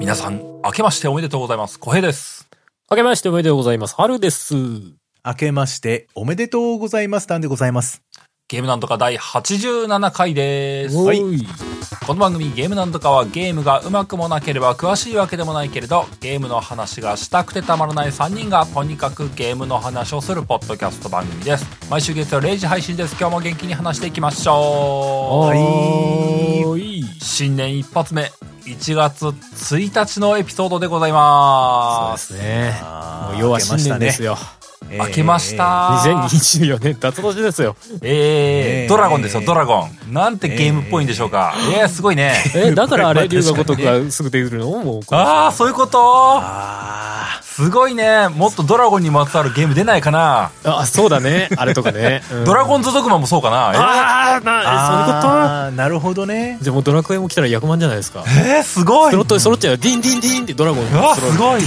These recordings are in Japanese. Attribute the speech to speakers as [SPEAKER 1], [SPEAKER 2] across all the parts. [SPEAKER 1] 皆さん、明けましておめでとうございます。小平です。
[SPEAKER 2] 明けましておめでとうございます。春です。
[SPEAKER 3] 明けましておめでとうございます。たんでございます。
[SPEAKER 1] ゲームなんとか第87回です。
[SPEAKER 2] お
[SPEAKER 1] はいこの番組ゲームなんとかはゲームがうまくもなければ詳しいわけでもないけれど、ゲームの話がしたくてたまらない3人がとにかくゲームの話をするポッドキャスト番組です。毎週月曜0時配信です。今日も元気に話していきましょ
[SPEAKER 3] はい
[SPEAKER 2] い。
[SPEAKER 1] う。新年一発目、1月1日のエピソードでございま
[SPEAKER 2] そ
[SPEAKER 1] す。
[SPEAKER 2] うですね。も
[SPEAKER 3] あ
[SPEAKER 2] う
[SPEAKER 3] ー
[SPEAKER 2] 要は新年です。よ。
[SPEAKER 3] 明
[SPEAKER 1] 明けまし。
[SPEAKER 3] えー
[SPEAKER 1] た。
[SPEAKER 2] 2024年脱年です よ。
[SPEAKER 1] えー
[SPEAKER 3] えー
[SPEAKER 1] ドラゴンですよ、ドラゴン。なんてゲームっぽいんでしょうか。えー、すごいね。
[SPEAKER 2] え、だからあれ、
[SPEAKER 3] これ
[SPEAKER 2] 龍
[SPEAKER 3] まあ
[SPEAKER 2] が如くがすぐ出るのもうこの
[SPEAKER 1] ああ、そういうこと
[SPEAKER 3] あ
[SPEAKER 1] すごいね。もっとドラゴンにまつわるゲーム出ないかな。
[SPEAKER 2] あ、そうだね。あれと かね。うん
[SPEAKER 1] ドラゴンズドグマもそうかな。
[SPEAKER 2] ああ、な、そういうこ
[SPEAKER 3] あーなるほどね
[SPEAKER 2] と。じゃあもうドラクエも来たら役満じゃないですか。
[SPEAKER 1] えー、えーすごい
[SPEAKER 2] スロットで揃っちゃうよ。ディンディンディンってドラゴン
[SPEAKER 1] うわ、
[SPEAKER 2] が揃
[SPEAKER 1] すごい。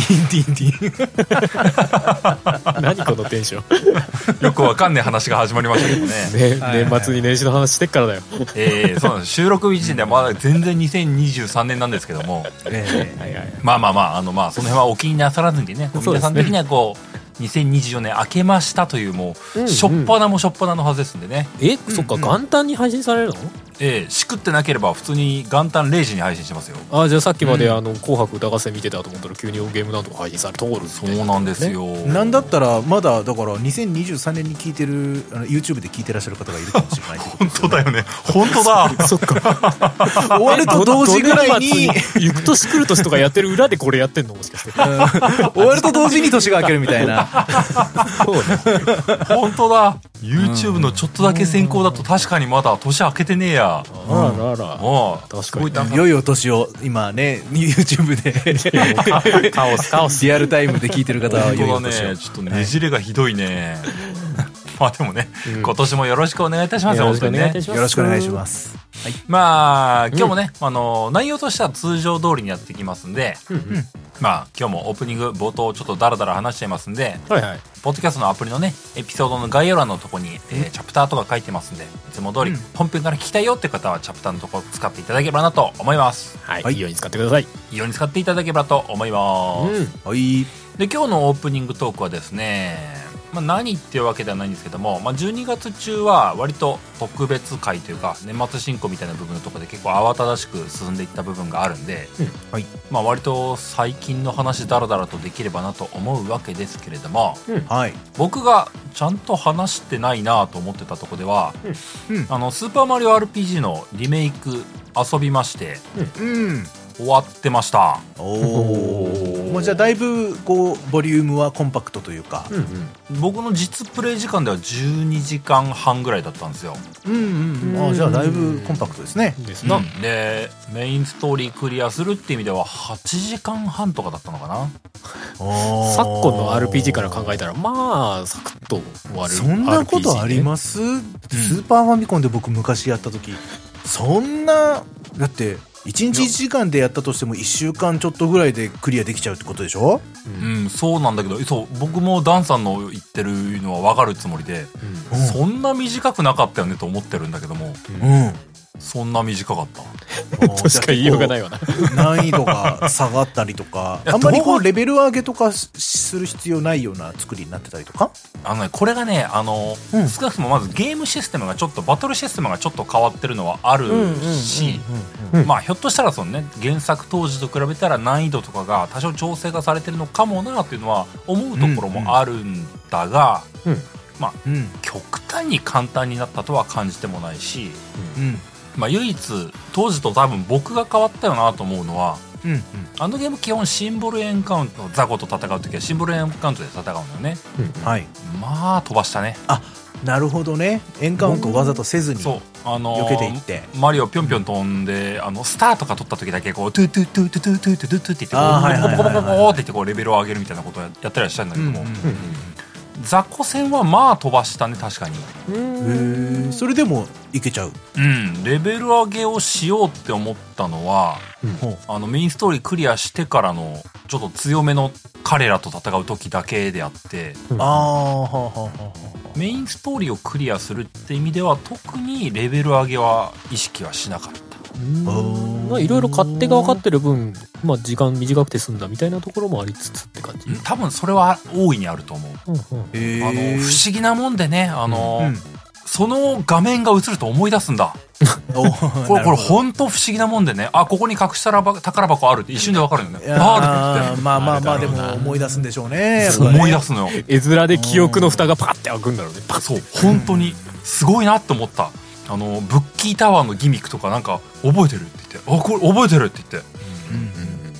[SPEAKER 2] う。何このテンショ ン。
[SPEAKER 1] よくわかんない話が始まりましたけどね。
[SPEAKER 2] ね、
[SPEAKER 3] はいはい
[SPEAKER 2] 年末に年始の話してっからだよ。
[SPEAKER 1] えー、そうなんです。収録時点ではまだ全然2023年なんですけども。
[SPEAKER 3] えー
[SPEAKER 2] はいはい。
[SPEAKER 1] まあまあまあ、あのまあ、その辺はお気になさらずにね、こう
[SPEAKER 2] そ
[SPEAKER 1] 皆
[SPEAKER 2] うですね
[SPEAKER 1] さん的にはこう、2024年明けましたというも
[SPEAKER 2] うんう
[SPEAKER 1] う、
[SPEAKER 2] ん
[SPEAKER 1] しょっぱなもしょっぱなのはずですんでね。
[SPEAKER 2] え、そっか、元旦に配信されるの
[SPEAKER 1] ええ、しくってなければ普通に元旦0時に配信してますよ。
[SPEAKER 2] あじゃあさっきまで、
[SPEAKER 3] うん
[SPEAKER 2] あの紅白歌合戦見てたと思ったら急にゲームなんとか配信されておるみた
[SPEAKER 1] そ
[SPEAKER 2] いな
[SPEAKER 1] うなんですよ。
[SPEAKER 3] なんだったら、まだ、だから、2023年に聞いてる、あの YouTube で聞いてらっしゃる方がいるかもしれ ないってこと
[SPEAKER 1] 本当だよね。本当だ。
[SPEAKER 2] そっか
[SPEAKER 3] 終わると同時ぐらいに
[SPEAKER 2] ど、行く年来る年とかやってる裏でこれやってんのもし かしてそ
[SPEAKER 3] 終わると同時に年が明けるみたいな。
[SPEAKER 2] うね
[SPEAKER 1] 本当だ。YouTube のちょっとだけ先行だと確かにまだ年明けてねえや。
[SPEAKER 2] あららら
[SPEAKER 1] もう、
[SPEAKER 2] 確かに
[SPEAKER 1] すごいなんか
[SPEAKER 3] 良いお年を、今ね、YouTube で、
[SPEAKER 2] カオスカオス
[SPEAKER 3] リアルタイムで聞いてる方は
[SPEAKER 1] 本
[SPEAKER 3] 良いお
[SPEAKER 1] 当
[SPEAKER 3] 年
[SPEAKER 1] だ
[SPEAKER 3] を
[SPEAKER 1] ね。。ちょっとねじれがひどい ね。まあでもね、
[SPEAKER 2] うん
[SPEAKER 1] 今年もよろしくお願いいたしますよ、本当にね。
[SPEAKER 2] し
[SPEAKER 3] よろしくお願いしますす。
[SPEAKER 1] まあ、今日もね、あの、内容としては通常通りにやっていきますんで、
[SPEAKER 2] うんうん
[SPEAKER 1] まあ今日もオープニング冒頭ちょっとダラダラ話しちゃいますんで、
[SPEAKER 2] はいはい
[SPEAKER 1] ポッドキャストのアプリのね、エピソードの概要欄のとこに、えーチャプターとか書いてますんで、いつも通り、
[SPEAKER 3] うん
[SPEAKER 1] 本編から聞きたいよって方はチャプターのとこ使っていただければなと思います。
[SPEAKER 2] はい、
[SPEAKER 3] はい
[SPEAKER 2] い、いように使ってください、
[SPEAKER 1] いいように使っていただければと思います。
[SPEAKER 3] はい。
[SPEAKER 1] で、今日のオープニングトークはですね、まあ、何っていうわけではないんですけども、まあ、12月中は割と特別会というか、年末進行みたいな部分のところで結構慌ただしく進んでいった部分があるんで、
[SPEAKER 3] うんはい
[SPEAKER 1] まあ割と最近の話ダラダラとできればなと思うわけですけれども、
[SPEAKER 3] はい。
[SPEAKER 1] 僕がちゃんと話してないなと思ってたとこでは、
[SPEAKER 3] うん
[SPEAKER 1] あのスーパーマリオ RPG のリメイク遊びまして
[SPEAKER 3] うん。
[SPEAKER 1] 終わってました
[SPEAKER 3] お
[SPEAKER 2] お
[SPEAKER 3] お
[SPEAKER 2] ー
[SPEAKER 3] もうじゃあだいぶこうボリュームはコンパクトというか、
[SPEAKER 2] うんうん
[SPEAKER 1] 僕の実プレイ時間では12時間半ぐらいだったんですよ、
[SPEAKER 3] うん、うん
[SPEAKER 2] うん
[SPEAKER 3] あじゃあだいぶコンパクトですね
[SPEAKER 2] ですな、
[SPEAKER 1] でメインストーリークリアするって意味では8時間半とかだったのかな
[SPEAKER 3] 昨
[SPEAKER 2] 昨今の RPG から考えたらまあサクッと終わる
[SPEAKER 3] そんなことあり
[SPEAKER 2] す
[SPEAKER 3] ます、スーパーファミコンで僕昔やった時そんなだって1日1時間でやったとしても1週間ちょっとぐらいでクリアできちゃうってことでしょ
[SPEAKER 1] うんそうなんだけどそう僕もダンさんの言ってるのは分かるつもりで、
[SPEAKER 3] うん
[SPEAKER 1] そんな短くなかったよねと思ってるんだけども
[SPEAKER 3] うん
[SPEAKER 1] そんな短かった
[SPEAKER 2] としか言いようがない
[SPEAKER 3] い
[SPEAKER 2] わな
[SPEAKER 3] 難易度が下がったりとか
[SPEAKER 1] いや
[SPEAKER 3] あんまり
[SPEAKER 1] ど
[SPEAKER 3] こ
[SPEAKER 1] う
[SPEAKER 3] うレベル上げとかしする必要ないような作りになってたりとか
[SPEAKER 1] あのね、これがね、あの、
[SPEAKER 3] うん
[SPEAKER 1] 少なくともまずゲームシステムがちょっと、バトルシステムがちょっと変わってるのはあるし、
[SPEAKER 2] うん
[SPEAKER 1] まあ、ひょっとしたらそのね、原作当時と比べたら難易度とかが多少調整がされてるのかもなっていうのは思うところもあるんだが、
[SPEAKER 3] うん
[SPEAKER 1] 極端に簡単になったとは感じてもないし、
[SPEAKER 3] うん
[SPEAKER 1] まあ、唯一、当時と多分僕が変わったよなと思うのは、
[SPEAKER 3] うんうん
[SPEAKER 1] あのゲーム基本シンボルエンカウント、ザコと戦うときはシンボルエンカウントで戦うのよね。
[SPEAKER 3] はい
[SPEAKER 1] まあ、飛ばしたね。
[SPEAKER 3] なるほどねエンカウントをわざとせずに
[SPEAKER 1] そう
[SPEAKER 3] 避。
[SPEAKER 1] あのー
[SPEAKER 3] けていって
[SPEAKER 1] マリオぴょんぴょん飛んで、あの、スターとか取った時だけ、こう、トゥートゥートゥートゥートゥートゥートゥートゥーって言って、こ、
[SPEAKER 3] あーはいうはい
[SPEAKER 1] ポコ
[SPEAKER 3] は
[SPEAKER 1] ポ
[SPEAKER 3] い
[SPEAKER 1] コ
[SPEAKER 3] はい
[SPEAKER 1] ポコポコって言って、こう、レベルを上げるみたいなことをやったりはしたんだけども、雑魚戦はまあ飛ばしたね、確かに。
[SPEAKER 3] うんへえそれでもいけちゃう
[SPEAKER 1] うん、レベル上げをしようって思ったのは、
[SPEAKER 3] ほ
[SPEAKER 1] あの、メインストーリークリアしてからの、ちょっと強めの彼らと戦う時だけであって、
[SPEAKER 3] ああはあはあは
[SPEAKER 1] メインストーリーをクリアするって意味では、特にレベル上げは意識はしなかった。
[SPEAKER 3] あはあ
[SPEAKER 2] まあいろいろ勝手が分かってる分、まあ時間短くて済んだみたいなところもありつつって感じ。
[SPEAKER 1] ん多分それは大いにあると思う。
[SPEAKER 2] うんうん
[SPEAKER 3] え
[SPEAKER 1] あの、不思議なもんでね、あの、
[SPEAKER 3] うん
[SPEAKER 1] その画面が映ると思い出すんだ。
[SPEAKER 3] お
[SPEAKER 1] これ、これ、
[SPEAKER 3] ん
[SPEAKER 1] 本当不思議なもんでね。あ、ここに隠したらば宝箱あるって一瞬でわかるよね。ある
[SPEAKER 3] あーまあまあまあ
[SPEAKER 2] あ
[SPEAKER 3] で
[SPEAKER 2] るだろうな
[SPEAKER 3] も思い出すんでしょうねや
[SPEAKER 1] っ。
[SPEAKER 3] ってぱね
[SPEAKER 1] 思い出す のよ。
[SPEAKER 2] 絵面で記憶の蓋がパッて開くんだろうね。パッ
[SPEAKER 1] そう、本当に、すごいなって思った。あの、ブッキータワーのギミックとかなんか、覚えてるって言って、あ、これ覚えてるって言って、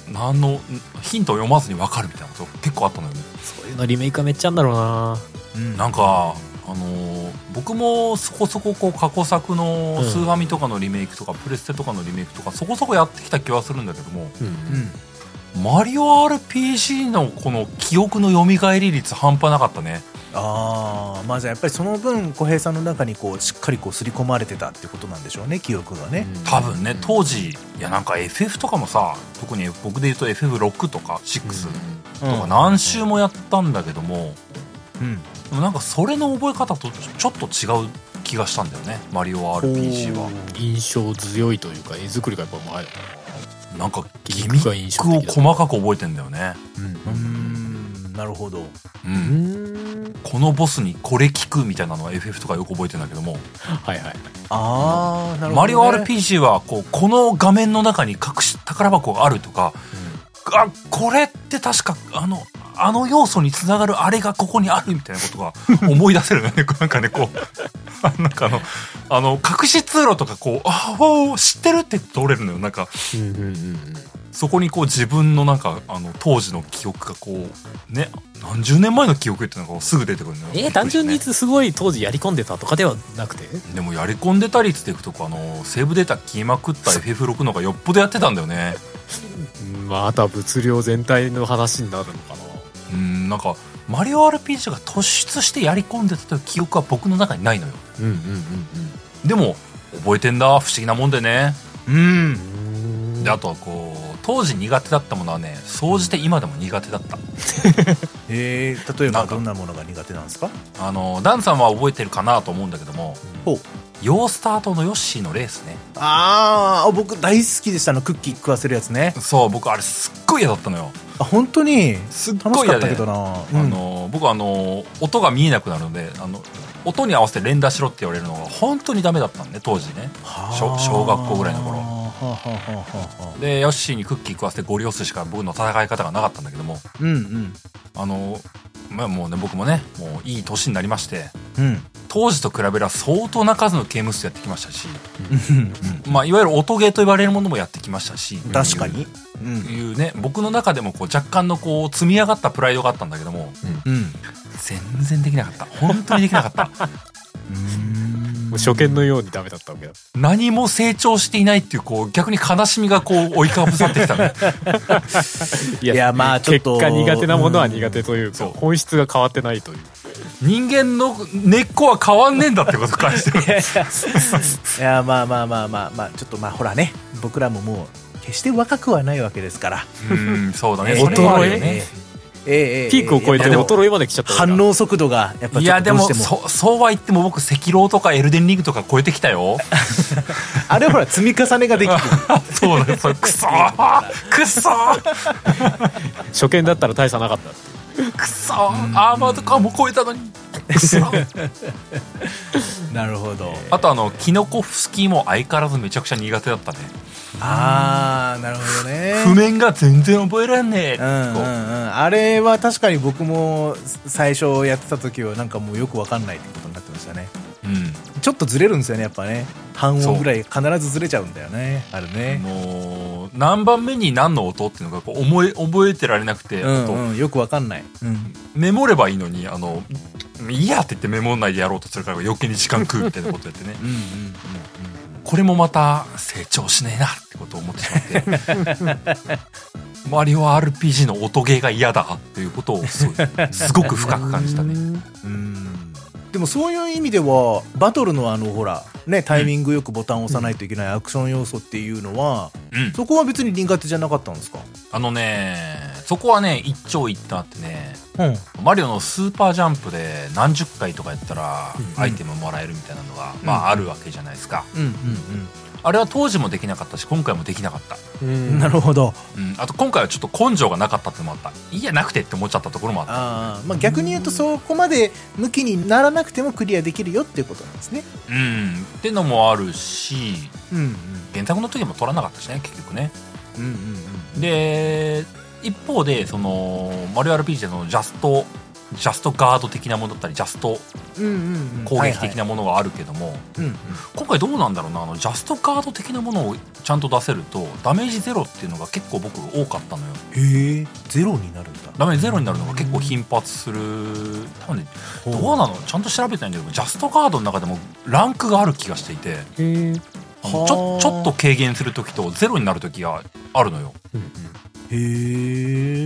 [SPEAKER 3] うん
[SPEAKER 1] 何の、ヒントを読まずにわかるみたいなこと結構あったのよね。
[SPEAKER 2] そういうのリメイクはめっちゃあんだろうな。
[SPEAKER 3] うん
[SPEAKER 1] なんか、あのー僕もそこそここう過去作の
[SPEAKER 2] うん
[SPEAKER 1] スーファミとかのリメイクとか、プレステとかのリメイクとかそこそこやってきた気はするんだけども
[SPEAKER 2] うん
[SPEAKER 3] うん
[SPEAKER 1] マリオ RPG のこの記憶の蘇り率半端なかったね
[SPEAKER 3] ああまあじゃあやっぱりその分小平さんの中にこうしっかりこう刷り込まれてたってことなんでしょうね記憶がね、
[SPEAKER 1] 多分ね当時いやなんか FF とかもさ特に僕で言うと FF6 とか6
[SPEAKER 3] う
[SPEAKER 1] とか何周もやったんだけども
[SPEAKER 3] うん
[SPEAKER 1] でもなんかそれの覚え方とちょっと違う気がしたんだよねマリオ RPG は
[SPEAKER 2] 印象強いというか絵作りがやっぱうまいよ
[SPEAKER 1] なんかギ
[SPEAKER 2] ギ
[SPEAKER 1] ミッ
[SPEAKER 2] ミック
[SPEAKER 1] ク
[SPEAKER 2] が印象
[SPEAKER 1] を
[SPEAKER 2] 的だ
[SPEAKER 1] 細かく覚えてんだよね
[SPEAKER 3] うーんなるほど
[SPEAKER 1] う
[SPEAKER 2] うんん
[SPEAKER 1] このボスにこれ聞くみたいなのは FF とかよく覚えてんだけども
[SPEAKER 2] はいはい
[SPEAKER 3] ああなる
[SPEAKER 1] マ
[SPEAKER 3] ほ
[SPEAKER 1] リ
[SPEAKER 3] ど、
[SPEAKER 1] オ
[SPEAKER 3] ね、
[SPEAKER 1] RPG はこうこの画面の中に隠し宝箱があるとかあこれって確かあのあの要素につながるあれがここにあるみたいなことが思い出せるのよね なんかねこうなんかあのあの隠し通路とかこうあおー知ってるって取れるのよなんか
[SPEAKER 2] うんうんうん
[SPEAKER 1] そこにこう自分のなんかあの当時の記憶がこうね何十年前の記憶っていうのがすぐ出てくるのよ
[SPEAKER 2] えー単純にすごい当時やり込んでたとかではなくて
[SPEAKER 1] でもやり込んでた率でいくとこあのセーブデータ消えまくった FF6 の方がよっぽどやってたんだよね
[SPEAKER 2] まああとは物量全体の話になるのかな
[SPEAKER 1] うんなんかマリオ RPG が突出してやり込んでたという記憶は僕の中にないのよ
[SPEAKER 2] うんうん
[SPEAKER 1] でも覚えてんだ不思議なもんでね
[SPEAKER 3] うん
[SPEAKER 2] うんうん
[SPEAKER 1] であとはこう当時苦手だったものはね総じて今でも苦手だった
[SPEAKER 3] えー、例え
[SPEAKER 1] な
[SPEAKER 3] ば
[SPEAKER 1] んか
[SPEAKER 3] どんなものが苦手なんですか
[SPEAKER 1] あのダンさんは覚えてるかなと思うんだけども
[SPEAKER 3] ほう
[SPEAKER 1] ヨースタートのヨッシーのレースね
[SPEAKER 3] ああ僕大好きでしたあのクッキー食わせるやつね
[SPEAKER 1] そう僕あれすっごい嫌だったのよ
[SPEAKER 3] あ本当に
[SPEAKER 1] すっ
[SPEAKER 3] 楽
[SPEAKER 1] ご
[SPEAKER 3] し
[SPEAKER 1] い嫌
[SPEAKER 3] かった
[SPEAKER 1] で
[SPEAKER 3] けどな、
[SPEAKER 1] あの僕はあの音が見えなくなるのであの音に合わせて連打しろって言われるのが本当にダメだったんで当時ね小小学校ぐらいの頃
[SPEAKER 3] 頃
[SPEAKER 1] でヨッシーにクッキー食わせてゴリ押すしか僕の戦い方がなかったんだけども
[SPEAKER 3] うんうん
[SPEAKER 1] あの、まあ、もうね僕もねもういい年になりまして
[SPEAKER 3] うん
[SPEAKER 1] 当時と比べれば相当な数のゲーム数やってきましたし、
[SPEAKER 3] うん
[SPEAKER 1] まあ、いわゆる音ゲーと言われるものもやってきましたし
[SPEAKER 3] 確かにうん
[SPEAKER 1] いうね僕の中でもこう若干のこう積み上がったプライドがあったんだけども
[SPEAKER 3] うん
[SPEAKER 1] 全然できなかった本当にできなかった
[SPEAKER 2] もう初見のようにダメだったわけだ
[SPEAKER 1] 何も成長していないっていう、こう、逆に悲しみがこう、追いかぶさってきた ね。
[SPEAKER 2] い
[SPEAKER 3] いやまあちょっと
[SPEAKER 2] 結果苦手なものは苦手というか、本質が変わってないという
[SPEAKER 1] 人間の根っこは変わんねえんだってことを感じてる。
[SPEAKER 3] いやまあまあまあまあまあちょっとまあほらね僕らももう決して若くはないわけですから
[SPEAKER 1] うん、そうだね。
[SPEAKER 3] え
[SPEAKER 1] それはあるよ
[SPEAKER 2] 衰
[SPEAKER 1] ね。
[SPEAKER 3] えええ
[SPEAKER 2] ピークを超えて
[SPEAKER 3] やっぱでも
[SPEAKER 2] 衰えまで来ちゃったから
[SPEAKER 3] 反応速度がやっぱ
[SPEAKER 1] い
[SPEAKER 3] ちょ
[SPEAKER 1] や、
[SPEAKER 3] っ
[SPEAKER 1] で
[SPEAKER 3] とどう
[SPEAKER 1] も、
[SPEAKER 3] しても
[SPEAKER 1] そ、そうは言っても僕、赤老とかエルデンリングとか超えてきたよ。
[SPEAKER 3] あれはほら積み重ねができる
[SPEAKER 1] そうだね。それくそーくそー
[SPEAKER 2] 初見だったら大差なかったって
[SPEAKER 1] くそーアーマーとかも超えたのに。くそー
[SPEAKER 3] なるほど
[SPEAKER 1] あとあの、キノコフスキーも相変わらずめちゃくちゃ苦手だったね。
[SPEAKER 3] ああなるほどね
[SPEAKER 1] 譜面が全然覚えらんねえ。
[SPEAKER 3] うんうんう、
[SPEAKER 1] こうん
[SPEAKER 3] あれは確かに僕も最初やってた時はなんかもうよくわかんないってことになってましたね
[SPEAKER 1] うん。
[SPEAKER 3] ちょっとずれるんですよねやっぱね半
[SPEAKER 1] そう
[SPEAKER 3] 音ぐらい必ずずれちゃうんだよねあれね
[SPEAKER 1] もう何番目に何の音っていうのがこう思え覚えてられなくて、
[SPEAKER 3] うん
[SPEAKER 1] あと
[SPEAKER 3] うんよくわかんない、うん、
[SPEAKER 1] メモればいいのにあの「いいや」って言ってメモんないでやろうとするから余計に時間食うみたいなことやってね
[SPEAKER 3] うんうん
[SPEAKER 1] これもまた成長しねえなってことを思ってしまって「マリオ RPG の音ゲーが嫌だ」っていうことをすごいすごく深く感じたね。
[SPEAKER 3] うんうんでもそういう意味ではバトルのあのほらねタイミングよくボタンを押さないといけないアクション要素っていうのは
[SPEAKER 1] うん、
[SPEAKER 3] そこは別に苦手じゃなかったんですか
[SPEAKER 1] あのねそこはね一長一短あってね
[SPEAKER 3] うん
[SPEAKER 1] マリオのスーパージャンプで何十回とかやったらアイテムもらえるみたいなのが、まああるわけじゃないですか。
[SPEAKER 3] うんうんうん
[SPEAKER 1] ああれは当時もできなかったし今回もできなかった、
[SPEAKER 2] うん
[SPEAKER 3] なるほど
[SPEAKER 1] うん、あと今回はちょっと根性がなかったってのもあったいやなくてって思っちゃったところもあった
[SPEAKER 3] あー、まあ、逆に言うとそこまで向きにならなくてもクリアできるよっていうことなんですね
[SPEAKER 1] うんってのもあるし
[SPEAKER 3] うんうん
[SPEAKER 1] 原作の時も取らなかったしね結局ね
[SPEAKER 3] うんうん
[SPEAKER 1] で一方でそのマリオ RPG のジャストジャストガード的なものだったりジャスト
[SPEAKER 3] うんうんうん
[SPEAKER 1] 攻撃的なものがあるけども、
[SPEAKER 3] うんうん
[SPEAKER 1] 今回どうなんだろうなあのジャストガード的なものをちゃんと出せるとダメージゼロっていうのが結構僕多かったのよ
[SPEAKER 3] へえゼロになるんだ
[SPEAKER 1] ダメージゼロになるのが結構頻発する多分ねどうなのちゃんと調べてないんだけどジャストガードの中でもランクがある気がしていて
[SPEAKER 2] へえ
[SPEAKER 1] あの
[SPEAKER 3] はあ
[SPEAKER 1] ちょちょっと軽減する時とゼロになる時があるのよ
[SPEAKER 3] へ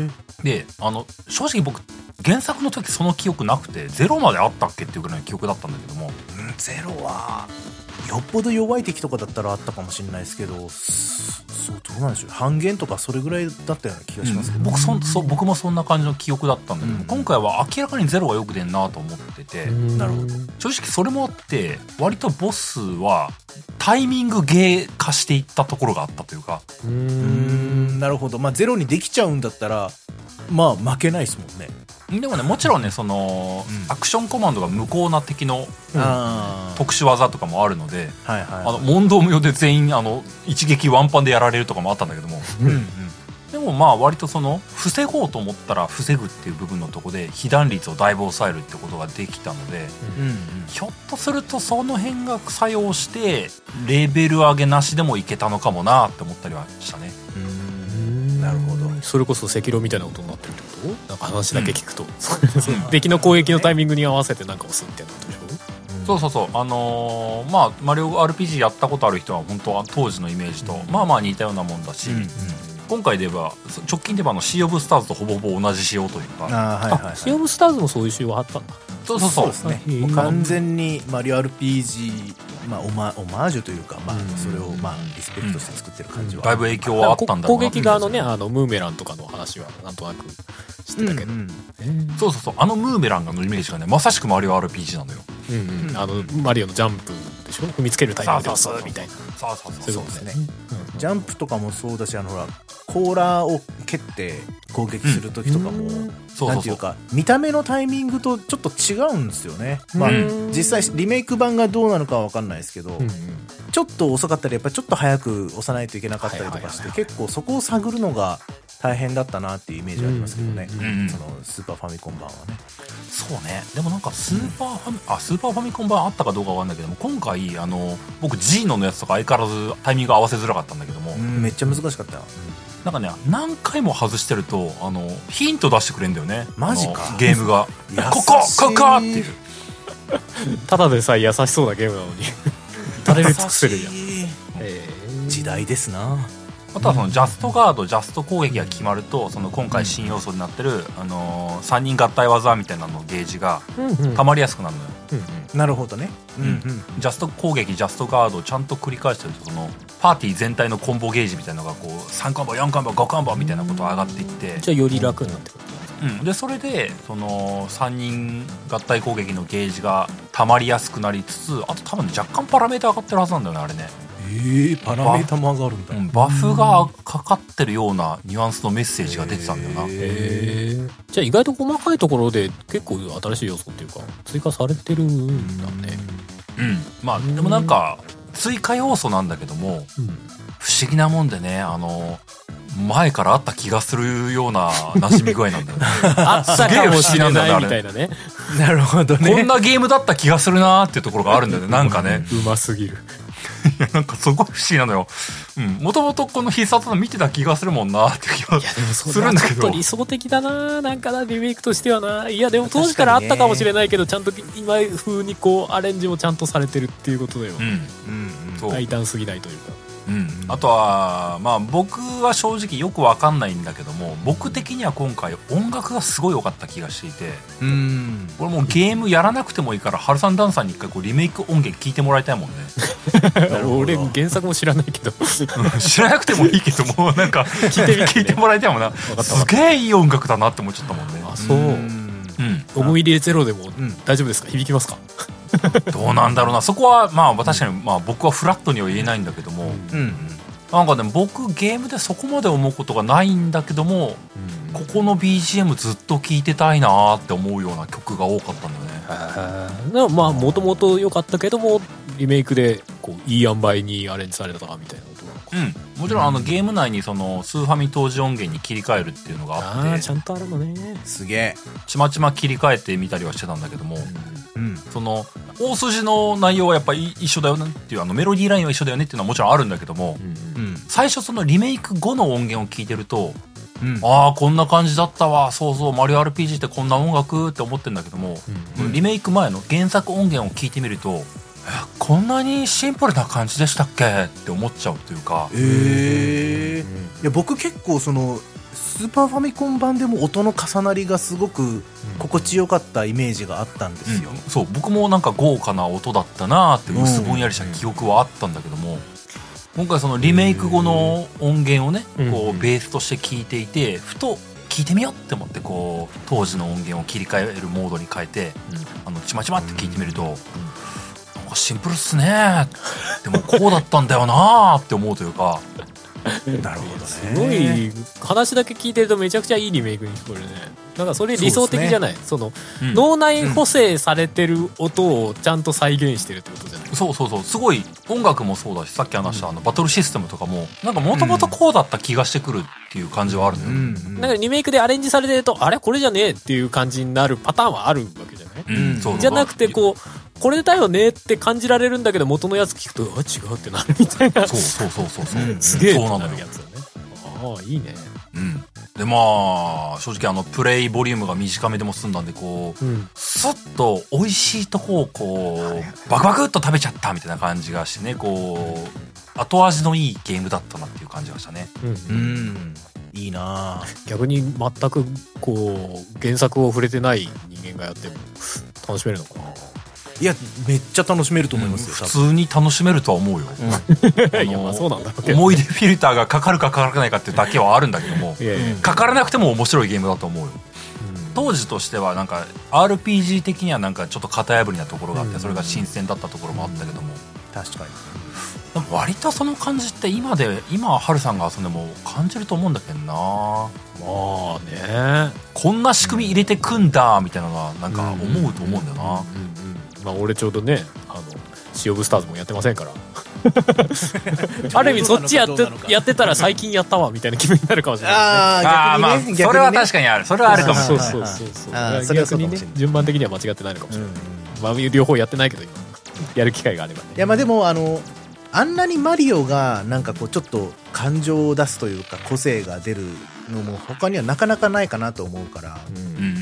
[SPEAKER 3] え
[SPEAKER 1] であの正直僕原作の時その記憶なくてゼロまであったっけっていうぐらいの記憶だったんだけども
[SPEAKER 3] うんゼロはよっぽど弱い敵とかだったらあったかもしれないですけどすそうどうなんでしょう半減とかそれぐらいだったような気がしますけど、
[SPEAKER 1] 僕そんそ僕もそんな感じの記憶だったんだけど、
[SPEAKER 3] うん
[SPEAKER 1] 今回は明らかにゼロがよく出んなと思ってて、
[SPEAKER 3] なるほ
[SPEAKER 2] ど
[SPEAKER 1] 正直それもあって割とボスはタイミングゲー化していったところがあったというか
[SPEAKER 2] う
[SPEAKER 3] うー
[SPEAKER 2] ん
[SPEAKER 3] んなるほどまあゼロにできちゃうんだったらまあ負けないですもんね、
[SPEAKER 1] でもねもちろんねその、
[SPEAKER 3] うん
[SPEAKER 1] アクションコマンドが無効な敵の
[SPEAKER 2] うん
[SPEAKER 3] ああ
[SPEAKER 1] 特殊技とかもあるので、
[SPEAKER 3] はいはい
[SPEAKER 1] あの問答無用で全員あの一撃ワンパンでやられるとかもあったんだけども
[SPEAKER 3] うんうん
[SPEAKER 1] でもまあ割とその防ごうと思ったら防ぐっていう部分のとこで被弾率をだいぶ抑えるってことができたので
[SPEAKER 3] うんうん
[SPEAKER 1] ひょっとするとその辺が作用してレベル上げなしでもいけたのかもなって思ったりはしたね
[SPEAKER 3] うんなるほど
[SPEAKER 2] それこそ赤狼みたいなことになってるってことなんか話だけ聞く と、
[SPEAKER 3] そうなんだ
[SPEAKER 2] 敵の攻撃のタイミングに合わせてなんか押すみたいなことでしょ
[SPEAKER 1] そうそうそうあのーまあマリオ RPG やったことある人は本当は当時のイメージとまあまあ似たようなもんだし、
[SPEAKER 3] うんうん
[SPEAKER 1] 今回で言えばそ直近で言えばあのシー・オブ・スターズとほぼほぼ同じ仕様というか
[SPEAKER 3] ああはいはい、はい、
[SPEAKER 2] シー・オブ・スターズもそういう仕様あったんだ
[SPEAKER 1] そうそうそう
[SPEAKER 3] ですね
[SPEAKER 2] へー
[SPEAKER 3] もう完全にマリオ RPG まあオマオマージュというかまあ
[SPEAKER 2] うん
[SPEAKER 3] それをまあリスペクトして作ってる感じは
[SPEAKER 1] だいぶ影響はあったんだろう
[SPEAKER 2] 攻
[SPEAKER 1] な
[SPEAKER 2] 撃側のねあのムーメランとかの話はなんとなく知ってたけど、
[SPEAKER 3] うん
[SPEAKER 2] う
[SPEAKER 3] うん
[SPEAKER 2] ん
[SPEAKER 1] そうそうそうあのムーベランがのイメージがねまさしくマリオ RPG なのよ
[SPEAKER 2] うん
[SPEAKER 3] うん
[SPEAKER 2] あのマリオのジャンプでしょ踏みつけるタイミングで押すみたいな
[SPEAKER 1] そうそう
[SPEAKER 2] そういう
[SPEAKER 1] そう
[SPEAKER 2] こと
[SPEAKER 3] そ
[SPEAKER 2] だ
[SPEAKER 3] う
[SPEAKER 2] よ
[SPEAKER 3] です
[SPEAKER 2] ね
[SPEAKER 3] ジャンプとかもそうだしあのほらコーラーを蹴って攻撃する時とかも、
[SPEAKER 2] うん
[SPEAKER 1] そうそ
[SPEAKER 3] な
[SPEAKER 1] う
[SPEAKER 3] んて
[SPEAKER 1] そ
[SPEAKER 3] いう
[SPEAKER 1] う
[SPEAKER 3] か見た目のタイミングとちょっと違うんですよね、まあ
[SPEAKER 1] う
[SPEAKER 3] 実際リメイク版がどうなのかは分かんないですけど、
[SPEAKER 2] うん
[SPEAKER 3] ちょっと遅かったりやっぱちょっと早く押さないといけなかったりとかして、
[SPEAKER 2] はいはいはいはい
[SPEAKER 3] 結構そこを探るのが大変だったなっていうイメージありますけどね、
[SPEAKER 2] うん
[SPEAKER 1] うんうん
[SPEAKER 3] そのスーパーファミコン版はね
[SPEAKER 1] そうねでもなんかスーパーファミあスーパーファミコン版あったかどうかわかんないけども今回あの僕ジーノのやつとか相変わらずタイミング合わせづらかったんだけども、
[SPEAKER 3] めっちゃ難しかったよ
[SPEAKER 1] なんかね何回も外してるとあのヒント出してくれんだよね
[SPEAKER 3] マジか
[SPEAKER 1] あのゲームが
[SPEAKER 3] 優しい
[SPEAKER 1] ここここっていう
[SPEAKER 2] ただでさえ優しそうなゲームなのに誰で尽くせるやん、
[SPEAKER 3] 優しい
[SPEAKER 2] え
[SPEAKER 3] 時代ですな
[SPEAKER 1] あとはそのジャストガードジャスト攻撃が決まるとその今回新要素になってる、あの3人合体技みたいなののゲージが
[SPEAKER 2] うんうん
[SPEAKER 1] 溜まりやすくなるのよ
[SPEAKER 2] うんうん
[SPEAKER 3] なるほどねうんうん
[SPEAKER 1] ジャスト攻撃ジャストガードをちゃんと繰り返してるとそのパーティー全体のコンボゲージみたいなのがこう3コンボ4コンボ5コンボみたいなことが上がっていって、
[SPEAKER 2] じゃあより楽になってくる
[SPEAKER 1] うん、でそれでその3人合体攻撃のゲージが溜まりやすくなりつつあと多分、ね、若干パラメータ上がってるはずなんだよねあれね、
[SPEAKER 3] ええパラメータも上がるんだ
[SPEAKER 1] うん、バフがかかってるようなニュアンスのメッセージが出てたんだよな、
[SPEAKER 2] へえじゃあ意外と細かいところで結構新しい要素っていうか追加されてるんだね、
[SPEAKER 1] うん、まあでもなんか追加要素なんだけども不思議なもんでねあの前からあった気がするような馴染み具合なんだよね
[SPEAKER 2] あったかもしれ
[SPEAKER 1] すげえ不思議なんだよ
[SPEAKER 2] な
[SPEAKER 1] あ
[SPEAKER 2] い
[SPEAKER 1] れ
[SPEAKER 2] みたいなね
[SPEAKER 3] なるほど
[SPEAKER 1] こんなゲームだった気がするなーっていうところがあるんだよね。なんかね。
[SPEAKER 2] うますぎる
[SPEAKER 1] いや、なんかすごい不思議なのよ。うん。もともとこの必殺の見てた気がするもんなーっていう気が
[SPEAKER 2] いやでもそ
[SPEAKER 1] す
[SPEAKER 2] れ
[SPEAKER 1] る
[SPEAKER 2] は
[SPEAKER 1] んだけ
[SPEAKER 2] ちょっと
[SPEAKER 1] ど。
[SPEAKER 2] 理想的だななんかなリメイクとしてはないやでも当時からあったかもしれないけどちゃんと今風にこうアレンジもちゃんとされてるっていうことだよ
[SPEAKER 1] うん。
[SPEAKER 3] うん
[SPEAKER 1] そう。
[SPEAKER 2] 大胆すぎないというか
[SPEAKER 1] うん。あとは、まあ僕は正直よくわかんないんだけども、僕的には今回音楽がすごい良かった気がしていて、
[SPEAKER 3] うん
[SPEAKER 1] これもうゲームやらなくてもいいから、ハルさんダンさんに一回こうリメイク音源聞いてもらいたいもんね。
[SPEAKER 2] 俺原作も知らないけど
[SPEAKER 1] 知らなくてもいいけども、なんか聞いてもらいたいもんな。
[SPEAKER 2] った
[SPEAKER 1] すげえいい音楽だなって思っちゃったもんね。
[SPEAKER 2] あそう
[SPEAKER 3] うん
[SPEAKER 1] うん。
[SPEAKER 2] 思い入れゼロでも
[SPEAKER 3] ん
[SPEAKER 2] 大丈夫ですか響きますか
[SPEAKER 1] どうなんだろうなそこはまあ確かにまあ僕はフラットには言えないんだけども、
[SPEAKER 3] うんうん
[SPEAKER 1] なんかね僕ゲームでそこまで思うことがないんだけどもここの BGM ずっと聴いてたいなーって思うような曲が多かったんだよね
[SPEAKER 2] でもまあもともと良かったけどもリメイクでこういい塩梅にアレンジされたみたいなことなのか
[SPEAKER 1] うんもちろんあのゲーム内にそのスーファミ当時音源に切り替えるっていうのがあ
[SPEAKER 2] あ
[SPEAKER 1] っ
[SPEAKER 2] あ
[SPEAKER 1] て
[SPEAKER 2] ちゃんとあるのね
[SPEAKER 3] すげえ
[SPEAKER 1] ちまちま切り替えてみたりはしてたんだけども
[SPEAKER 3] うん
[SPEAKER 1] その大筋の内容はやっぱり一緒だよねっていうあのメロディーラインは一緒だよねっていうのはもちろんあるんだけども
[SPEAKER 3] うん
[SPEAKER 1] 最初そのリメイク後の音源を聞いてると
[SPEAKER 3] うん
[SPEAKER 1] ああこんな感じだったわそうそうマリオ RPG ってこんな音楽って思ってんだけども、
[SPEAKER 3] うん
[SPEAKER 1] リメイク前の原作音源を聞いてみるとえこんなにシンプルな感じでしたっけって思っちゃうというか
[SPEAKER 3] ええいや僕結構そのスーパーファミコン版でも音の重なりがすごく心地よかったイメージがあったんですよ、
[SPEAKER 1] そう僕もなんか豪華な音だったなーって
[SPEAKER 3] うん
[SPEAKER 1] 薄ぼんやりした記憶はあったんだけども今回そのリメイク後の音源をね
[SPEAKER 2] うん
[SPEAKER 1] こうベースとして聞いていてふと聞いてみようって思ってこう当時の音源を切り替えるモードに変えてあのちまちまって聞いてみるとなんかシンプルっすねーでもこうだったんだよなーって思うというか
[SPEAKER 3] なるほどね
[SPEAKER 2] すごい話だけ聞いてるとめちゃくちゃいいリメイクに聞こえるねなんかそれ理想的じゃないそ,、の
[SPEAKER 1] うん
[SPEAKER 2] 脳内補正されてる音をちゃんと再現してるってことじゃない、
[SPEAKER 1] そうそうそうすごい音楽もそうだしさっき話したあのバトルシステムとかもなんかもともとこうだった気がしてくるっていう感じはあるんだ
[SPEAKER 3] う
[SPEAKER 1] よね、
[SPEAKER 3] ん
[SPEAKER 2] なんかリメイクでアレンジされてるとあれこれじゃねえっていう感じになるパターンはあるわけじゃない、
[SPEAKER 1] うん
[SPEAKER 3] うん
[SPEAKER 1] そう
[SPEAKER 2] じゃなくてこうこれだよねって感じられるんだけど元のやつ聞くとあ違うってなるみたいな
[SPEAKER 1] そうそうそうそうそう、
[SPEAKER 3] うん
[SPEAKER 2] すげえって
[SPEAKER 1] そうな
[SPEAKER 2] な
[SPEAKER 1] の
[SPEAKER 2] る
[SPEAKER 1] よ
[SPEAKER 2] や、つだねああいいね
[SPEAKER 1] うん、でまあ正直あのプレイボリュームが短めでも済んだんでこう
[SPEAKER 2] うん
[SPEAKER 1] スッと美味しいとこをこうバクバクっと食べちゃったみたいな感じがしてねこう後味のいいゲームだったなっていう感じがしたね
[SPEAKER 2] うん
[SPEAKER 3] うんいいなあ
[SPEAKER 2] 逆に全くこう原作を触れてない人間がやっても楽しめるのかない
[SPEAKER 3] やめっちゃ楽しめると思いますよ、
[SPEAKER 1] 普通に楽しめるとは思うよ、あの
[SPEAKER 2] いやまあそうなんだろうけど
[SPEAKER 1] 思い出フィルターがかかるかかからないかっていうだけはあるんだけども
[SPEAKER 2] いやいや
[SPEAKER 1] かからなくても面白いゲームだと思うよ
[SPEAKER 2] うん
[SPEAKER 1] 当時としてはなんか RPG 的にはなんかちょっと型破りなところがあっ
[SPEAKER 2] う
[SPEAKER 1] て
[SPEAKER 2] ん
[SPEAKER 1] それが新鮮だったところもあったけども
[SPEAKER 3] 確かに
[SPEAKER 1] でも割とその感じって今で今はるさんが遊んでも感じると思うんだけどな
[SPEAKER 2] まあね
[SPEAKER 1] こんな仕組み入れてくんだみたいなのがなんか思うと思うんだよな
[SPEAKER 2] うんうんまあ俺ちょうどねあのシー・オブ・スターズもやってませんから ある意味そっちやって
[SPEAKER 3] どうなのか
[SPEAKER 2] やってたら最近やったわみたいな気分になるかもしれない、ね、
[SPEAKER 1] あ
[SPEAKER 3] あ
[SPEAKER 1] あ
[SPEAKER 3] あ
[SPEAKER 1] まあ
[SPEAKER 3] 逆にね
[SPEAKER 1] それは確かにあるそれはあるかもし
[SPEAKER 2] そ
[SPEAKER 1] れ
[SPEAKER 2] う
[SPEAKER 1] ない
[SPEAKER 2] そうそうそう
[SPEAKER 3] あーそれはそう
[SPEAKER 2] 逆
[SPEAKER 3] かも
[SPEAKER 2] に
[SPEAKER 3] し
[SPEAKER 2] ね
[SPEAKER 3] れない
[SPEAKER 2] 順番的には間違ってないのかもしれ
[SPEAKER 3] うん
[SPEAKER 2] ない
[SPEAKER 3] い、
[SPEAKER 2] まあ両方やってないけど今やる機会があればね
[SPEAKER 3] やまあでもあのあんなにマリオがなんかこうちょっと感情を出すというか個性が出るのも他にはなかなかないかなと思うから
[SPEAKER 1] うんうんうん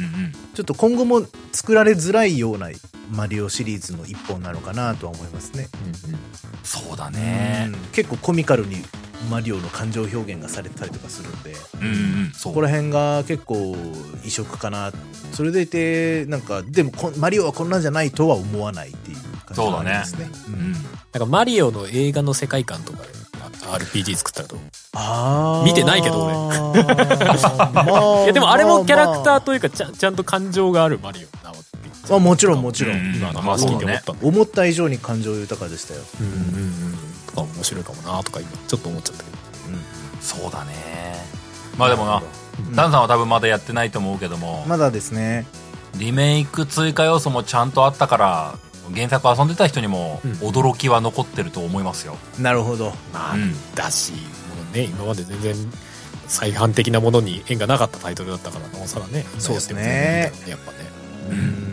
[SPEAKER 3] ちょっと今後も作られづらいようなマリオシリーズの一本なのかなとは思いますね、
[SPEAKER 1] そうだね
[SPEAKER 3] うん結構コミカルにマリオの感情表現がされたりとかするんで
[SPEAKER 1] うんうんそ
[SPEAKER 3] こ
[SPEAKER 1] う
[SPEAKER 3] こら辺が結構異色かなそれでいてなんかでもこんマリオはこんなんじゃないとは思わないっていう感じがありますねう
[SPEAKER 1] うんん
[SPEAKER 2] なんかマリオの映画の世界観とかであ RPG 作ったらどう
[SPEAKER 3] あー
[SPEAKER 2] 見てないけど俺
[SPEAKER 3] ま
[SPEAKER 2] いやでもあれもキャラクター
[SPEAKER 3] ま
[SPEAKER 2] というかちゃんちゃんと感情があるマリオなわけ
[SPEAKER 3] あまあもちろんもちろん、
[SPEAKER 1] うん
[SPEAKER 2] 今の話聞いて思ったの
[SPEAKER 3] 思った以上に感情豊かでしたよ、
[SPEAKER 2] うんうんうんとか面白いかもなとか今ちょっと思っちゃったけど
[SPEAKER 1] そうだねまあでもな
[SPEAKER 3] うん
[SPEAKER 1] ダンさんは多分まだやってないと思うけども
[SPEAKER 3] まだですね
[SPEAKER 1] リメイク追加要素もちゃんとあったから原作遊んでた人にも
[SPEAKER 2] うん
[SPEAKER 1] 驚きは残ってると思いますよ、
[SPEAKER 3] なるほど
[SPEAKER 2] まあ
[SPEAKER 1] うん
[SPEAKER 2] だしもうね今まで全然再販的なものに縁がなかったタイトルだったからなおさらね
[SPEAKER 3] そうっすね
[SPEAKER 2] 今やっても全然いいんだろうやっぱね
[SPEAKER 3] うん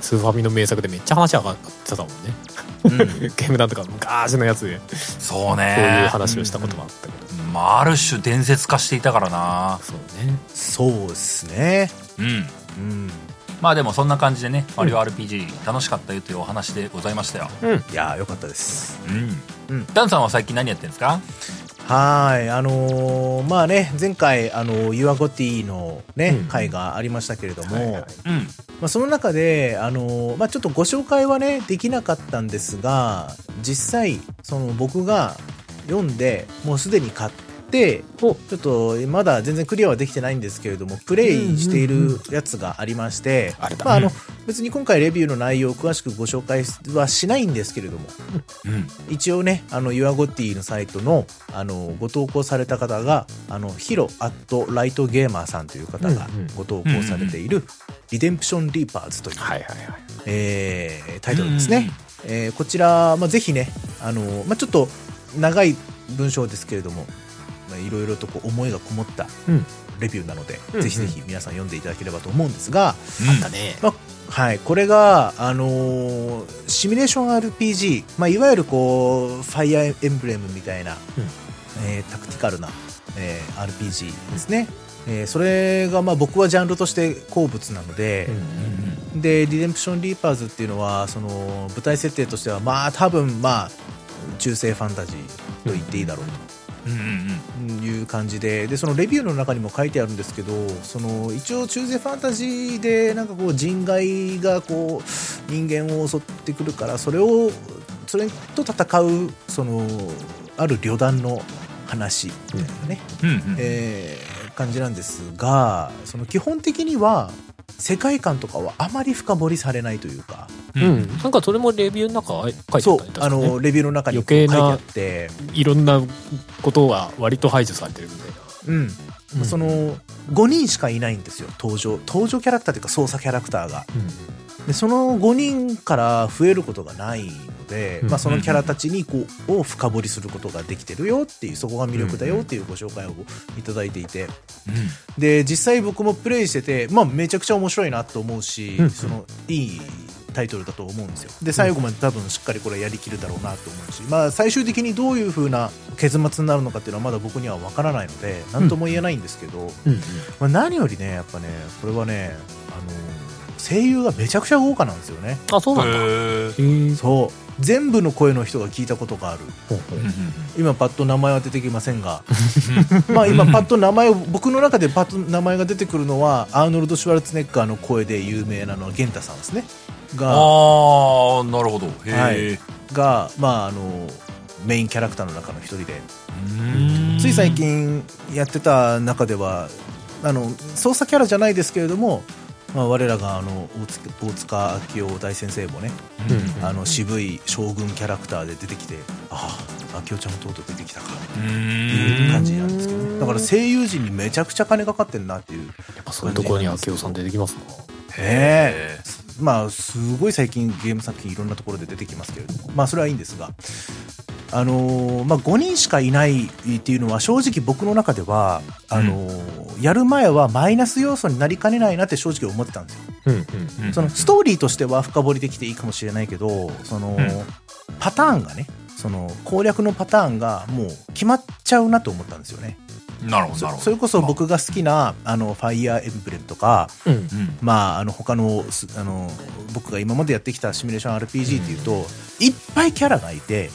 [SPEAKER 2] スーファミの名作でめっちゃ話上がってたもんねゲームなんとか昔のやつでこ
[SPEAKER 1] そう
[SPEAKER 2] ういう
[SPEAKER 1] ね
[SPEAKER 2] 話をしたことがあったけど
[SPEAKER 1] まあ、ある種伝説化していたからな
[SPEAKER 2] そうね
[SPEAKER 3] そうですね
[SPEAKER 1] うん
[SPEAKER 3] うん
[SPEAKER 1] まあでもそんな感じでね「マリオ RPG 楽しかったよ」というお話でございましたよ
[SPEAKER 3] いやーよかったです
[SPEAKER 1] うん、
[SPEAKER 3] うん
[SPEAKER 1] ダンさんは最近何やってるんですか
[SPEAKER 3] はーい、あのーまあね、前回、あのーユアゴティのね、
[SPEAKER 2] うん
[SPEAKER 3] 会がありましたけれども、
[SPEAKER 2] はい
[SPEAKER 1] うん
[SPEAKER 2] はい
[SPEAKER 3] まあ、その中で、あのーまあ、ちょっとご紹介はね、できなかったんですが、実際、その僕が読んで、もうすでに買って、って、
[SPEAKER 2] お
[SPEAKER 3] ちょっとまだ全然クリアはできてないんですけれども、プレイしているやつがありまして、
[SPEAKER 2] あれだ
[SPEAKER 3] まあ、あ
[SPEAKER 2] う
[SPEAKER 3] の別に今回レビューの内容を詳しくご紹介はしないんですけれども、
[SPEAKER 1] うん。
[SPEAKER 3] 一応ね、あの、ユアゴティのサイトの、あの、ご投稿された方が、あの、ヒロアットライトゲーマーさんという方が
[SPEAKER 2] うんうん
[SPEAKER 3] ご投稿されている、リデンプションリーパーズという、
[SPEAKER 2] はいはいはい
[SPEAKER 3] えータイトルですね。えーこちら、まあ、ぜひね、あの、まあ、ちょっと長い文章ですけれども、まあ、いろいろとこう思いがこもった
[SPEAKER 2] うん
[SPEAKER 3] レビューなので、
[SPEAKER 2] うんうん
[SPEAKER 3] ぜひぜひ皆さん読んでいただければと思うんですが、
[SPEAKER 2] だね
[SPEAKER 3] まあ、はい、これが、あのーシミュレーション RPG、まあ、いわゆるこう、ファイアーエンブレムみたいな、えータクティカルな、えー RPG ですね。えーそれが、まあ、僕はジャンルとして好物なので、で、リデンプションリーパーズっていうのは、その、舞台設定としては、まあ、多分、まあ、中世ファンタジーと言っていいだろう
[SPEAKER 1] うんうんうんうん
[SPEAKER 3] いう感じででそのレビューの中にも書いてあるんですけどその一応中世ファンタジーでなんかこう人外がこう人間を襲ってくるからそれをそれと戦うそのある旅団の話みたいなね、
[SPEAKER 1] うんうん
[SPEAKER 3] えー感じなんですがその基本的には世界観とかはあまり深掘りされないというか、
[SPEAKER 2] うん、なんかそれもレビューの中書いてあ
[SPEAKER 3] そう
[SPEAKER 2] ったりと
[SPEAKER 3] あ
[SPEAKER 2] か、ね、
[SPEAKER 3] のレビューの中にこう書い
[SPEAKER 2] 余計
[SPEAKER 3] て
[SPEAKER 2] な
[SPEAKER 3] あって。
[SPEAKER 2] いろんなことが割と排除されてるみたいな
[SPEAKER 3] うん
[SPEAKER 2] うん
[SPEAKER 3] その5人しかいないんですよ登場登場キャラクターというか操作キャラクターがでその5人から増えることがないので、
[SPEAKER 2] うん
[SPEAKER 3] まあ、そのキャラたちにこうを深掘りすることができてるよっていうそこが魅力だよっていうご紹介をいただいていてで実際僕もプレイしてて、まあ、めちゃくちゃ面白いなと思うし、
[SPEAKER 2] うん
[SPEAKER 3] そのいいタイトルだと思うんですよで最後まで多分しっかりこれやりきるだろうなと思うし、まあ、最終的にどういう風な結末になるのかっていうのはまだ僕には分からないので何とも言えないんですけど、
[SPEAKER 2] うん
[SPEAKER 3] まあ、何よりねやっぱねこれはねあの声優がめちゃくちゃ豪華なんですよね
[SPEAKER 2] あそうなんだへ
[SPEAKER 1] へー
[SPEAKER 2] え
[SPEAKER 3] そう全部の声の人が聞いたことがある
[SPEAKER 1] うんうん
[SPEAKER 3] 今パッと名前は出てきませんがまあ今パッと名前を僕の中でパッと名前が出てくるのはアーノルド・シュワルツェネッガーの声で有名なのはゲンタさんですねが
[SPEAKER 1] ああなるほどへえ、
[SPEAKER 3] はいが、まあ、あのメインキャラクターの中の一人で
[SPEAKER 1] うん
[SPEAKER 3] つい最近やってた中ではあの操作キャラじゃないですけれども、まあ、我らがあの大塚大塚明夫大先生もね、
[SPEAKER 1] うん
[SPEAKER 3] あの渋い将軍キャラクターで出てきてああ明夫ちゃんもとうとう出てきたかっていう感じなんですけどねだから声優陣にめちゃくちゃ金かかってんなっていう
[SPEAKER 2] やっぱそういうところに明夫さん出てきますな
[SPEAKER 3] ええまあすごい最近ゲーム作品いろんなところで出てきますけれどもまあそれはいいんですがあのーまあ5人しかいないっていうのは正直僕の中ではあのーやる前はマイナス要素になりかねないなって正直思ってたんですよ
[SPEAKER 2] うんうん
[SPEAKER 1] うん
[SPEAKER 3] そのストーリーとしては深掘りできていいかもしれないけどその、
[SPEAKER 1] うん
[SPEAKER 3] パターンがねその攻略のパターンがもう決まっちゃうなと思ったんですよね
[SPEAKER 1] なるほどなるほ
[SPEAKER 3] そ
[SPEAKER 1] ど
[SPEAKER 3] それこそ僕が好きなあのファイアーエンブレムとか
[SPEAKER 2] うん
[SPEAKER 1] うん
[SPEAKER 3] まあ、あの他のすあの僕が今までやってきたシミュレーション RPG っていうといっぱいキャラがいて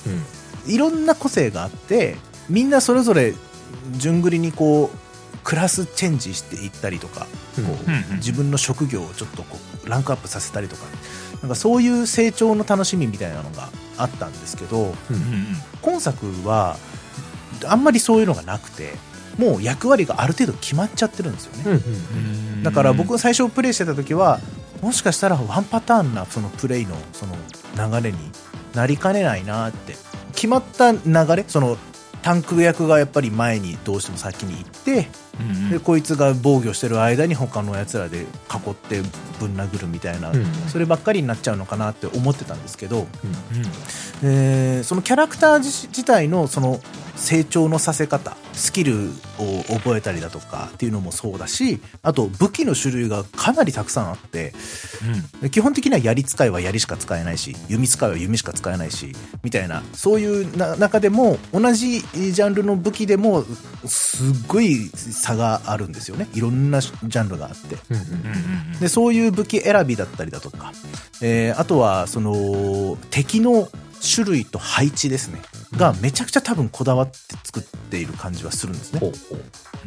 [SPEAKER 2] うん
[SPEAKER 3] いろんな個性があってみんなそれぞれ順繰りにこうクラスチェンジしていったりとか
[SPEAKER 1] うんうん
[SPEAKER 3] 自分の職業をちょっとこうランクアップさせたりとかなんかそういう成長の楽しみみたいなのがあったんですけど
[SPEAKER 1] うんうん
[SPEAKER 3] 今作はあんまりそういうのがなくてもう役割がある程度決まっちゃってるんですよね。
[SPEAKER 2] うんうん
[SPEAKER 1] うん
[SPEAKER 3] だから僕が最初プレイしてた時はもしかしたらワンパターンなそのプレイのその流れになりかねないなって決まった流れそのタンク役がやっぱり前にどうしても先に行って
[SPEAKER 1] うんうん
[SPEAKER 3] でこいつが防御してる間に他のやつらで囲ってぶん殴るみたいな、
[SPEAKER 2] うん
[SPEAKER 3] そればっかりになっちゃうのかなって思ってたんですけど、
[SPEAKER 1] うん
[SPEAKER 3] えーそのキャラクター自自体のその成長のさせ方スキルを覚えたりだとかっていうのもそうだしあと武器の種類がかなりたくさんあってで基本的には槍使いは槍しか使えないし弓使いは弓しか使えないしみたいなそういうな中でも同じえージャンルの武器でもすっごい差があるんですよねいろんなジャンルがあって。
[SPEAKER 2] うん
[SPEAKER 1] うんうん
[SPEAKER 3] でそういう武器選びだったりだとか、えーあとはその敵の種類と配置ですねがめちゃくちゃ多分こだわって作っている感じはするんですね
[SPEAKER 2] ほ。うほう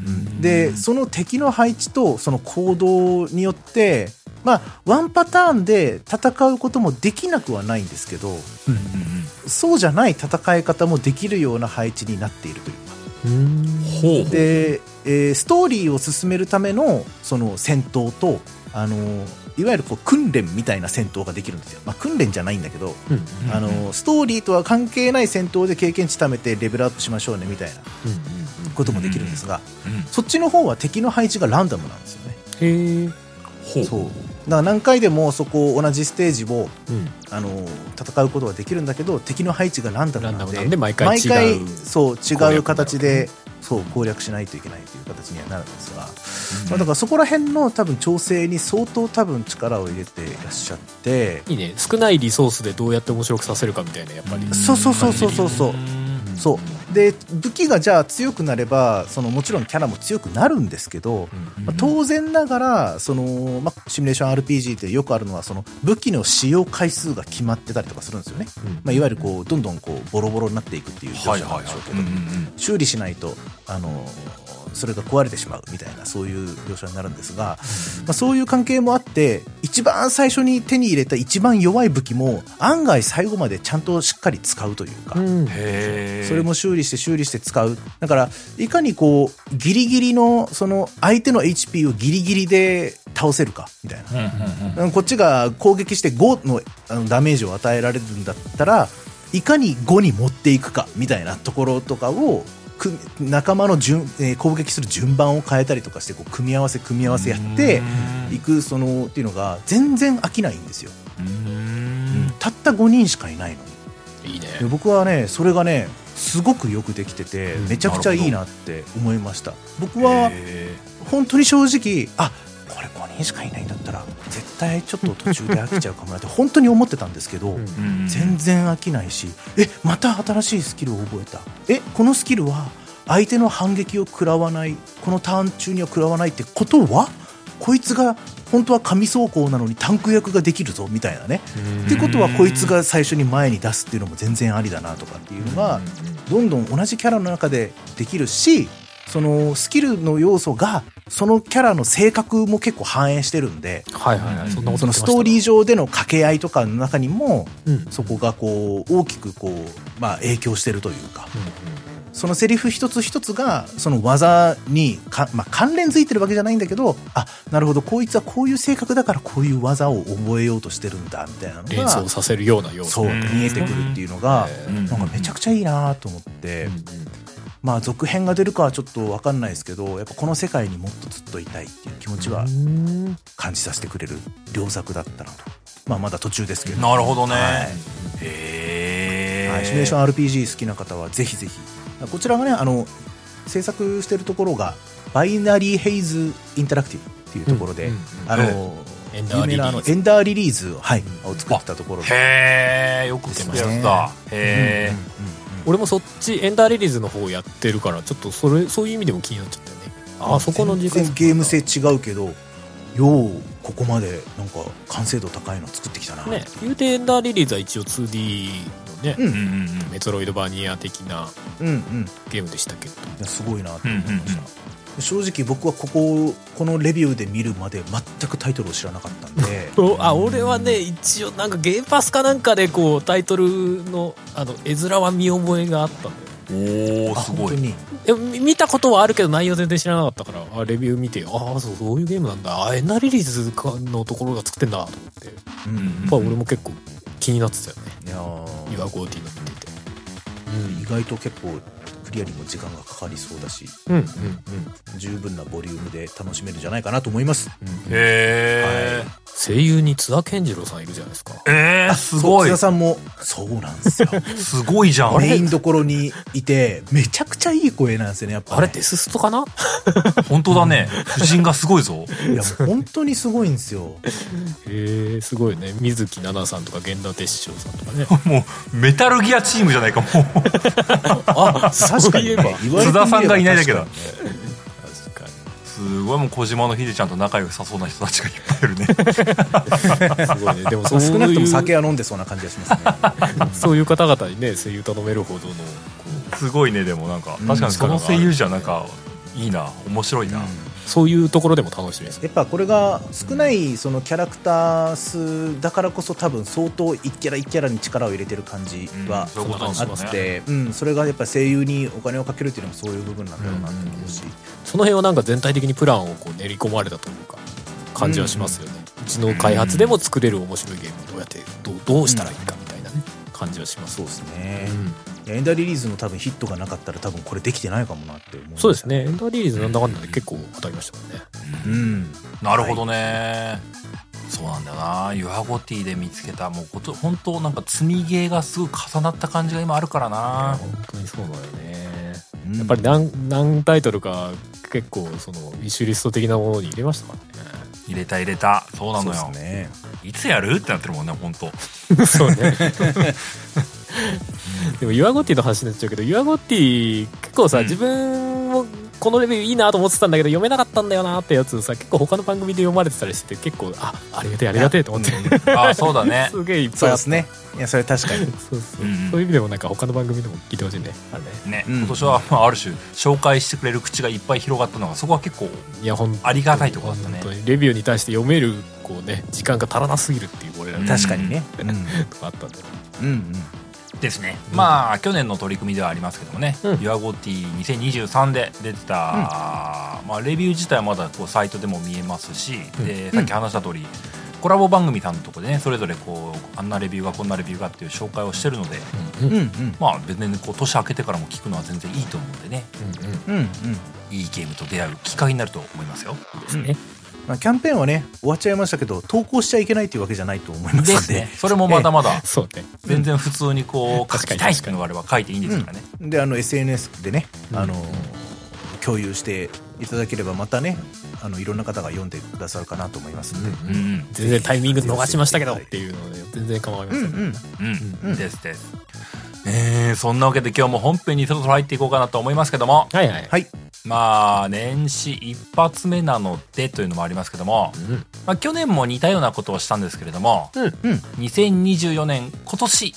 [SPEAKER 1] うん
[SPEAKER 3] でその敵の配置とその行動によってまあワンパターンで戦うこともできなくはないんですけど
[SPEAKER 1] うんうんうん
[SPEAKER 3] そうじゃない戦い方もできるような配置になっているというか
[SPEAKER 2] うん
[SPEAKER 1] ほうほう
[SPEAKER 3] で、えーストーリーを進めるためのその戦闘と、あのいわゆるこう訓練みたいな戦闘ができるんですよ、まあ、訓練じゃないんだけど、
[SPEAKER 2] うん
[SPEAKER 3] あのストーリーとは関係ない戦闘で経験値貯めてレベルアップしましょうねみたいなこともできるんですが、
[SPEAKER 1] うん
[SPEAKER 3] そっちの方は敵の配置がランダムなんですよね
[SPEAKER 2] へえ
[SPEAKER 1] ほう
[SPEAKER 3] そうだから何回でもそこ同じステージを
[SPEAKER 2] うん
[SPEAKER 3] あの戦うことができるんだけど敵の配置がランダムな
[SPEAKER 2] ランダ
[SPEAKER 3] の
[SPEAKER 2] ム
[SPEAKER 3] で
[SPEAKER 2] なんで毎回
[SPEAKER 3] 毎
[SPEAKER 2] 違う
[SPEAKER 3] 回そう違う形
[SPEAKER 2] 攻略になるわ
[SPEAKER 3] で
[SPEAKER 2] けね
[SPEAKER 3] そう攻略しないといけないという形にはなるんですが、まあ、だからそこら辺の多分調整に相当多分力を入れていらっしゃって、
[SPEAKER 2] いいね少ないリソースでどうやって面白くさせるかみたいなやっぱり
[SPEAKER 3] そうそうそうそうそうそうそうで武器がじゃあ強くなればそのもちろんキャラも強くなるんですけど、
[SPEAKER 2] うん
[SPEAKER 3] まあ当然ながらその、まあシミュレーション RPG ってよくあるのはその武器の使用回数が決まってたりとかするんですよね、まあ、いわゆるこうどんどんこうボロボロになっていくっていう描
[SPEAKER 1] はい
[SPEAKER 3] 写
[SPEAKER 1] はは
[SPEAKER 3] ないんでしょうけ
[SPEAKER 1] い
[SPEAKER 3] ど、修理しないとあのそれが壊れてしまうみたいなそういう描写になるんですが、まあ、そういう関係もあって一番最初に手に入れた一番弱い武器も案外最後までちゃんとしっかり使うというか、
[SPEAKER 2] うん
[SPEAKER 1] へえ
[SPEAKER 3] それも修理して修理して使う。だから、いかにこう、ギリギリの、その、相手の HP をギリギリで倒せるか、みたいな。
[SPEAKER 1] うんうんうん
[SPEAKER 3] うんこっちが攻撃して5のあのダメージを与えられるんだったら、いかに5に持っていくか、みたいなところとかを、組み仲間の順、えー攻撃する順番を変えたりとかして、こう、組み合わせ、組み合わせやって、いく、その、っていうのが、全然飽きないんですよ。
[SPEAKER 1] う
[SPEAKER 3] うん
[SPEAKER 1] ん
[SPEAKER 3] たった5人しかいないのに。
[SPEAKER 2] いいね
[SPEAKER 3] で僕はねそれがねすごくよくできてて
[SPEAKER 2] うん
[SPEAKER 3] めちゃくちゃいいなって思いました僕は
[SPEAKER 1] へ
[SPEAKER 3] 本当に正直あこれ5人しかいないんだったら絶対ちょっと途中で飽きちゃうかもなって 本当に思ってたんですけど、
[SPEAKER 2] うん
[SPEAKER 1] えうん
[SPEAKER 3] 全然飽きないしえまた新しいスキルを覚えたえこのスキルは相手の反撃を食らわないこのターン中には食らわないってことはこいつが本当は神装甲なのにタンク役ができるぞみたいなねってことはこいつが最初に前に出すっていうのも全然ありだなとかっていうのがどんどん同じキャラの中でできるしそのスキルの要素がそのキャラの性格も結構反映してるんで
[SPEAKER 2] はいはいはいそんなこと
[SPEAKER 3] そのストーリー上での掛け合いとかの中にも
[SPEAKER 2] ーうん
[SPEAKER 3] そこがこう大きくこう、まあ、影響してるというかそのセリフ一つ一つがその技にか、まあ、関連づいてるわけじゃないんだけどあなるほどこいつはこういう性格だからこういう技を覚えようとしてるんだみたいなのが
[SPEAKER 2] 連想させるような要素
[SPEAKER 3] そう
[SPEAKER 1] うん
[SPEAKER 3] 見えてくるっていうのが、
[SPEAKER 1] うん
[SPEAKER 3] なんかめちゃくちゃいいなと思って、まあ続編が出るかはちょっと分かんないですけどやっぱこの世界にもっとずっといたいっていう気持ちは
[SPEAKER 2] うん
[SPEAKER 3] 感じさせてくれる良作だったなと、まあ、まだ途中ですけど
[SPEAKER 1] なるほどね
[SPEAKER 3] はい
[SPEAKER 1] へえ
[SPEAKER 3] はいシミュレーション RPG 好きな方はぜひぜひこちらがねあの制作してるところがバイナリーヘイズインタラクティブっていうところで、
[SPEAKER 2] うんうん
[SPEAKER 3] あの、
[SPEAKER 1] え
[SPEAKER 2] エンダー
[SPEAKER 3] 有名なあ
[SPEAKER 2] リリー
[SPEAKER 3] の
[SPEAKER 2] ス
[SPEAKER 3] エンダーリリーズを,、はい、を作ったところで
[SPEAKER 1] へえよく聞くやつだ
[SPEAKER 3] うんうん
[SPEAKER 1] へ
[SPEAKER 3] うん
[SPEAKER 2] 俺もそっちエンダーリリーズの方やってるからちょっとそれそういう意味でも気になっちゃったよねあそこの時間
[SPEAKER 3] 全然ゲーム性違うけどようここまでなんか完成度高いの作ってきたな、
[SPEAKER 2] ね言うてエンダーリリーズは一応 2D のね、
[SPEAKER 3] うん
[SPEAKER 1] うんうんうん
[SPEAKER 2] メトロイドバニア的な
[SPEAKER 3] うんうん
[SPEAKER 2] ゲームでしたけど
[SPEAKER 3] いやすごいなと思いま
[SPEAKER 1] うんうん
[SPEAKER 3] した、正直僕はこここのレビューで見るまで全くタイトルを知らなかったんで
[SPEAKER 2] おあ俺はね一応なんかゲームパスかなんかでこうタイトルのあの絵面は見覚えがあったん
[SPEAKER 1] おお
[SPEAKER 3] あ
[SPEAKER 1] すご
[SPEAKER 3] 本当
[SPEAKER 1] い
[SPEAKER 3] に
[SPEAKER 2] だよでみ見たことはあるけど内容全然知らなかったからあレビュー見てああそうそういうゲームなんだあエンダーリリーズかのところが作ってんだと思ってやっ
[SPEAKER 3] うん
[SPEAKER 1] うん
[SPEAKER 2] ぱ俺も結構気になってたよね
[SPEAKER 3] いやー
[SPEAKER 2] イワゴーティーの見てて
[SPEAKER 3] 意外と結構クリアにも時間がかかりそうだし
[SPEAKER 2] うんうん
[SPEAKER 3] 十分なボリュームで楽しめるんじゃないかなと思います
[SPEAKER 2] うんうん
[SPEAKER 1] へ
[SPEAKER 2] 声優に津田健次郎さんいるじゃないですか
[SPEAKER 1] ええーす
[SPEAKER 3] そう
[SPEAKER 1] ご
[SPEAKER 3] 津
[SPEAKER 1] い
[SPEAKER 3] 田さんもそうなんですよ
[SPEAKER 1] すごいじゃん
[SPEAKER 3] メインどころにいてめちゃくちゃいい声なんですよねやっぱ、ね、
[SPEAKER 2] あれデスストかな
[SPEAKER 1] 本当だね夫人がすごいぞ
[SPEAKER 3] いやもう本当にすごいんで すよ
[SPEAKER 2] へえすごいね水木奈々さんとか源田鉄章さんとかね
[SPEAKER 1] もうメタルギアチームじゃないかもう
[SPEAKER 2] あ
[SPEAKER 3] 確
[SPEAKER 2] そ
[SPEAKER 3] か
[SPEAKER 2] うい
[SPEAKER 3] に
[SPEAKER 2] えば
[SPEAKER 3] ね言わ
[SPEAKER 1] 津
[SPEAKER 3] れてみれば
[SPEAKER 1] 田さんがいないだけだ
[SPEAKER 3] 確かにね
[SPEAKER 2] 確か
[SPEAKER 1] すごいもう小島の秀ちゃんと仲良さそうな人たちがいっぱいいるね
[SPEAKER 2] にすごいねでも
[SPEAKER 3] ま
[SPEAKER 2] そ
[SPEAKER 3] あ
[SPEAKER 2] う
[SPEAKER 3] 少なくと
[SPEAKER 2] い
[SPEAKER 3] も
[SPEAKER 2] う
[SPEAKER 3] 酒は飲んでそうな感じが しますね
[SPEAKER 2] そういう方々にね声優頼めるほどのこ
[SPEAKER 1] すごいねでもなんか
[SPEAKER 3] うん
[SPEAKER 1] 確かにこの声優じゃなんかいいな面白いな、
[SPEAKER 3] うん
[SPEAKER 2] そういうところでも楽しみです
[SPEAKER 3] やっぱこれが少ないそのキャラクター数だからこそ多分相当一キャラ一キャラに力を入れてる感じ
[SPEAKER 1] うん
[SPEAKER 3] は
[SPEAKER 1] そういうことなんです
[SPEAKER 3] あ
[SPEAKER 1] よね
[SPEAKER 3] って、うん、それがやっぱ声優にお金をかけるっていうのもそういう部分なんだろうなって思うし、
[SPEAKER 2] その辺はなんか全体的にプランをこう練り込まれたというか感じはしますよね、うちの開発でも作れる面白いゲームをどうやってどうどうしたらいいかみたいなね感じはします、
[SPEAKER 3] そうですね
[SPEAKER 2] う、ん
[SPEAKER 3] いやエンダーリリースの多分ヒットがなかったら多分これできてないかもなって思う
[SPEAKER 2] そうですねエンダーリリーズなんだかんだで結構当たりましたもんね
[SPEAKER 3] うん
[SPEAKER 1] なるほどね、そうなんだよなユアゴティで見つけたもうこと本当なんか積みゲーがすごい重なった感じが今あるからな
[SPEAKER 2] 本当にそうだよね
[SPEAKER 3] うん
[SPEAKER 2] やっぱり何何タイトルか結構そのイシュリスト的なものに入れましたからね
[SPEAKER 1] 入れた入れたそうな
[SPEAKER 3] そ
[SPEAKER 1] の
[SPEAKER 3] うで
[SPEAKER 1] よ、
[SPEAKER 3] すね
[SPEAKER 1] いつやるってなってるもんね本当
[SPEAKER 2] そうね。 でも、ユアゴッティの話になっちゃうけど、ユアゴッティ、結構さ、
[SPEAKER 1] うん
[SPEAKER 2] 自分もこのレビューいいなと思ってたんだけど、読めなかったんだよなってやつさ、結構他の番組で読まれてたりして、結構、あ、ありがてえ、ありがてえと思って、
[SPEAKER 1] ああそうだね
[SPEAKER 2] すげえいっぱい
[SPEAKER 3] そ
[SPEAKER 2] あ
[SPEAKER 3] うで
[SPEAKER 2] った
[SPEAKER 3] す。ねいやそれ確かに
[SPEAKER 2] そうそ
[SPEAKER 1] う
[SPEAKER 2] う。
[SPEAKER 1] んうん
[SPEAKER 2] そういう意味でも、なんか他の番組でも聞いてほしいね。あれ
[SPEAKER 1] ね、
[SPEAKER 2] ね。
[SPEAKER 3] うん
[SPEAKER 1] 今年はまあある種紹介してくれる口がいっぱい広がったのがそこは結構
[SPEAKER 2] いや、ほん
[SPEAKER 1] ありがたいとこだったね
[SPEAKER 2] 本当にレビューに対して読める、こうね、時間が足らなすぎるっていう、俺らの
[SPEAKER 1] うん
[SPEAKER 3] 確かにねうん
[SPEAKER 2] とこあったんで。
[SPEAKER 3] うん
[SPEAKER 1] ですね、
[SPEAKER 2] うん
[SPEAKER 1] まあ去年の取り組みではありますけどもね「
[SPEAKER 2] うん
[SPEAKER 1] ユアゴティ2023」で出てた、まあ、レビュー自体はまだこうサイトでも見えますし、
[SPEAKER 2] うん
[SPEAKER 1] でさっき話した通り、コラボ番組さんのとこでねそれぞれこうあんなレビューがこんなレビューがっていう紹介をしてるので、
[SPEAKER 2] うん
[SPEAKER 3] うん
[SPEAKER 2] うん
[SPEAKER 3] うんうん
[SPEAKER 1] まあ別にこう年明けてからも聞くのは全然いいと思うんでね
[SPEAKER 2] うん
[SPEAKER 3] うんうん
[SPEAKER 1] いいゲームと出会うきっかけになると思いますよ。
[SPEAKER 2] ですね。
[SPEAKER 3] まあキャンペーンはね終わっちゃいましたけど投稿しちゃいけないっていうわけじゃないと思い ま
[SPEAKER 1] ですす
[SPEAKER 3] の
[SPEAKER 1] ね
[SPEAKER 3] で
[SPEAKER 1] それもまだまだ
[SPEAKER 2] そうね。
[SPEAKER 1] 全然普通にこう書
[SPEAKER 2] 確か
[SPEAKER 1] き
[SPEAKER 2] に
[SPEAKER 1] たいっていうのがあれば書いていいんですからね。
[SPEAKER 3] であの SNS でね、
[SPEAKER 2] うん
[SPEAKER 3] あの共有していただければまたねあのいろんな方が読んでくださるかなと思いますの
[SPEAKER 1] う
[SPEAKER 3] で、
[SPEAKER 1] んうん
[SPEAKER 2] 全然タイミング逃しましたけどっていうので全然構いません、
[SPEAKER 3] うん
[SPEAKER 1] うん、
[SPEAKER 3] うん
[SPEAKER 1] ですです。えー、そんなわけで今日も本編にそろそろ入っていこうかなと思いますけども、
[SPEAKER 2] はいはい
[SPEAKER 3] はい
[SPEAKER 1] まあ、年始一発目なのでというのもありますけども、
[SPEAKER 2] うん
[SPEAKER 1] まあ、去年も似たようなことをしたんですけれども、
[SPEAKER 3] うん
[SPEAKER 1] 2024年今年、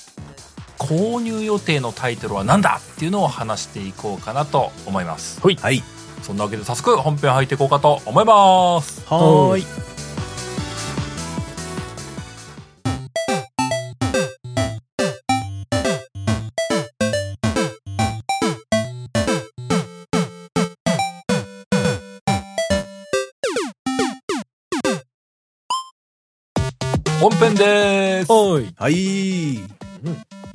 [SPEAKER 1] 購入予定のタイトルは何だっていうのを話していこうかなと思います。
[SPEAKER 3] はい
[SPEAKER 1] そんなわけで早速本編入っていこうかと思います。
[SPEAKER 3] はーい
[SPEAKER 1] 本編です。
[SPEAKER 2] おい、
[SPEAKER 3] はい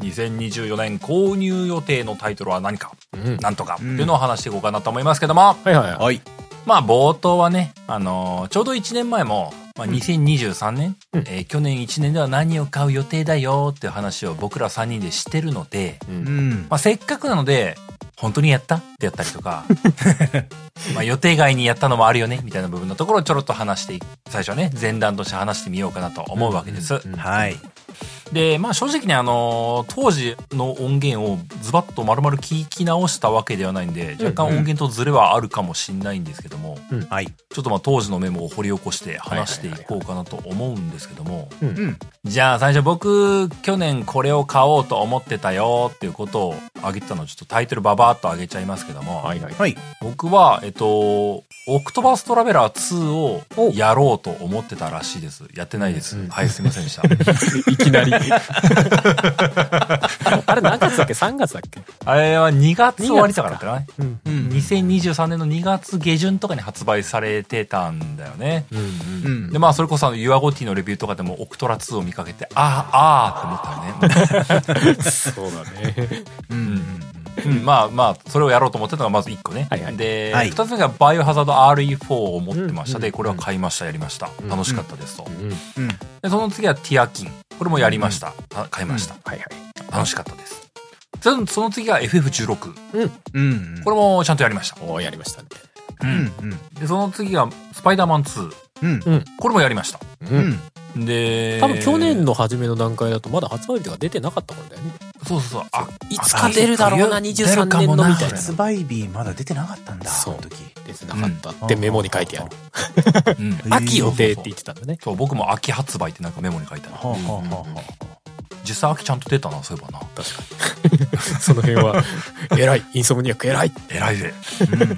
[SPEAKER 1] 2024年購入予定のタイトルは何か、
[SPEAKER 2] うん、
[SPEAKER 1] なんとかっていうのを話していこうかなと思いますけども、
[SPEAKER 2] はいはいはい
[SPEAKER 3] はい
[SPEAKER 1] まあ冒頭はね、あのーちょうど1年前も、まあ、2023年、
[SPEAKER 2] うん
[SPEAKER 1] えー去年1年では何を買う予定だよっていう話を僕ら3人でしてるので、
[SPEAKER 2] う
[SPEAKER 3] うんん
[SPEAKER 1] まあ、せっかくなので、本当にやったってやったりとか、まあ予定外にやったのもあるよねみたいな部分のところをちょろっと話してい、最初はね、前段として話してみようかなと思うわけです。
[SPEAKER 2] うん
[SPEAKER 3] はい
[SPEAKER 1] で、まあ正直ね、あのー当時の音源をズバッと丸々聞き直したわけではないんで、若干音源とズレはあるかもしんないんですけども、
[SPEAKER 3] はい
[SPEAKER 1] ちょっとまあ当時のメモを掘り起こして話していこうかなと思うんですけども、
[SPEAKER 3] うん
[SPEAKER 1] じゃあ最初僕、去年これを買おうと思ってたよっていうことを挙げてたのをちょっとタイトルババーっと挙げちゃいますけども、
[SPEAKER 2] はいはい
[SPEAKER 3] はい
[SPEAKER 1] 僕は、えっと、オクトバストラベラー2を
[SPEAKER 2] お
[SPEAKER 1] やろうと思ってたらしいです。やってないです。
[SPEAKER 2] うんうん
[SPEAKER 1] はい、すいませんで した。
[SPEAKER 2] いき なりあれ何月だっけ3月だっけ、
[SPEAKER 1] あれは2月終わりだからってね。
[SPEAKER 2] うん
[SPEAKER 3] うん
[SPEAKER 1] 2023年の2月下旬とかに発売されてたんだよね。
[SPEAKER 2] うん
[SPEAKER 3] う
[SPEAKER 2] うん、
[SPEAKER 3] ん
[SPEAKER 1] でまあそれこそあのユアゴティのレビューとかでもオクトラ2を見かけてあーあーって思ったよね、
[SPEAKER 2] そうだね
[SPEAKER 3] うん
[SPEAKER 1] うんまあまあそれをやろうと思ってたのがまず1個ね、
[SPEAKER 2] はいはい
[SPEAKER 1] で、
[SPEAKER 3] はい
[SPEAKER 1] 2つ目がバイオハザード RE4 を持ってました、
[SPEAKER 2] うんう
[SPEAKER 1] で
[SPEAKER 2] んうん
[SPEAKER 1] これは買いましたやりました、
[SPEAKER 2] うん
[SPEAKER 1] 楽しかったですと
[SPEAKER 2] うん
[SPEAKER 3] うん
[SPEAKER 1] でその次はティアキンこれもやりました、あ買いました、
[SPEAKER 2] はいはい
[SPEAKER 1] 楽しかったですそのその次が FF16
[SPEAKER 3] うん
[SPEAKER 1] これもちゃんとやりました、
[SPEAKER 2] おーやりましたね
[SPEAKER 3] うんうん
[SPEAKER 1] でその次がスパイダーマン2
[SPEAKER 3] うん
[SPEAKER 1] これもやりました
[SPEAKER 2] う
[SPEAKER 3] うんん
[SPEAKER 1] で
[SPEAKER 2] 多分去年の初めの段階だとまだ発売日が出てなかったからだよね
[SPEAKER 1] そうそうそうあ
[SPEAKER 2] いつか出るだろうな
[SPEAKER 1] 出
[SPEAKER 2] 23
[SPEAKER 1] る出るかも
[SPEAKER 2] 年
[SPEAKER 1] な
[SPEAKER 2] のみたいな
[SPEAKER 3] 発売日まだ出てなかったんだ
[SPEAKER 2] そう
[SPEAKER 3] あの時
[SPEAKER 2] 出てなかったってメモに書いてある
[SPEAKER 1] うん
[SPEAKER 3] うん
[SPEAKER 2] 秋予定って言ってたんだね
[SPEAKER 1] そう僕も秋発売ってなんかメモに書いてある
[SPEAKER 3] はあはあはあは
[SPEAKER 1] 実際秋ちゃんと出たなそういえばな
[SPEAKER 2] 確 かにその辺は偉いインソムニアック偉い
[SPEAKER 1] 偉いぜ
[SPEAKER 3] あうん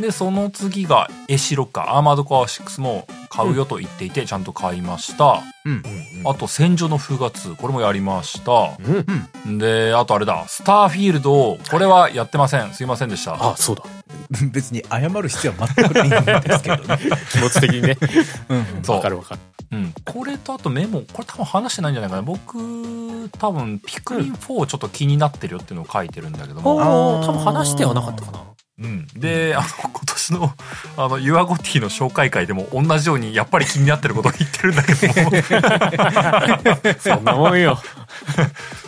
[SPEAKER 1] でその次がエシロッカーアーマードコア6も買うよと言っていて、ちゃんと買いました
[SPEAKER 3] うん
[SPEAKER 2] うん
[SPEAKER 1] あと戦場の風月これもやりました
[SPEAKER 2] うんうん
[SPEAKER 1] であとあれだスターフィールドこれはやってませんすいませんでした
[SPEAKER 2] あそうだ
[SPEAKER 3] 別に謝る必要は全くないんですけどね。
[SPEAKER 2] 気持ち的にね
[SPEAKER 3] うんうん
[SPEAKER 1] そう
[SPEAKER 2] わかるわかる
[SPEAKER 1] うん、これとあとメモこれ多分話してないんじゃないかな僕多分ピクミン4ちょっと気になってるよっていうのを書いてるんだけども、
[SPEAKER 2] ああ多分話してはなかったかな
[SPEAKER 1] うん、であの今年のあのユアゴティの紹介会でも同じようにやっぱり気になってることを言ってるんだけども
[SPEAKER 2] そんなもんよ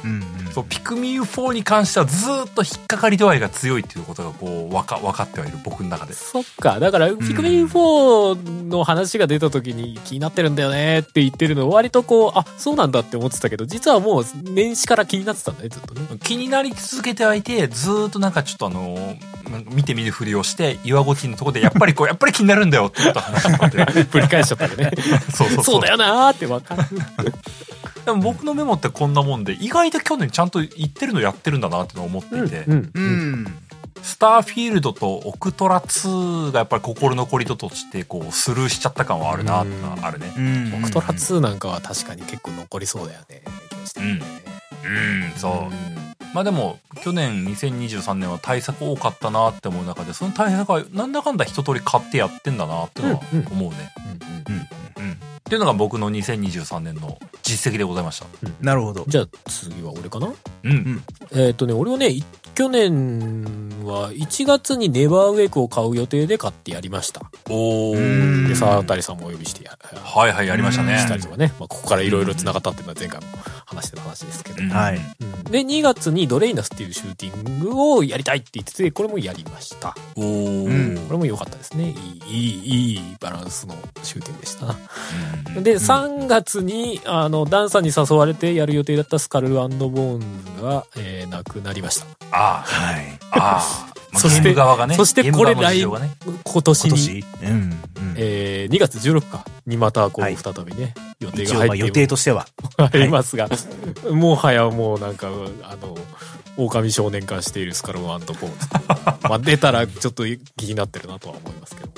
[SPEAKER 3] うんうん
[SPEAKER 1] そうピクミン4に関してはずーっと引っかかり度合いが強いっていうことがこうわか分かってはいる僕の中で
[SPEAKER 2] そっかだからピクミン4の話が出た時に気になってるんだよねって言ってるの割とこうあそうなんだって思ってたけど実はもう年始から気になってたんだねずっとね
[SPEAKER 1] 気になり続けてはいてずーっとなんかちょっとあのなんか見て見ぬふりをして岩ゴティのところでやっぱりこ うやっぱり気になるんだよってこと話になってる
[SPEAKER 2] ぶり返しちゃったよね
[SPEAKER 1] そうそう
[SPEAKER 2] そうだよなーってわかる
[SPEAKER 1] でも僕のメモってこんなもんで意外と去年ちゃんと言ってるのやってるんだなってのを思っていて、
[SPEAKER 2] うん
[SPEAKER 3] う
[SPEAKER 2] うん
[SPEAKER 3] ん
[SPEAKER 1] スターフィールドとオクトラ2がやっぱり心残りととしてこうスルーしちゃった感はあるなってのはあるね
[SPEAKER 3] うん
[SPEAKER 2] オクトラ2なんかは確かに結構残りそうだよね気がしてるね
[SPEAKER 1] うんそう
[SPEAKER 2] う
[SPEAKER 1] まあでも去年2023年は対策多かったなって思う中でその対策はなんだかんだ一通り買ってやってんだなってのは
[SPEAKER 2] うんうん
[SPEAKER 1] 思うね、
[SPEAKER 2] ん
[SPEAKER 3] うんうん
[SPEAKER 1] っていうのが僕の2023年の実績でございました
[SPEAKER 3] なるほど。
[SPEAKER 2] じゃあ次は俺かな
[SPEAKER 1] うん
[SPEAKER 2] えっ、とね、俺はね、い去年は1月にネバーウェイクを買う予定で買ってやりました。
[SPEAKER 1] おお
[SPEAKER 3] うん
[SPEAKER 2] で、沢渡さんもお呼びしてや、
[SPEAKER 1] はいはいやりましたね
[SPEAKER 2] したりとかね、まあ、ここからいろいろ繋がったっていうのは前回も話してた話ですけど。
[SPEAKER 1] うん
[SPEAKER 3] はい。
[SPEAKER 2] うんで、2月にドレイナスっていうシューティングをやりたいって言ってて、これもやりました。
[SPEAKER 1] おお、
[SPEAKER 3] うん
[SPEAKER 1] うん
[SPEAKER 2] これも良かったですね。いい、いい、いいバランスのシューティングでした。で、3月に、あの、ダンさんに誘われてやる予定だったスカルボーンズが、えー、なくなりました。
[SPEAKER 1] ああ
[SPEAKER 3] はい。
[SPEAKER 1] ああ、
[SPEAKER 2] そして
[SPEAKER 1] ゲーム側がね、
[SPEAKER 2] そして
[SPEAKER 1] ゲーム側の
[SPEAKER 2] これ
[SPEAKER 1] 事情がね、
[SPEAKER 2] 今年に。
[SPEAKER 3] 今年うんうん。
[SPEAKER 2] えー2月16日にまたこ
[SPEAKER 3] はいう
[SPEAKER 2] 再びね、予定
[SPEAKER 3] 一
[SPEAKER 2] が
[SPEAKER 3] 応ま
[SPEAKER 2] 入
[SPEAKER 3] あ予
[SPEAKER 2] って
[SPEAKER 3] 定としては。
[SPEAKER 2] ありますが、 もはやもうなんかあの狼少年化しているスカロンボーンズとか まあ出たらちょっと気になってるなとは思いますけど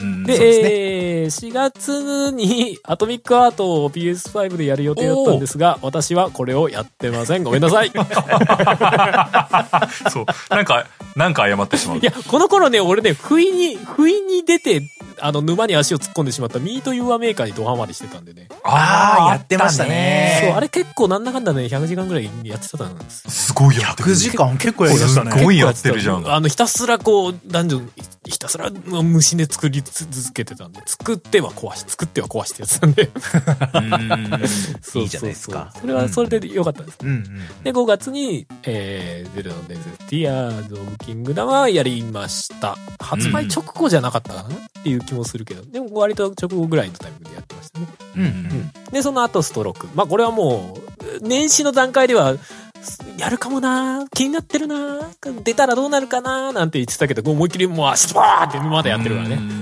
[SPEAKER 1] うん
[SPEAKER 2] で
[SPEAKER 3] そうですね
[SPEAKER 2] えー4月にアトミックアートを PS5 でやる予定だったんですが私はこれをやってませんごめんなさいい
[SPEAKER 1] そう、なんか、なんか謝ってしまう。
[SPEAKER 2] やこの頃ね俺ね不意に不意に出てあの沼に足を突っ込んでしまったミートユーアメーカーにドハマりしてたんでね
[SPEAKER 3] あー
[SPEAKER 1] ー
[SPEAKER 3] やってましたね
[SPEAKER 2] そう、あれ結構なんだかんだね、100時間ぐらいやってたんですよ。
[SPEAKER 1] すごいやってる
[SPEAKER 3] 9。時間結構やりました
[SPEAKER 1] す
[SPEAKER 3] ね。
[SPEAKER 1] ごいやってるじゃん
[SPEAKER 2] あの、ひたすらこう、ダンジョン、ひたすら虫で作り続けてたんで、作っては壊し、作っては壊してやってたんで。
[SPEAKER 1] うん
[SPEAKER 2] そうそうそう
[SPEAKER 3] いいじゃないですか
[SPEAKER 2] それはそれで良かったです。
[SPEAKER 3] うんうん。
[SPEAKER 2] で、5月に、えー、ゼルダの伝説、ティアーズ・オブ・キングダムはやりました。発売直後じゃなかったかなっていう気もするけど、でも割と直後ぐらいのタイミングでやってましたね。
[SPEAKER 1] うんうん
[SPEAKER 2] で、その後ストローク。まあこれはもう、年始の段階では、すやるかもな気になってるな出たらどうなるかななんて言ってたけど、思いっきりもう、スパーってまだやってるからね。
[SPEAKER 1] うん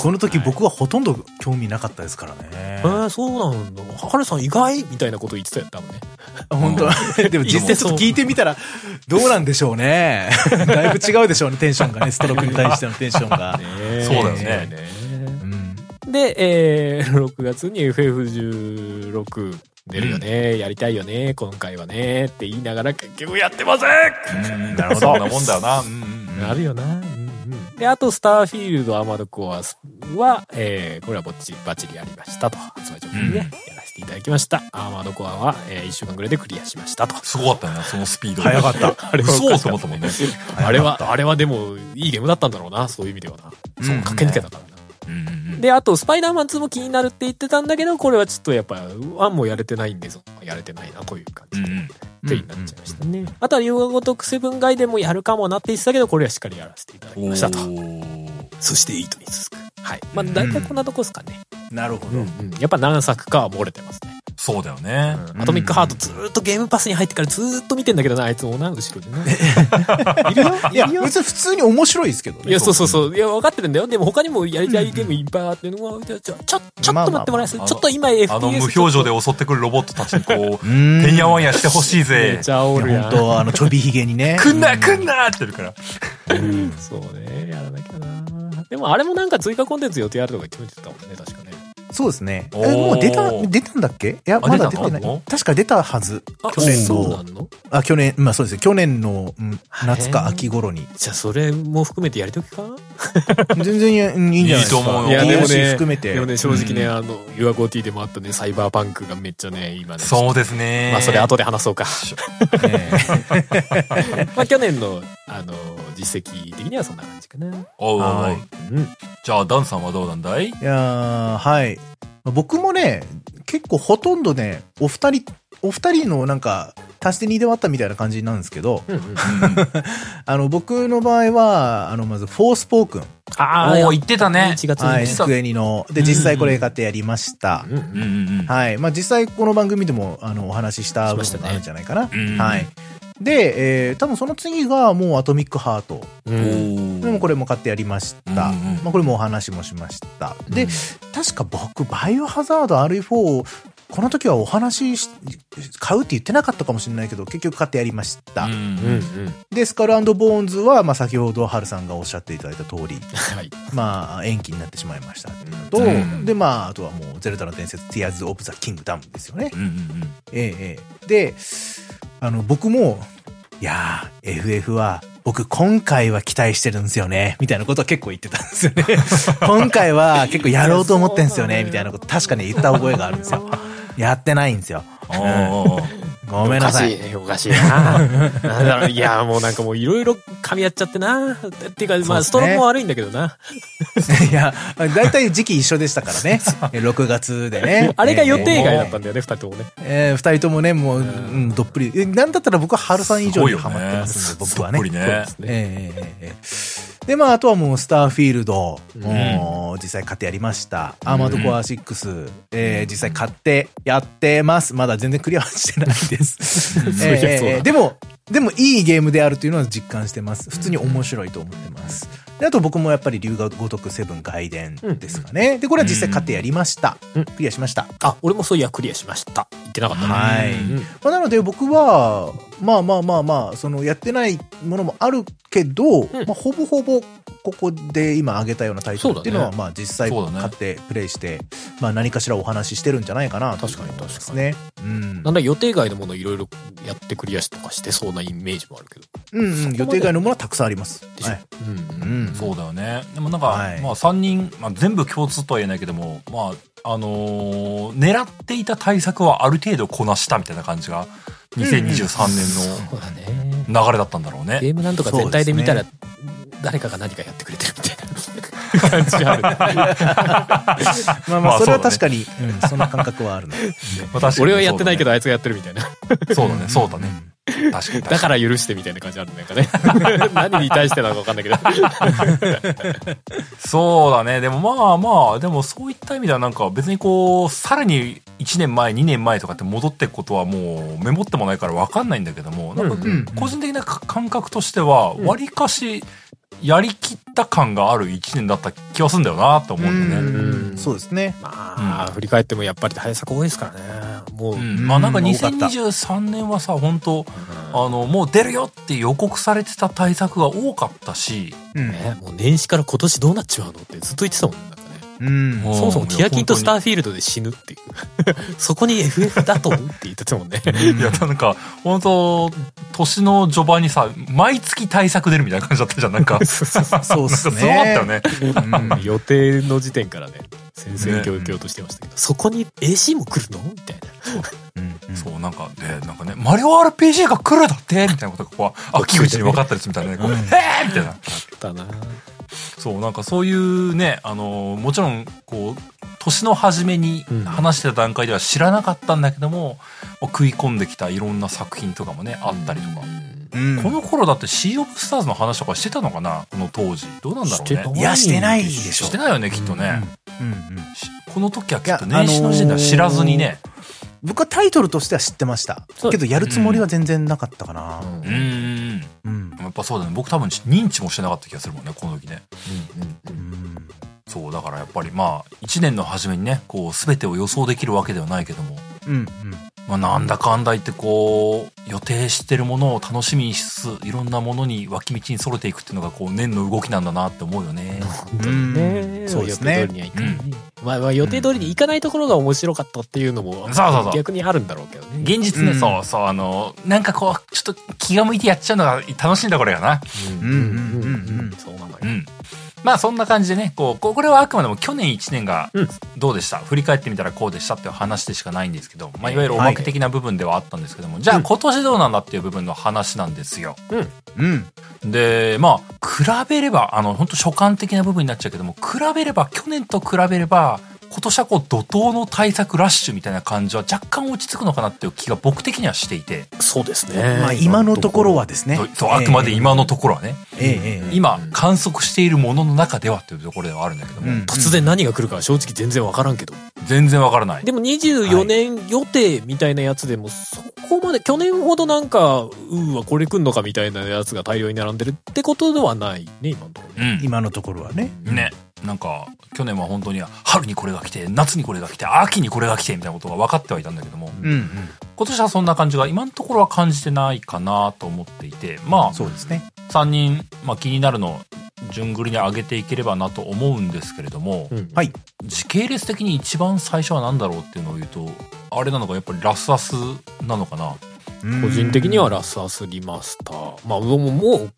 [SPEAKER 3] この時僕はほとんど興味なかったですからね
[SPEAKER 2] え。ー、そうなんだ。ハルさん意外みたいなこと言ってたよ、多分ね。
[SPEAKER 3] 本当 でも実際ちょっと聞いてみたら、どうなんでしょうね。 だいぶ違うでしょうね、テンションがね、ストロークに対してのテンション が。
[SPEAKER 1] そうだよね
[SPEAKER 3] う
[SPEAKER 2] ね。
[SPEAKER 3] ん
[SPEAKER 2] で、えー、6月 に FF16 出るよね、やりたいよね、今回はね、って言いながら結局やってません
[SPEAKER 1] うんなるほど。そんなもんだよな。うんうん
[SPEAKER 2] あるよな。で、あと、スターフィールド、アーマードコアは、えー、これはぼっち、バッチリやりましたと。発売直後にね、やらせていただきました。アーマードコアは、えー、1週間ぐらいでクリアしましたと。
[SPEAKER 1] すごかったね、そのスピード。
[SPEAKER 3] 早かった。
[SPEAKER 2] あれは
[SPEAKER 1] そうと思ったもんね。
[SPEAKER 2] あれは、あれはでも、いいゲームだったんだろうな、そういう意味ではな。そう、駆け抜けたからな。
[SPEAKER 1] うんうん
[SPEAKER 2] で、あと、スパイダーマン2も気になるって言ってたんだけど、これはちょっとやっぱ、1もやれてないんで、そのやれてないな、という感
[SPEAKER 1] う
[SPEAKER 2] じ
[SPEAKER 1] ん
[SPEAKER 2] で。
[SPEAKER 1] うん
[SPEAKER 2] ってになっちゃいましたね。あとは、ヨガごとくセブンガイデンもやるかもなって言ってたけど、これはしっかりやらせていただきましたと。そして8に続く。はい。まあ、大体こんなとこですかね。
[SPEAKER 3] なるほ
[SPEAKER 2] うん、うん。やっぱ何作かは漏れてますね。
[SPEAKER 1] そうだよね。
[SPEAKER 2] アトミックハート
[SPEAKER 1] うん
[SPEAKER 2] ずーっとゲームパスに入ってからずーっと見てんだけどな、あいつもな、後ろでね。
[SPEAKER 3] いるよ
[SPEAKER 1] いや
[SPEAKER 3] いるよ別に普通に面白いですけど ね
[SPEAKER 2] いや、そうそうそう。いや、分かってるんだよ。でも他にもやりたいゲームいっぱいあって、うわちょ、ちょ、ちょっと待ってもらえます、
[SPEAKER 1] まあまあまあ
[SPEAKER 2] ちょっと今
[SPEAKER 1] あの無表
[SPEAKER 2] FPS
[SPEAKER 1] 情で襲ってくるロボットたちにこう、
[SPEAKER 3] うーん
[SPEAKER 1] てんやわんやしてほしいぜ
[SPEAKER 2] め。ちゃおる
[SPEAKER 3] いや
[SPEAKER 2] や
[SPEAKER 3] 本
[SPEAKER 2] ん。
[SPEAKER 3] 当あのちょびひげにね
[SPEAKER 1] 来んな来んなって言ってるから。
[SPEAKER 2] そうね、やらなきゃな。でもあれもなんか追加コンテンツ予定あるとか決めてたもんね、確かね。
[SPEAKER 3] そうですねえ
[SPEAKER 1] おー
[SPEAKER 3] もう出た出たんだっけいやまだ出てな
[SPEAKER 1] 出たの
[SPEAKER 3] い確か出たはず
[SPEAKER 2] あ、
[SPEAKER 3] 去年の
[SPEAKER 2] そうなんの
[SPEAKER 3] あ去年まあそうですね去年のうん夏
[SPEAKER 2] へ
[SPEAKER 3] か
[SPEAKER 2] ー
[SPEAKER 3] 秋頃に
[SPEAKER 2] じゃあそれも含めてやりときか
[SPEAKER 3] 全然いいんじゃないですか
[SPEAKER 1] いいと思うよ
[SPEAKER 2] いやでもね
[SPEAKER 3] DLC 含めて
[SPEAKER 2] でもね、正直ね、
[SPEAKER 1] う
[SPEAKER 2] あの、ユアゴーティでもあったね、サイバーパンクがめっちゃね、今ね。
[SPEAKER 1] そうですね。
[SPEAKER 2] まあそれ後で話そうか。
[SPEAKER 3] ええ
[SPEAKER 2] まあ去年の、あの、実績的にはそんな感じかな。
[SPEAKER 1] おうおうおう
[SPEAKER 3] はい
[SPEAKER 2] うん。
[SPEAKER 1] じゃあ、ダンさんはどうなんだい
[SPEAKER 3] いやーはい。僕もね、結構ほとんどね、お二人、お二人のなんか、足して2で割ったみたいな感じなんですけど、
[SPEAKER 2] うんうん、
[SPEAKER 3] あの、僕の場合は、あの、まず、フォースポークン。
[SPEAKER 2] あ
[SPEAKER 1] お
[SPEAKER 2] あ、
[SPEAKER 1] お、言ってたね。
[SPEAKER 2] 1月にね、
[SPEAKER 3] はい、
[SPEAKER 1] 言ってた
[SPEAKER 3] 机にの。で、実際これ買ってやりました。
[SPEAKER 2] うんう
[SPEAKER 1] うん
[SPEAKER 2] ん
[SPEAKER 1] うん
[SPEAKER 3] はい。まあ、実際この番組でも、あの、お話しした部分があるんじゃないかな。
[SPEAKER 1] うん。
[SPEAKER 3] はい。。で、えー、多分その次が、もう、アトミックハート。
[SPEAKER 2] う
[SPEAKER 1] お
[SPEAKER 2] ん
[SPEAKER 1] ー
[SPEAKER 3] でもこれも買ってやりました。
[SPEAKER 1] うんうん
[SPEAKER 3] まあ、これもお話もしました。で
[SPEAKER 2] うん、
[SPEAKER 3] 確か僕、バイオハザード RE4 を、この時はお話しし、買うって言ってなかったかもしれないけど、結局買ってやりました。
[SPEAKER 1] うんうん
[SPEAKER 2] うんうん。
[SPEAKER 3] で、スカルボーンズは、まあ、先ほどハルさんがおっしゃっていただいた通り、
[SPEAKER 2] はい。
[SPEAKER 3] まあ、延期になってしまいましたっていうのと、
[SPEAKER 1] うん
[SPEAKER 3] で、まあ、あとはもう、ゼルダの伝説、Tears of the Kingdom ですよね。
[SPEAKER 1] うんうん
[SPEAKER 3] ええええで、あの、僕も、いやー、FF は、僕今回は期待してるんですよね、みたいなことは結構言ってたんですよね。今回は結構やろうと思ってんですよね、みたいなこと確かに言った覚えがあるんですよ。やってないんですよ。
[SPEAKER 1] おー
[SPEAKER 3] ごめんなさい。
[SPEAKER 2] おかしい、おかしいな。なんだろういや、もうなんかもういろいろ噛み合っちゃってな。っていうか、まあ、スト
[SPEAKER 3] そう
[SPEAKER 2] ロ
[SPEAKER 3] ですね
[SPEAKER 2] ークも悪いんだけどな。
[SPEAKER 3] いや、だいたい時期一緒でしたからね。6月でね。
[SPEAKER 2] あれが予定外だ
[SPEAKER 3] え
[SPEAKER 2] っ
[SPEAKER 3] え
[SPEAKER 2] たんだよね、二人ともね。
[SPEAKER 3] えー二人ともね、もう、うん、どっぷり。えなんだったら僕は春さん以上にハマってますんで、
[SPEAKER 1] す
[SPEAKER 3] 僕
[SPEAKER 1] ごい
[SPEAKER 3] は
[SPEAKER 1] よね
[SPEAKER 3] ね
[SPEAKER 1] どっぷ。りね。
[SPEAKER 2] そうですね。
[SPEAKER 3] ええええええで、まあ、あとはもう、スターフィールド、
[SPEAKER 2] うん
[SPEAKER 3] もう実際買ってやりました。アーマードコア6、ええ実際買ってやってます。まだ全然クリアはしてないです。
[SPEAKER 2] そ
[SPEAKER 3] え
[SPEAKER 2] りゃ
[SPEAKER 3] え
[SPEAKER 2] そうだ
[SPEAKER 3] ええでも、でもいいゲームであるというのは実感してます。普通に面白いと思ってます。で、あと僕もやっぱり竜が如くセブン外伝ですかね。で、これは実際買ってやりました。
[SPEAKER 2] うん
[SPEAKER 3] クリアしました。
[SPEAKER 2] あ、俺もそういや、クリアしました。言ってなかったな。
[SPEAKER 3] はい
[SPEAKER 1] う
[SPEAKER 3] う
[SPEAKER 1] ん
[SPEAKER 2] ん
[SPEAKER 3] まあ、なので僕は、まあまあまあまあ、そのやってないものもあるけど、まあ、ほぼほぼここで今挙げたようなタイトルっていうのは、
[SPEAKER 2] そうだ
[SPEAKER 3] まあ実際
[SPEAKER 1] そうだね
[SPEAKER 3] 買ってプレイして、まあ何かしらお話ししてるんじゃないかなと思いますね。うん
[SPEAKER 2] なんだ予定外のものいろいろやってクリアしとかしてそうなイメージもあるけど。
[SPEAKER 3] うんうん、予定外のものはたくさんあります。
[SPEAKER 2] でしょ、
[SPEAKER 3] はい
[SPEAKER 2] うん
[SPEAKER 3] う
[SPEAKER 2] うん。
[SPEAKER 3] ん、
[SPEAKER 1] そうだよね。でもなんか、
[SPEAKER 3] はい
[SPEAKER 1] まあ3人、まあ、全部共通とは言えないけども、まあ、あのー狙っていた対策はある程度こなしたみたいな感じが、2023年
[SPEAKER 2] そうだね。
[SPEAKER 1] の流れだったんだろうね。
[SPEAKER 2] ゲームなんとか全体で見たら、誰かが何かやってくれてるみたいな感じがある。
[SPEAKER 3] まあまあ、それは確かに、うんそんな感覚はあるの。
[SPEAKER 1] まあ確かに
[SPEAKER 2] 俺はやってないけど、あいつがやってるみたいな。
[SPEAKER 1] そうだね、そうだね。そうだね確かに。
[SPEAKER 2] だから許してみたいな感じあるねなんかね。何に対してなのか分かんないけど。
[SPEAKER 1] そうだね。でもまあまあ、でもそういった意味ではなんか別にこう、さらに1年前、2年前とかって戻っていくことはもうメモってもないからわかんないんだけども、なんか
[SPEAKER 2] うん
[SPEAKER 3] うんうん
[SPEAKER 1] 個人的なか感覚としては、割かしやりきった感がある1年だった気がするんだよなと思うんだよね。
[SPEAKER 3] うんそうですね。
[SPEAKER 2] まあ、振り返ってもやっぱり対策多いですからね。もう、
[SPEAKER 1] うん
[SPEAKER 2] うん
[SPEAKER 1] まあなんか
[SPEAKER 3] うん多かった
[SPEAKER 1] 2023年はさ、本当あの、もう出るよって予告されてた対策が多かったし、
[SPEAKER 3] うん。
[SPEAKER 2] ね、もう年始から今年どうなっちまうのってずっと言ってたもんなんかね。
[SPEAKER 3] うん。
[SPEAKER 1] うん
[SPEAKER 2] そもそもティアキンとスターフィールドで死ぬっていう。そこに FF だと思うって言ってたもんね。
[SPEAKER 1] いや、なんか、本当年の序盤にさ、毎月対策出るみたいな感じだったじゃん、なんか。
[SPEAKER 3] そうっ
[SPEAKER 1] なんか
[SPEAKER 3] す
[SPEAKER 1] すご
[SPEAKER 3] ね。
[SPEAKER 1] かったよ。ね。
[SPEAKER 3] うん、
[SPEAKER 2] 予定の時点からね、先々恐々としてましたけど、そこに AC も来るのみたいな。
[SPEAKER 3] うん
[SPEAKER 1] そう、なんか、で、なんかね、マリオ RPG が来るだってみたいなことが、こう、秋口に分かったりするみたいなね、こう、
[SPEAKER 3] うん
[SPEAKER 1] へえみたいな。
[SPEAKER 2] だな。
[SPEAKER 1] そう、なんかそういうね、あの、もちろん、こう、年の初めに
[SPEAKER 2] うん
[SPEAKER 1] 話してた段階では知らなかったんだけども、まあ食い込んできたいろんな作品とかもね、あったりとか。
[SPEAKER 3] うん
[SPEAKER 1] この頃だってシー・オブ・スターズの話とかしてたのかなこの当時。どうなんだろう
[SPEAKER 2] してた
[SPEAKER 1] ね。
[SPEAKER 3] いや、してないでしょ
[SPEAKER 1] し。てないよね、きっとね。
[SPEAKER 3] うんうん
[SPEAKER 1] しこの時はきっと
[SPEAKER 3] いや
[SPEAKER 1] 年始の時点では知らずにね、
[SPEAKER 3] 僕はタイトルとしては知ってました。
[SPEAKER 2] そう
[SPEAKER 3] けど、やるつもりは全然なかったかな。
[SPEAKER 1] うんうん
[SPEAKER 3] うん。
[SPEAKER 1] やっぱそうだね僕多分認知もしてなかった気がするもんねこの時ね
[SPEAKER 3] うん。
[SPEAKER 1] そうだからやっぱりまあ1年の初めにねこう全てを予想できるわけではないけども、
[SPEAKER 3] うん。うん。
[SPEAKER 1] まあ、なんだかんだ言ってこう予定してるものを楽しみにしつついろんなものに脇道にそれていくっていうのがこう年の動きなんだなって思うよね。
[SPEAKER 2] 本当にね
[SPEAKER 3] うんそうです
[SPEAKER 2] 予
[SPEAKER 3] ね
[SPEAKER 2] 定通りにはいかない、まあ、まあ予定通りにいかないところが面白かったっていうのも
[SPEAKER 1] んそうそうそう
[SPEAKER 2] 逆にあるんだろうけどね、
[SPEAKER 1] 現実ね、
[SPEAKER 3] うん
[SPEAKER 1] そうそうあのなんかこうちょっと気が向いてやっちゃうのが楽しいんだこれがな
[SPEAKER 2] うん
[SPEAKER 3] うんうんうん
[SPEAKER 2] そうなのよ
[SPEAKER 1] う、んまあそんな感じでねこうこうこれはあくまでも去年1年が
[SPEAKER 2] うん
[SPEAKER 1] どうでした、振り返ってみたらこうでしたっていう話でしかないんですけど、まあ、いわゆるおまけ的な部分ではあったんですけども、じゃあ今年どうなんだっていう部分の話なんですよ
[SPEAKER 3] うん。
[SPEAKER 1] でまあ比べればあの本当所感的な部分になっちゃうけども比べれば去年と比べれば今年はこう怒涛の対策ラッシュみたいな感じは若干落ち着くのかなっていう気が僕的にはしていて、
[SPEAKER 2] そうですね、
[SPEAKER 3] まあ、今のところはですね
[SPEAKER 1] そう。そうあくまで今のところはね、
[SPEAKER 3] ええ。ええええ。
[SPEAKER 1] 今観測しているものの中ではっていうところではあるんだけども、
[SPEAKER 3] うん
[SPEAKER 2] 突然何が来るかは正直全然わからんけど、
[SPEAKER 1] 全然わからない。
[SPEAKER 2] でも24年予定みたいなやつでもそこまで去年ほどなんかうーわこれ来んのかみたいなやつが大量に並んでるってことではないね今のところね
[SPEAKER 1] うん
[SPEAKER 3] 今のところはね。
[SPEAKER 1] ね。なんか、去年は本当に春にこれが来て、夏にこれが来て、秋にこれが来て、みたいなことが分かってはいたんだけども、
[SPEAKER 3] うん。うん。
[SPEAKER 1] 今年はそんな感じが今のところは感じてないかなと思っていて、まあ、
[SPEAKER 3] そうですね。
[SPEAKER 1] 3人、まあ気になるのを順繰りに上げていければなと思うんですけれども、
[SPEAKER 2] うん
[SPEAKER 3] はい。
[SPEAKER 1] 時系列的に一番最初は何だろうっていうのを言うと、あれなのか、やっぱりラスアスなのかな。
[SPEAKER 2] 個人的には
[SPEAKER 3] ラ
[SPEAKER 2] ラスアスリマスター。まあ、もう、も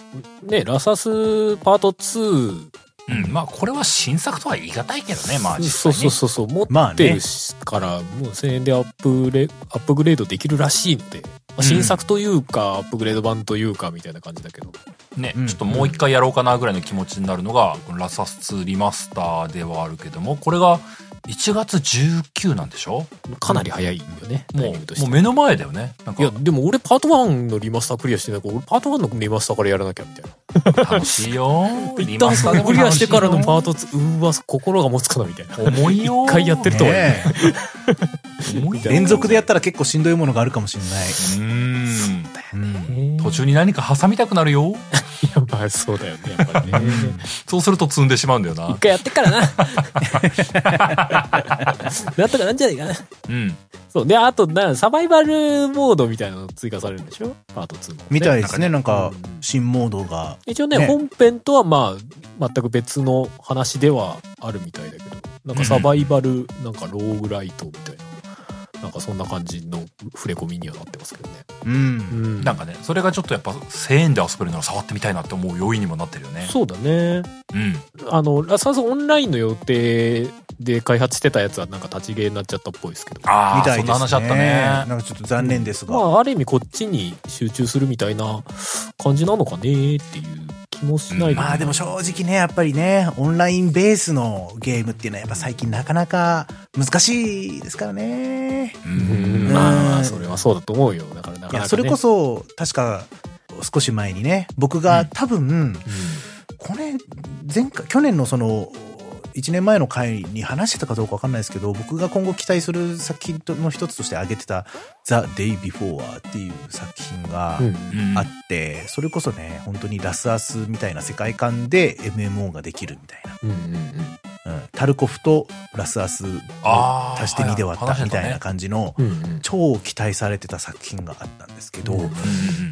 [SPEAKER 2] う、ね、ラスアスパート2。
[SPEAKER 1] うん、まあこれは新作とは言い難いけどね、まあ実
[SPEAKER 2] そ
[SPEAKER 1] 際
[SPEAKER 2] うそう
[SPEAKER 1] に。
[SPEAKER 2] そうそう、持
[SPEAKER 3] まあ
[SPEAKER 2] っ
[SPEAKER 3] ね
[SPEAKER 2] てるしから、もう1000円でアップレ、アップグレードできるらしいので、まあ新作というか、アップグレード版というか、みたいな感じだけど。
[SPEAKER 1] ね、
[SPEAKER 3] うん
[SPEAKER 1] ちょっともう一回やろうかなぐらいの気持ちになるのが、このラサス2リマスターではあるけども、これが1月19なんでしょ
[SPEAKER 2] かなり早いよね、タ
[SPEAKER 1] も
[SPEAKER 2] イ
[SPEAKER 1] う
[SPEAKER 2] ミングと、し
[SPEAKER 1] も
[SPEAKER 2] て。
[SPEAKER 1] う目の前だよね。なん
[SPEAKER 2] いや、
[SPEAKER 1] か
[SPEAKER 2] でも俺パート1のリマスタークリアしてないから、俺パート1のリマスターからやらなきゃ、みたいな。。
[SPEAKER 1] 楽しいよ
[SPEAKER 2] 一旦そ
[SPEAKER 1] で
[SPEAKER 2] の
[SPEAKER 1] も楽しい
[SPEAKER 2] クリ
[SPEAKER 1] よ
[SPEAKER 2] アしてからのパート2、うわ、心が持つかな、みたいな。
[SPEAKER 1] 重いよ。
[SPEAKER 2] 一回やってるとは言え
[SPEAKER 3] ねえ
[SPEAKER 1] 重い よ
[SPEAKER 3] 連続でやったら結構しんどいものがあるかもしれない。
[SPEAKER 1] うーん。
[SPEAKER 3] うん
[SPEAKER 1] 途中に何か挟みたくなるよ。
[SPEAKER 2] いや ばい、そうだよね、やっぱりね。
[SPEAKER 1] そうすると積んでしまうんだよな
[SPEAKER 2] 一。回やってっからな。 なんとかなんじゃないかな。
[SPEAKER 1] うん。
[SPEAKER 2] そう。で、あと、な、サバイバルモードみたいなの追加されるんでしょパート2の。
[SPEAKER 3] みたい
[SPEAKER 2] ね
[SPEAKER 3] ですね。なんか
[SPEAKER 2] うん、
[SPEAKER 3] 新モードが。
[SPEAKER 2] 一応ね
[SPEAKER 3] ね
[SPEAKER 2] 本編とはまあ、全く別の話ではあるみたいだけど、なんかサバイバル、なんかローグライトみたいな、なんかそんな感じの触れ込みにはなってますけどね。
[SPEAKER 3] うん。
[SPEAKER 2] ん
[SPEAKER 1] なんかね、それがちょっとやっぱ1000円で遊べるなら触ってみたいなって思う要因にもなってるよね。
[SPEAKER 2] そうだね。
[SPEAKER 1] うん。
[SPEAKER 2] あの、ラサーズオンラインの予定で開発してたやつはなんか立ちゲーになっちゃったっぽいですけど。
[SPEAKER 1] あ
[SPEAKER 3] み
[SPEAKER 1] あ、
[SPEAKER 3] たい
[SPEAKER 1] そ
[SPEAKER 3] です
[SPEAKER 1] ん
[SPEAKER 3] ね。
[SPEAKER 1] な話あったね。
[SPEAKER 3] なんかちょっと残念です
[SPEAKER 2] ま
[SPEAKER 3] が。
[SPEAKER 2] あ、ある意味こっちに集中するみたいな感じなのかねっていう気もしない
[SPEAKER 1] ま
[SPEAKER 3] まあでも正直ね、やっぱりね、オンラインベースのゲームっていうのはやっぱ最近なかなか難しいですからね。
[SPEAKER 1] う
[SPEAKER 2] うんんまあまあそれはそうだと思うよだからなかなか、ね、
[SPEAKER 3] いや、それこそ、確か、少し前にね、僕が多分、これ、前回、去年のその、1年前の回に話してたかどうかわかんないですけど、僕が今後期待する作品の一つとして挙げてた、The Day Before っていう作品が
[SPEAKER 2] うん、うん
[SPEAKER 1] うん
[SPEAKER 3] あって、それこそね、本当にラスアスみたいな世界観で MMO ができるみたいな。
[SPEAKER 2] うんうん
[SPEAKER 3] うん、タルコフとラスアスを
[SPEAKER 1] あー
[SPEAKER 3] 足して2で割っ
[SPEAKER 1] はい
[SPEAKER 3] た
[SPEAKER 1] はい
[SPEAKER 3] みたいな感じの、
[SPEAKER 2] うんうん
[SPEAKER 3] 超期待されてた作品があったんですけど、
[SPEAKER 2] うん
[SPEAKER 3] ま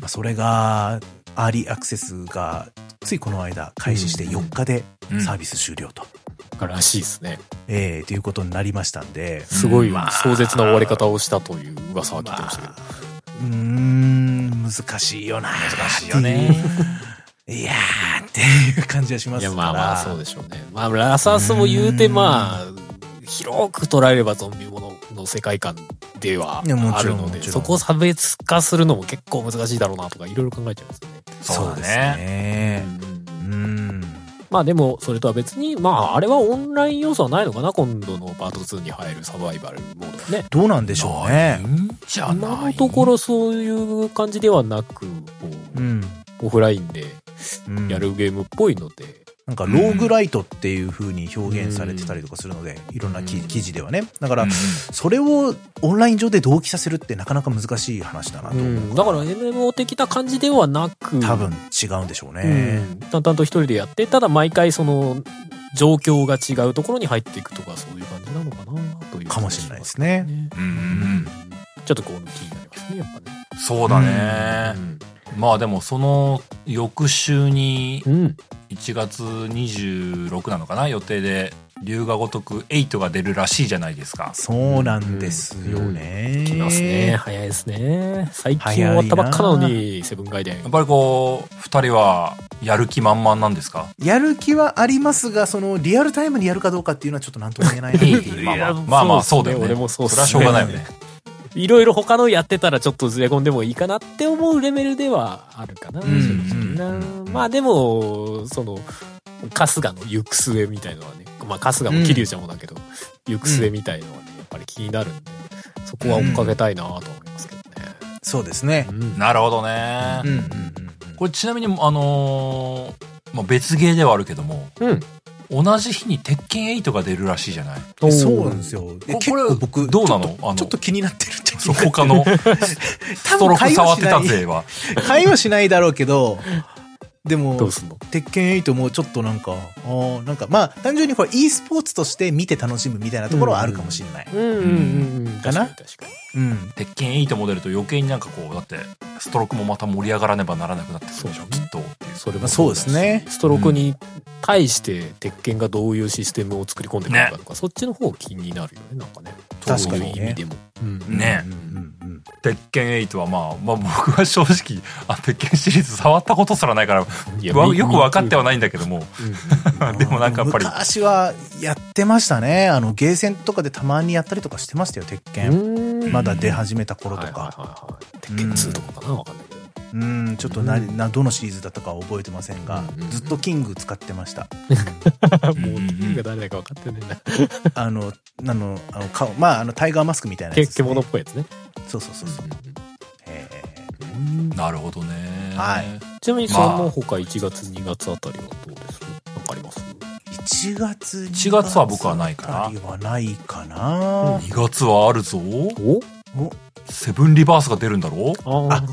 [SPEAKER 3] あそれが、アーリーアクセスが、ついこの間、開始して4日でサービス終了と、
[SPEAKER 2] だかららしいですね
[SPEAKER 3] えーということになりましたんで、
[SPEAKER 2] すごい
[SPEAKER 1] まあ
[SPEAKER 2] 壮絶な終わり方をしたという噂は聞いてましたけど、
[SPEAKER 3] まうーん、難しいよな。
[SPEAKER 1] 難しいよね。
[SPEAKER 3] いやーっていう感じがします
[SPEAKER 2] い
[SPEAKER 3] か
[SPEAKER 2] や
[SPEAKER 3] ら。
[SPEAKER 2] まあまあそうでしょうねまあラサースも言うて
[SPEAKER 3] うん
[SPEAKER 2] まあ広く捉えればゾンビものの世界観ではい
[SPEAKER 3] やも
[SPEAKER 2] あ
[SPEAKER 3] ちろ
[SPEAKER 2] る
[SPEAKER 3] ん
[SPEAKER 2] の
[SPEAKER 3] も
[SPEAKER 2] で
[SPEAKER 3] ちろん
[SPEAKER 2] そこを差別化するのも結構難しいだろうなとかいろいろ考えちゃいますね
[SPEAKER 1] そうだ
[SPEAKER 3] です
[SPEAKER 1] ね。
[SPEAKER 3] ね。
[SPEAKER 2] うん
[SPEAKER 3] うん。
[SPEAKER 2] まあでも、それとは別に、まああれはオンライン要素はないのかな、今度のパート2に入るサバイバルモードはね。
[SPEAKER 3] どうなんでしょう
[SPEAKER 1] い
[SPEAKER 3] ね
[SPEAKER 1] い。んじゃない
[SPEAKER 2] 今のところそういう感じではなく、こ
[SPEAKER 3] うん。
[SPEAKER 2] うオフラインで
[SPEAKER 3] うん
[SPEAKER 2] や。るゲームっぽいので、
[SPEAKER 3] なんかローグライトっていう風に表現されてたりとかするので、いろんな記記事ではね。だから、それをオンライン上で同期させるってなかなか難しい話だなと
[SPEAKER 2] う。ん、だから MMO 的な感じではなく
[SPEAKER 3] 多分違うんでしょう
[SPEAKER 2] う
[SPEAKER 3] ね。
[SPEAKER 2] ん、淡々と一人でやってただ毎回その状況が違うところに入っていくとかそういう感じなのかなという
[SPEAKER 3] かもしれないです
[SPEAKER 2] 気が
[SPEAKER 3] ね
[SPEAKER 2] し。ますね
[SPEAKER 1] うんうん
[SPEAKER 2] ちょっとこう気になりますねやっぱね
[SPEAKER 1] そうだね、まあでもその翌週に
[SPEAKER 2] うん
[SPEAKER 1] 1月26なのかな予定で龍が如く8が出るらしいじゃないですか
[SPEAKER 3] そうなんですよね。
[SPEAKER 2] 来ますね早いですね最近終わったばっかなのにセブンガイデン
[SPEAKER 1] やっぱりこう2人はやる気満々なんですか
[SPEAKER 3] やる気はありますが、そのリアルタイムにやるかどうかっていうのはちょっとなんとも言えないなっ ていう。
[SPEAKER 1] まあまあ
[SPEAKER 2] いや
[SPEAKER 1] まあまあそ
[SPEAKER 2] そうう
[SPEAKER 1] だ
[SPEAKER 2] だ
[SPEAKER 1] よ
[SPEAKER 2] よ
[SPEAKER 1] ね
[SPEAKER 2] ね俺もそうっす
[SPEAKER 1] れは
[SPEAKER 2] ね
[SPEAKER 1] しょうがないよね
[SPEAKER 2] いろいろ他のやってたらちょっとずれ込んでもいいかなって思うレベルではあるかな、
[SPEAKER 1] う
[SPEAKER 2] 正
[SPEAKER 1] ん
[SPEAKER 2] 直な
[SPEAKER 1] うん
[SPEAKER 2] まあでも、その、春日の行く末みたいのはね、まあ春日も桐生ちゃんもだけど、行く末みたいのはね、やっぱり気になるんで、そこは追っかけたいなとは思いますけどね。
[SPEAKER 3] そうですね。
[SPEAKER 2] うん
[SPEAKER 1] なるほどね、
[SPEAKER 3] うんうんうん
[SPEAKER 1] これちなみにあのーまあ、別ゲーではあるけども
[SPEAKER 2] うん。
[SPEAKER 1] 同じ日に鉄拳8が出るらしいじゃない
[SPEAKER 3] うん。そうなんです
[SPEAKER 2] よ。
[SPEAKER 3] よ。で
[SPEAKER 1] こ
[SPEAKER 3] 結
[SPEAKER 1] これ
[SPEAKER 3] 構僕、
[SPEAKER 1] どうなの
[SPEAKER 3] ちょっと
[SPEAKER 1] あの
[SPEAKER 3] ちょっと気になってるってい
[SPEAKER 1] そう
[SPEAKER 3] うか
[SPEAKER 1] 他のストローク触ってた勢は
[SPEAKER 3] 会話しないだろうけど、でも
[SPEAKER 2] ど、うすんの
[SPEAKER 3] 鉄拳8もちょっとなんか、あーなんかまあ、単純にこれ e スポーツとして見て楽しむみたいなところはあるかもしれない。
[SPEAKER 2] うんうんうん。
[SPEAKER 3] かな
[SPEAKER 2] 確かに。
[SPEAKER 3] うん。
[SPEAKER 1] 鉄拳8モデルと余計になんかこうだってストロークもまた盛り上がらねばならなくなってくるでしょ
[SPEAKER 2] そう
[SPEAKER 1] きっと
[SPEAKER 2] それ
[SPEAKER 3] まあ
[SPEAKER 2] も
[SPEAKER 3] そう
[SPEAKER 2] だ
[SPEAKER 3] で
[SPEAKER 2] し
[SPEAKER 3] す。ね。
[SPEAKER 2] ストロークに対して鉄拳がどういうシステムを作り込んでくるのかとか、そっちの方気になるよねなんかね
[SPEAKER 3] 確かにね
[SPEAKER 2] そういう意味でも、うん
[SPEAKER 1] ね
[SPEAKER 3] うんうんうん
[SPEAKER 1] 鉄拳8はまあ、まあ、僕は正直あ鉄拳シリーズ触ったことすらないから
[SPEAKER 2] いや
[SPEAKER 1] わ
[SPEAKER 2] み
[SPEAKER 1] よく分かってはないんだけども
[SPEAKER 2] うん
[SPEAKER 1] でもなんかやっぱり
[SPEAKER 3] 昔はやってましたね。あの、ゲーセンとかでたまにやったりとかしてましたよ、鉄拳。
[SPEAKER 2] うん
[SPEAKER 3] まだ出始めた頃と
[SPEAKER 2] はいはい
[SPEAKER 3] か。
[SPEAKER 2] はいはい鉄拳2とかかなわかんないけど
[SPEAKER 3] うん、ちょっとな、な、どのシリーズだったかは覚えてませんが
[SPEAKER 2] うんうん、
[SPEAKER 3] ずっとキング使ってました。
[SPEAKER 2] もう
[SPEAKER 1] うん
[SPEAKER 2] 何が誰だか分かってないな
[SPEAKER 3] あの、あの、あの顔、まあ、あの、タイガーマスクみたいな
[SPEAKER 2] け
[SPEAKER 3] やつですね、
[SPEAKER 2] 獣っぽいやつね
[SPEAKER 3] そうそうそうそう。え
[SPEAKER 2] うん
[SPEAKER 1] なるほどね
[SPEAKER 3] はい
[SPEAKER 2] ちなみにその他1月2月あたりはどうですかなんかあります
[SPEAKER 3] ー1月
[SPEAKER 1] 1月は僕はないかな
[SPEAKER 3] あたりはないかな、
[SPEAKER 1] 2月はあるぞ
[SPEAKER 2] お
[SPEAKER 3] お
[SPEAKER 1] セブンリバースが出るんだろ
[SPEAKER 2] ああ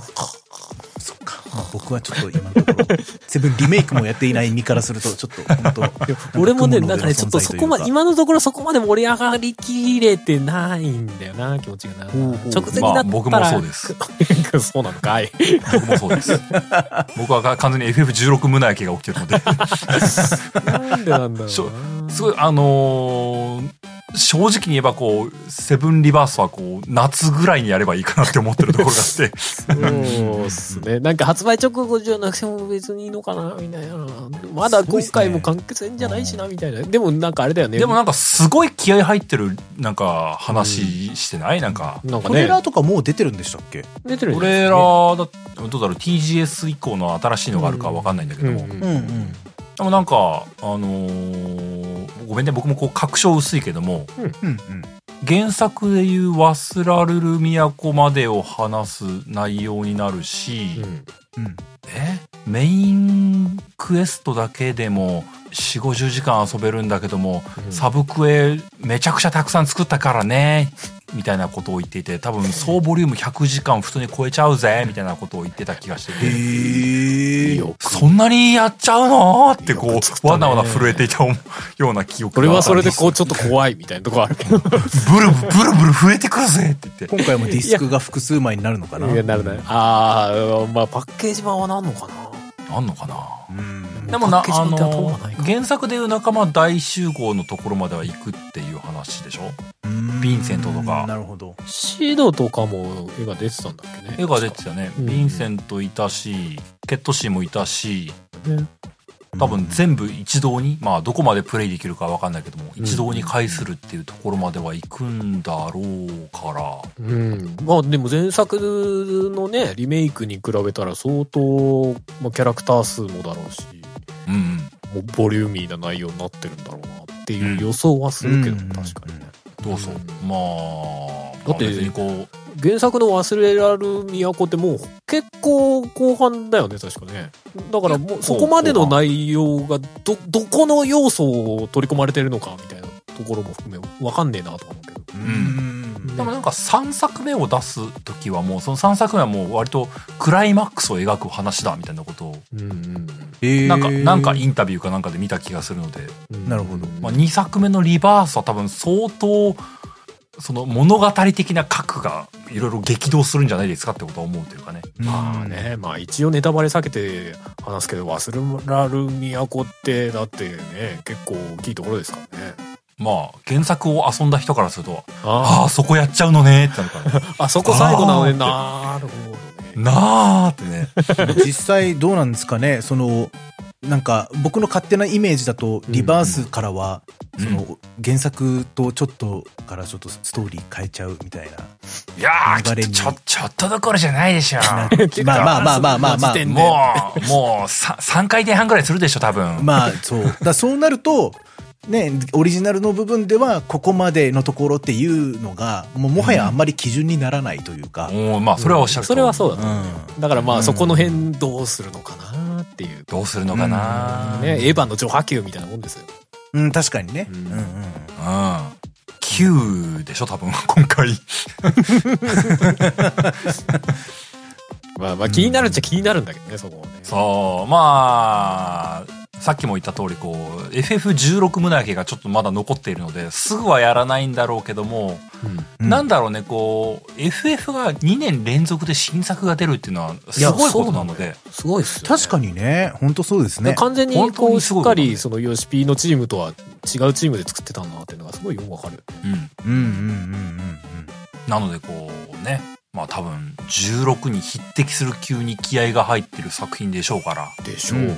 [SPEAKER 3] そっか。まあ、僕はちょっと今のところ、セブンリメイクもやっていない身からすると、ちょっと、本当
[SPEAKER 2] いや俺もね、
[SPEAKER 3] 雲
[SPEAKER 2] な
[SPEAKER 3] の上の
[SPEAKER 2] んかね、ちょっと
[SPEAKER 3] 存在
[SPEAKER 2] そ
[SPEAKER 3] という
[SPEAKER 2] こまで、
[SPEAKER 3] か
[SPEAKER 2] 今のところそこまで盛り上がりきれてないんだよな、気持ちがな。
[SPEAKER 3] ほうほう
[SPEAKER 2] 直前になったら、
[SPEAKER 1] まあ僕もそうです。
[SPEAKER 2] そうなのかい。
[SPEAKER 1] 僕もそうです 僕は完全に FF16 胸焼けが起きてるので
[SPEAKER 2] なんでなんだろ
[SPEAKER 1] しょ
[SPEAKER 2] うな。
[SPEAKER 1] すごいあのー正直に言えばこうセブンリバースはこう夏ぐらいにやればいいかなって思ってるところがあって
[SPEAKER 2] そうっすね。なんか発売直後じゃなくても別にいいのかな、みたいな。まだ今回も完結戦じゃないしな、みたいな。でもなんかあれだよね。
[SPEAKER 1] でもなんかすごい気合入ってるなんか話してない、なんか。
[SPEAKER 2] なんか
[SPEAKER 3] トレー
[SPEAKER 2] ね、
[SPEAKER 3] ラーとかもう出てるんでしたっけ
[SPEAKER 2] 出てる
[SPEAKER 1] ト
[SPEAKER 2] じゃない
[SPEAKER 1] レーラ
[SPEAKER 2] ですか
[SPEAKER 1] ーだどうだろう TGS 以降の新しいのがあるかわかんないんだけども、
[SPEAKER 2] うん
[SPEAKER 1] で
[SPEAKER 2] うん
[SPEAKER 3] うんうん。
[SPEAKER 1] もなんかあのーごめんね僕もこう確証薄いけども
[SPEAKER 3] うんうん。
[SPEAKER 1] 原作でいう「忘らるる都まで」を話す内容になるし、
[SPEAKER 2] うん
[SPEAKER 3] うん。
[SPEAKER 1] えメインクエストだけでも4 5 0時間遊べるんだけども、
[SPEAKER 2] うん
[SPEAKER 1] サブクエめちゃくちゃたくさん作ったからねみたいなことを言っていて多分総ボリューム100時間普通に超えちゃうぜみたいなことを言ってた気がしてて。
[SPEAKER 3] へえ。
[SPEAKER 2] よく
[SPEAKER 1] そんなにやっちゃうのってこ
[SPEAKER 2] よく作った
[SPEAKER 1] う、
[SPEAKER 2] ね
[SPEAKER 1] わなわな震えていたような記憶
[SPEAKER 2] それはそれでこ
[SPEAKER 1] う、
[SPEAKER 2] う、ちょっと怖いみたいなとこあるけど。
[SPEAKER 1] ブルブルブルブル増えてくるぜって言って。
[SPEAKER 3] 今回もディスクが複数枚になるのかない
[SPEAKER 2] や、なるなる。ああ、まあ、パッケージ版はなんのかな。
[SPEAKER 1] あんのかな
[SPEAKER 3] うん。
[SPEAKER 1] でもな、
[SPEAKER 2] パッケー
[SPEAKER 1] あ
[SPEAKER 2] ジ版って頭
[SPEAKER 1] の
[SPEAKER 2] がない、か
[SPEAKER 1] 原作でいう仲間大集合のところまでは行くっていう話でしょ
[SPEAKER 3] ヴ
[SPEAKER 1] ヴィンセントとか
[SPEAKER 3] なるほど。
[SPEAKER 2] シードとかも絵が出てたんだっけね。
[SPEAKER 1] 絵が出てたよね。
[SPEAKER 2] うん
[SPEAKER 1] ヴィンセントいたし、ケットシーもいたし、
[SPEAKER 2] たね。
[SPEAKER 1] 多分全部一堂に、まあどこまでプレイできるかわかんないけども、
[SPEAKER 2] うん
[SPEAKER 1] 一堂に会するっていうところまでは行くんだろうから、
[SPEAKER 2] うん。まあでも前作のね、リメイクに比べたら相当、まあ、キャラクター数もだろうし、
[SPEAKER 1] うんうん、
[SPEAKER 2] もうボリューミーな内容になってるんだろうなっていう予想はするけど、
[SPEAKER 3] うん
[SPEAKER 2] 確かにね。
[SPEAKER 1] どうぞ。
[SPEAKER 2] うん
[SPEAKER 1] まあ、
[SPEAKER 2] だって
[SPEAKER 1] まあ別にこう、
[SPEAKER 2] 原作の忘れらる都ってもう結構後半だよね、確かね。だからもうそこまでの内容がど、どこの要素を取り込まれてるのかみたいなところも含め、わかんねえなとか思うけど。
[SPEAKER 3] うん
[SPEAKER 1] でもなんか3作目を出す時はもうその3作目はもう割とクライマックスを描く話だみたいなことを
[SPEAKER 2] うんうん
[SPEAKER 1] なんかなんか
[SPEAKER 3] い
[SPEAKER 1] インタビューかなんかで見た気がするので、
[SPEAKER 2] うん。
[SPEAKER 3] なるほど
[SPEAKER 1] まあ、2作目の「リバース」は多分相当その物語的な核がいろいろ激動するんじゃないですかってことは思うというかね。
[SPEAKER 2] まあね、まあ一応ネタバレ避けて話すけど、忘れらる都って、だってね、結構大きいところですからね。
[SPEAKER 1] まあ原作を遊んだ人からすると「
[SPEAKER 2] あ
[SPEAKER 1] ああそこやっちゃうのね」ってなるから
[SPEAKER 2] あ、あそこ最後なのね。なるほど
[SPEAKER 1] 「
[SPEAKER 2] ね。
[SPEAKER 1] なあ」ってね。
[SPEAKER 3] 実際どうなんですかねそのなんか僕の勝手なイメージだとリバースからは、
[SPEAKER 1] うん
[SPEAKER 3] その原作とちょっとからちょっとストーリー変えちゃうみたいな、
[SPEAKER 1] いやーきっとちょちょっとどころじゃないでしょ。
[SPEAKER 3] まあまあまあまあまあまあ
[SPEAKER 2] 時点で
[SPEAKER 1] もう、もうさ3回転半ぐらいするでしょ、多分。
[SPEAKER 3] まあそうだからそうなるとねオリジナルの部分ではここまでのところっていうのがもうもはやあんまり基準にならないというか、
[SPEAKER 1] おーまあ、それはおっしゃる通
[SPEAKER 2] そ
[SPEAKER 1] り
[SPEAKER 2] れはそうだ、
[SPEAKER 3] うん
[SPEAKER 2] だからま
[SPEAKER 3] う
[SPEAKER 2] あ
[SPEAKER 3] ん
[SPEAKER 2] そこの辺どうするのかなっていう、
[SPEAKER 1] どうするのかな、うん、
[SPEAKER 2] ねエヴァの序波球みたいなもんですよ
[SPEAKER 3] うん、確かにね、
[SPEAKER 2] う
[SPEAKER 3] うんんうん
[SPEAKER 1] 9でしょ、多分、今回。
[SPEAKER 2] まあまあ気になるっちゃ気になるんだけどねそこはね
[SPEAKER 1] そう、まあ、さっきも言った通り、こう、FF16 胸毛がちょっとまだ残っているので、すぐはやらないんだろうけども、
[SPEAKER 2] うん、
[SPEAKER 3] うん
[SPEAKER 1] なんだろうね、こう、FF が2年連続で新作が出るっていうのは、すごいことなので、
[SPEAKER 2] すごいっすよ、
[SPEAKER 3] 確かにね本当そうですね
[SPEAKER 2] 完全に
[SPEAKER 1] 本
[SPEAKER 2] こ
[SPEAKER 1] 当
[SPEAKER 2] う
[SPEAKER 1] に
[SPEAKER 2] し
[SPEAKER 1] す
[SPEAKER 2] っ
[SPEAKER 1] ごい
[SPEAKER 2] か
[SPEAKER 1] ことだね
[SPEAKER 2] りそのヨシピのチームとは違うチームで作ってたんだなっていうのがすごいよくわかる
[SPEAKER 1] うん。
[SPEAKER 3] うんうんうんうんうん
[SPEAKER 1] なので、こう、ね、まあ多分、16に匹敵する急に気合が入ってる作品でしょうから、
[SPEAKER 2] でし
[SPEAKER 3] ょう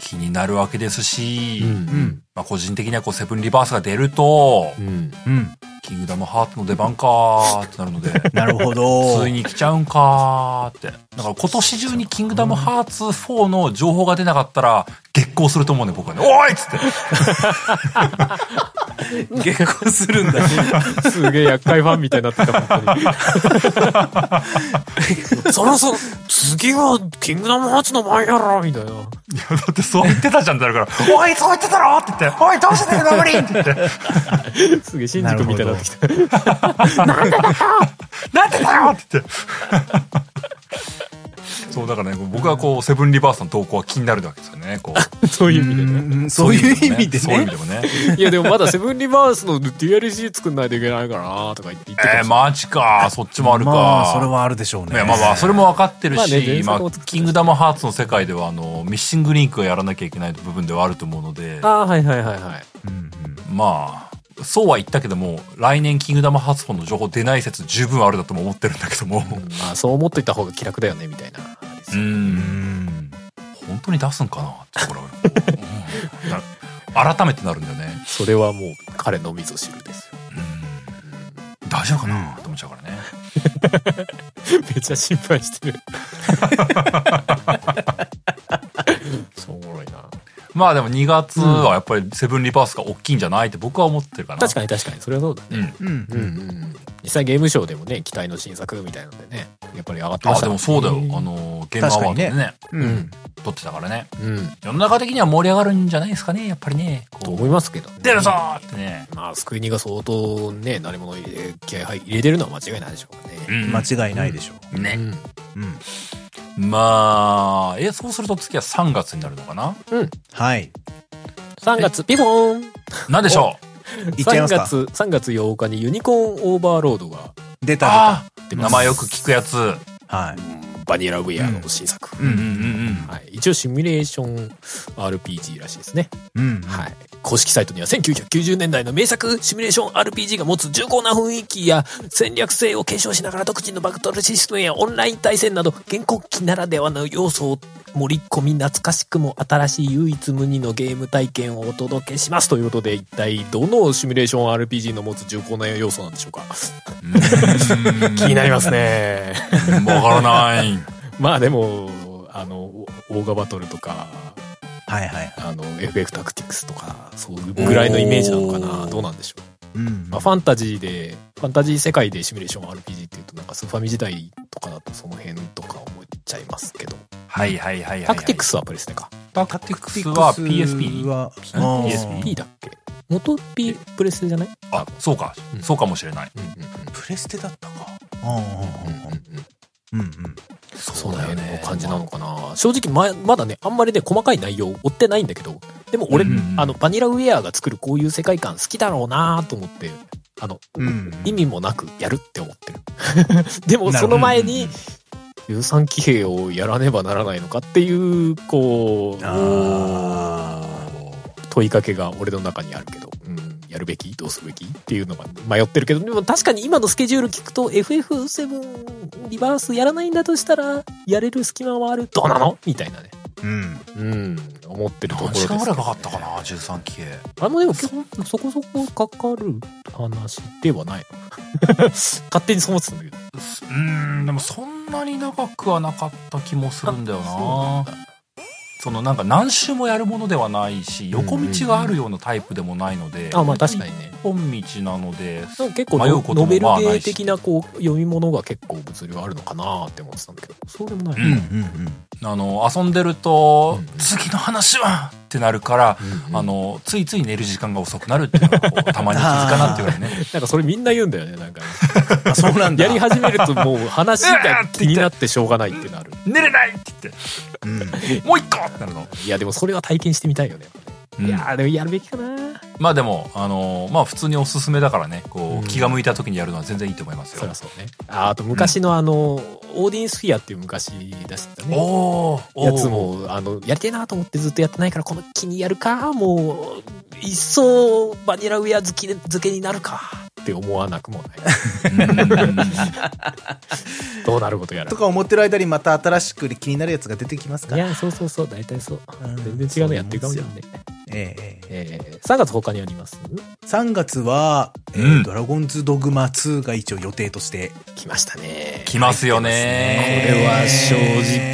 [SPEAKER 1] 気になるわけですし、
[SPEAKER 2] うん
[SPEAKER 1] まあ、個人的にはこうセブンリバースが出ると、
[SPEAKER 2] うん
[SPEAKER 3] うん、
[SPEAKER 1] キングダムハーツの出番かーってなるので、
[SPEAKER 3] なるほど。
[SPEAKER 1] ついに来ちゃうんかーって。だから今年中にキングダムハーツ4の情報が出なかったら、激高すると思うね、僕はね。おいっつって。
[SPEAKER 3] 結婚するんだ。
[SPEAKER 2] すげえ厄介ファンみたいになってた本当に そろそろ次はキングダムハーツの前やろみたいな
[SPEAKER 1] だってそう言ってたじゃんってなるから、おい、そう言ってたろって言って、おい、どうしてんの無理って言って、
[SPEAKER 2] すげえ新宿みたいになってきた
[SPEAKER 1] なんでだよって言って。そう、だからね、僕はこう、セブンリバースの動向は気になるわけですよね、こう。
[SPEAKER 2] そういう意味でね
[SPEAKER 3] うんそういう意味で
[SPEAKER 1] そういう意味で
[SPEAKER 3] ね。
[SPEAKER 1] もね。
[SPEAKER 2] いやでもまだセブンリバースの DLC 作んないといけないからなとか言って言ってた
[SPEAKER 1] えー、マジか。そっちもあるか。
[SPEAKER 3] まあ、それはあるでしょう
[SPEAKER 1] い
[SPEAKER 3] ね。
[SPEAKER 1] やまあまあそれも分かってる
[SPEAKER 2] まあね
[SPEAKER 1] し、
[SPEAKER 2] 全
[SPEAKER 1] まあ
[SPEAKER 2] 然
[SPEAKER 1] キングダムハーツの世界ではあのミッシングリンクをやらなきゃいけない部分ではあると思うので
[SPEAKER 2] ああはいはいはいはい
[SPEAKER 3] うん
[SPEAKER 1] まあそうは言ったけども来年キングダムハーツ本の情報出ない説十分あるだとも思ってるんだけども
[SPEAKER 2] まあそう思っといた方が気楽だよねみたいな
[SPEAKER 1] う
[SPEAKER 3] うんん。
[SPEAKER 1] 本当に出すんかなってこれは、うんな改めてなるんだよね、
[SPEAKER 2] それはもう彼のみぞ知るですよ
[SPEAKER 1] うん、大丈夫かなって思っちゃうからね
[SPEAKER 2] めっちゃ心配してる そうおもろいな
[SPEAKER 1] まあでも2月はやっぱりセブンリバースが大きいんじゃないって僕は思ってるかな
[SPEAKER 2] 確かに確かにそれはそうだね
[SPEAKER 1] にうん
[SPEAKER 2] う
[SPEAKER 3] うん。
[SPEAKER 2] んうん実際ゲームショーでもね期待の新作みたいなのでねやっぱり上がってまし
[SPEAKER 1] あ
[SPEAKER 2] た
[SPEAKER 1] でも
[SPEAKER 2] からね
[SPEAKER 1] そうだよあのゲームアワードで
[SPEAKER 3] 確か
[SPEAKER 1] ね
[SPEAKER 3] うんん。
[SPEAKER 1] 撮ってたからね
[SPEAKER 2] うん
[SPEAKER 1] 世の中的には盛り上がるんじゃないですかねやっぱりね
[SPEAKER 2] と
[SPEAKER 1] こ
[SPEAKER 2] 思いますけど
[SPEAKER 1] う出るぞーってね、
[SPEAKER 2] まあスクイニが相当ね何者入れ気合入れてるのは間違いないでしょうね
[SPEAKER 3] 間違いないでしょ
[SPEAKER 1] ね
[SPEAKER 2] うん
[SPEAKER 3] う。うん。
[SPEAKER 1] まあえそうすると次は3月になるのかな
[SPEAKER 3] はい。
[SPEAKER 2] 3月、ピボーン
[SPEAKER 1] なんでしょう
[SPEAKER 3] いっちゃいます
[SPEAKER 2] ?3
[SPEAKER 3] か。
[SPEAKER 2] 月、3月8日にユニコーンオーバーロードが
[SPEAKER 3] 出た
[SPEAKER 1] あ
[SPEAKER 2] 出
[SPEAKER 1] ー
[SPEAKER 2] ます。
[SPEAKER 1] 名前よく聞くやつう
[SPEAKER 3] 出た。はい。
[SPEAKER 2] バニラウェアの新作。
[SPEAKER 1] んうんうん
[SPEAKER 2] はい、一応シミュレーション RPG らしいですね、
[SPEAKER 3] うん。
[SPEAKER 2] はい、公式サイトには1990年代の名作シミュレーション RPG が持つ重厚な雰囲気や戦略性を継承しながら独自のバトルシステムやオンライン対戦など現行機ならではの要素を盛り込み懐かしくも新しい唯一無二のゲーム体験をお届けしますということで一体どのシミュレーション RPG の持つ重厚な要素なんでしょうか
[SPEAKER 1] うん
[SPEAKER 2] 気になりますね
[SPEAKER 1] うんわからない
[SPEAKER 2] まあでもあのオーガバトルとか
[SPEAKER 3] はいはい。
[SPEAKER 2] あの FF タクティクスとかそういうぐらいのイメージなの
[SPEAKER 1] お
[SPEAKER 2] かな
[SPEAKER 1] ー
[SPEAKER 2] どうなんでしょう、
[SPEAKER 3] うん
[SPEAKER 2] まあ、。ファンタジーでファンタジー世界でシミュレーション RPG っていうとなんかスーファミ時代とかだとその辺とか思っちゃいますけど。
[SPEAKER 1] はいはいはいはい、はい。
[SPEAKER 2] タクティクスはプレステか。
[SPEAKER 1] タクティクスは PSP。
[SPEAKER 3] は
[SPEAKER 2] うん
[SPEAKER 3] あー
[SPEAKER 1] PSP
[SPEAKER 2] P だっけ元 P プレステじゃない
[SPEAKER 1] あ、そうか、
[SPEAKER 2] うん
[SPEAKER 1] そうかもしれない。
[SPEAKER 2] うんうん
[SPEAKER 3] プレステだったか。あ
[SPEAKER 2] うんうんうんうん。
[SPEAKER 3] うんうん。
[SPEAKER 2] その辺の感じなのかな。正直ま、まだね、あんまりね、細かい内容追ってないんだけど、でも俺、
[SPEAKER 1] うんうんうん
[SPEAKER 2] あの、バニラウェアが作るこういう世界観好きだろうなと思って、あの、
[SPEAKER 3] うん
[SPEAKER 2] 意味もなくやるって思ってる。 でも、その前に、13騎兵をやらねばならないのかっていう、こう、
[SPEAKER 3] あ
[SPEAKER 2] 問いかけが俺の中にあるけど、うん、やるべきどうするべきっていうのが迷ってるけど、でも確かに今のスケジュール聞くと、FF7 リバースやらないんだとしたら、やれる隙間はある。どうなのみたいなね。
[SPEAKER 3] ーうん。
[SPEAKER 2] うん、思ってるところ
[SPEAKER 1] 何
[SPEAKER 2] です、
[SPEAKER 1] 時間ぐらいかかったかな、13期へ。
[SPEAKER 2] あの、でも結構そこそこかかる話ではないの。 勝手にそう思ってたんだけど。
[SPEAKER 1] うーん、でもそんなに長くはなかった気もするんだよな。そのなんか何周もやるものではないし、横道があるようなタイプでもないので、
[SPEAKER 2] あ、まあ確かにね。
[SPEAKER 1] 本道なので、
[SPEAKER 2] なんか結構
[SPEAKER 1] 迷う
[SPEAKER 2] ノ
[SPEAKER 1] こと
[SPEAKER 2] ノ
[SPEAKER 1] も
[SPEAKER 2] ベルゲ
[SPEAKER 1] まあない
[SPEAKER 2] ー
[SPEAKER 1] し
[SPEAKER 2] 的なこう読み物が結構物量あるのかなって思ってたんだけど、そうでもない。
[SPEAKER 1] うん
[SPEAKER 3] うん
[SPEAKER 1] あの、遊んでると、
[SPEAKER 2] うん
[SPEAKER 1] 次の話はってなるから、
[SPEAKER 2] うんうん
[SPEAKER 1] あの、ついつい寝る時間が遅くなるっていうのがこう、たまに気づかなっていうぐらいね。
[SPEAKER 2] なんかそれみんな言うんだよね、 なんかね、
[SPEAKER 3] あ、そうなんだ。
[SPEAKER 2] やり始めるともう話が気になってしょうがないってなる。
[SPEAKER 1] 寝れないって言っ
[SPEAKER 3] うん
[SPEAKER 1] て、もう一個ってなるの。
[SPEAKER 2] いや、でもそれは体験してみたいよね。
[SPEAKER 1] うん
[SPEAKER 2] いやーでもやるべきかな。
[SPEAKER 1] まあでも、あのまあ普通におすすめだからね、こ
[SPEAKER 2] うん
[SPEAKER 1] う、気が向いた時にやるのは全然いいと思います
[SPEAKER 2] そり
[SPEAKER 1] よ
[SPEAKER 2] ゃ。そうね。ああと昔のあの、オーディエンスフィアっていう昔出してたね。
[SPEAKER 1] おーおー
[SPEAKER 2] やつも、あの、やりてえなと思ってずっとやってないから、この気にやるか、もう、一層バニラウェア好き漬けになるか、って思わなくもない。
[SPEAKER 1] うん
[SPEAKER 2] どうなることやら。
[SPEAKER 3] とか思ってる間にまた新しく気になるやつが出てきますか
[SPEAKER 2] い
[SPEAKER 3] ら。
[SPEAKER 2] や、そうそうそう、大体そう。
[SPEAKER 3] うん
[SPEAKER 2] 全然違うのやってるかもしれない。
[SPEAKER 3] ええええ
[SPEAKER 2] えー、3月他にあります
[SPEAKER 3] 3月は、えー
[SPEAKER 1] うん
[SPEAKER 3] ドラゴンズドグマ2が一応予定として。
[SPEAKER 2] 来ましたね。
[SPEAKER 1] 来ますよね
[SPEAKER 2] これは正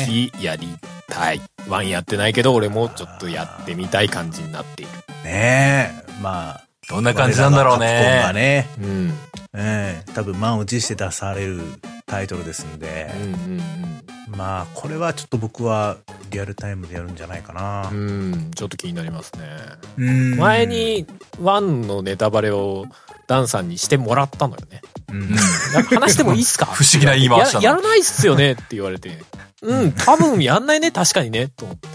[SPEAKER 2] 直やりたい。ワンやってないけど、俺もちょっとやってみたい感じになっている。
[SPEAKER 3] ねえ。まあ。
[SPEAKER 1] どんな感じなんだろう
[SPEAKER 3] 我らがカプコンが
[SPEAKER 1] ね。
[SPEAKER 3] ね。
[SPEAKER 2] うん。
[SPEAKER 3] ええ多分満を持して出されるタイトルですんで
[SPEAKER 2] う、ん
[SPEAKER 3] まあ、これはちょっと僕はリアルタイムでやるんじゃないかな
[SPEAKER 2] うんう。ん。うん、ちょっと気になりますね。
[SPEAKER 3] うん
[SPEAKER 2] 前、にワンのネタバレをダンさんにしてもらったのよね。
[SPEAKER 3] うん
[SPEAKER 2] なんか話してもいいっすか
[SPEAKER 1] 不思議な言い回しだな
[SPEAKER 2] ややらないっすよねって言われて。うん、多分やんないね、確かにね、と思って。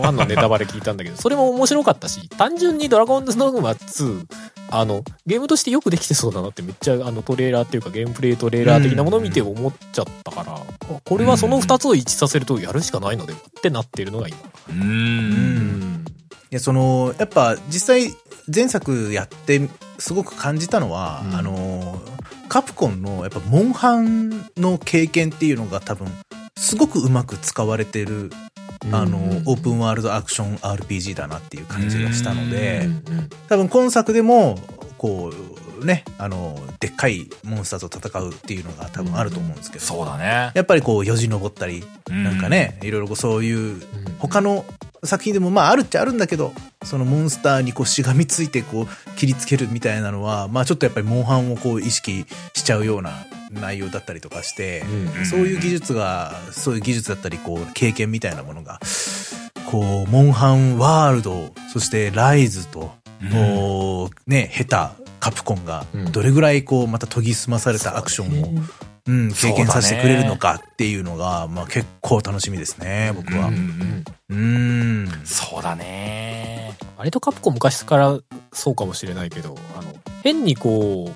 [SPEAKER 2] ワンのネタバレ聞いたんだけど、それも面白かったし、単純にドラゴンズノグマ2、あの、ゲームとしてよくできてそうだなってめっちゃあのトレーラーっていうかゲームプレイトレーラー的なものを見て思っちゃったから、あこれはその2つを一致させるとやるしかないのではってなってるのが今。
[SPEAKER 1] うん。うん
[SPEAKER 2] ん。
[SPEAKER 3] いや、その、やっぱ実際前作やってすごく感じたのは、
[SPEAKER 2] うん
[SPEAKER 3] あの、カプコンのやっぱモンハンの経験っていうのが多分、すごくうまく使われてる、あの、オープンワールドアクション RPG だなっていう感じがしたので、多分今作でも、こう、ね、あの、でっかいモンスターと戦うっていうのが多分あると思うんですけど、
[SPEAKER 1] そうだね。
[SPEAKER 3] やっぱりこう、よじ登ったり、
[SPEAKER 1] な
[SPEAKER 3] なんか。ね、いろいろこうそういう
[SPEAKER 2] うん
[SPEAKER 3] 他の作品でもまああるっちゃあるんだけど、そのモンスターにこうしがみついてこう切りつけるみたいなのは、まあちょっとやっぱりモンハンをこう意識しちゃうような内容だったりとかして、
[SPEAKER 1] ん
[SPEAKER 3] そういう技術が、そういう技術だったりこう経験みたいなものが、こう、モンハンワールド、そしてライズと、
[SPEAKER 1] うん
[SPEAKER 3] もうね、下手、カプコンが
[SPEAKER 2] うん
[SPEAKER 3] どれぐらいこうまた研ぎ澄まされたアクションをうん、
[SPEAKER 1] そうだ
[SPEAKER 3] 経
[SPEAKER 1] ね
[SPEAKER 3] 験させてくれるのかっていうのが、まあ結構楽しみですね、僕は。
[SPEAKER 1] う
[SPEAKER 3] うんん。
[SPEAKER 1] そうだね。
[SPEAKER 2] 割とカプコン昔からそうかもしれないけど、あの、変にこ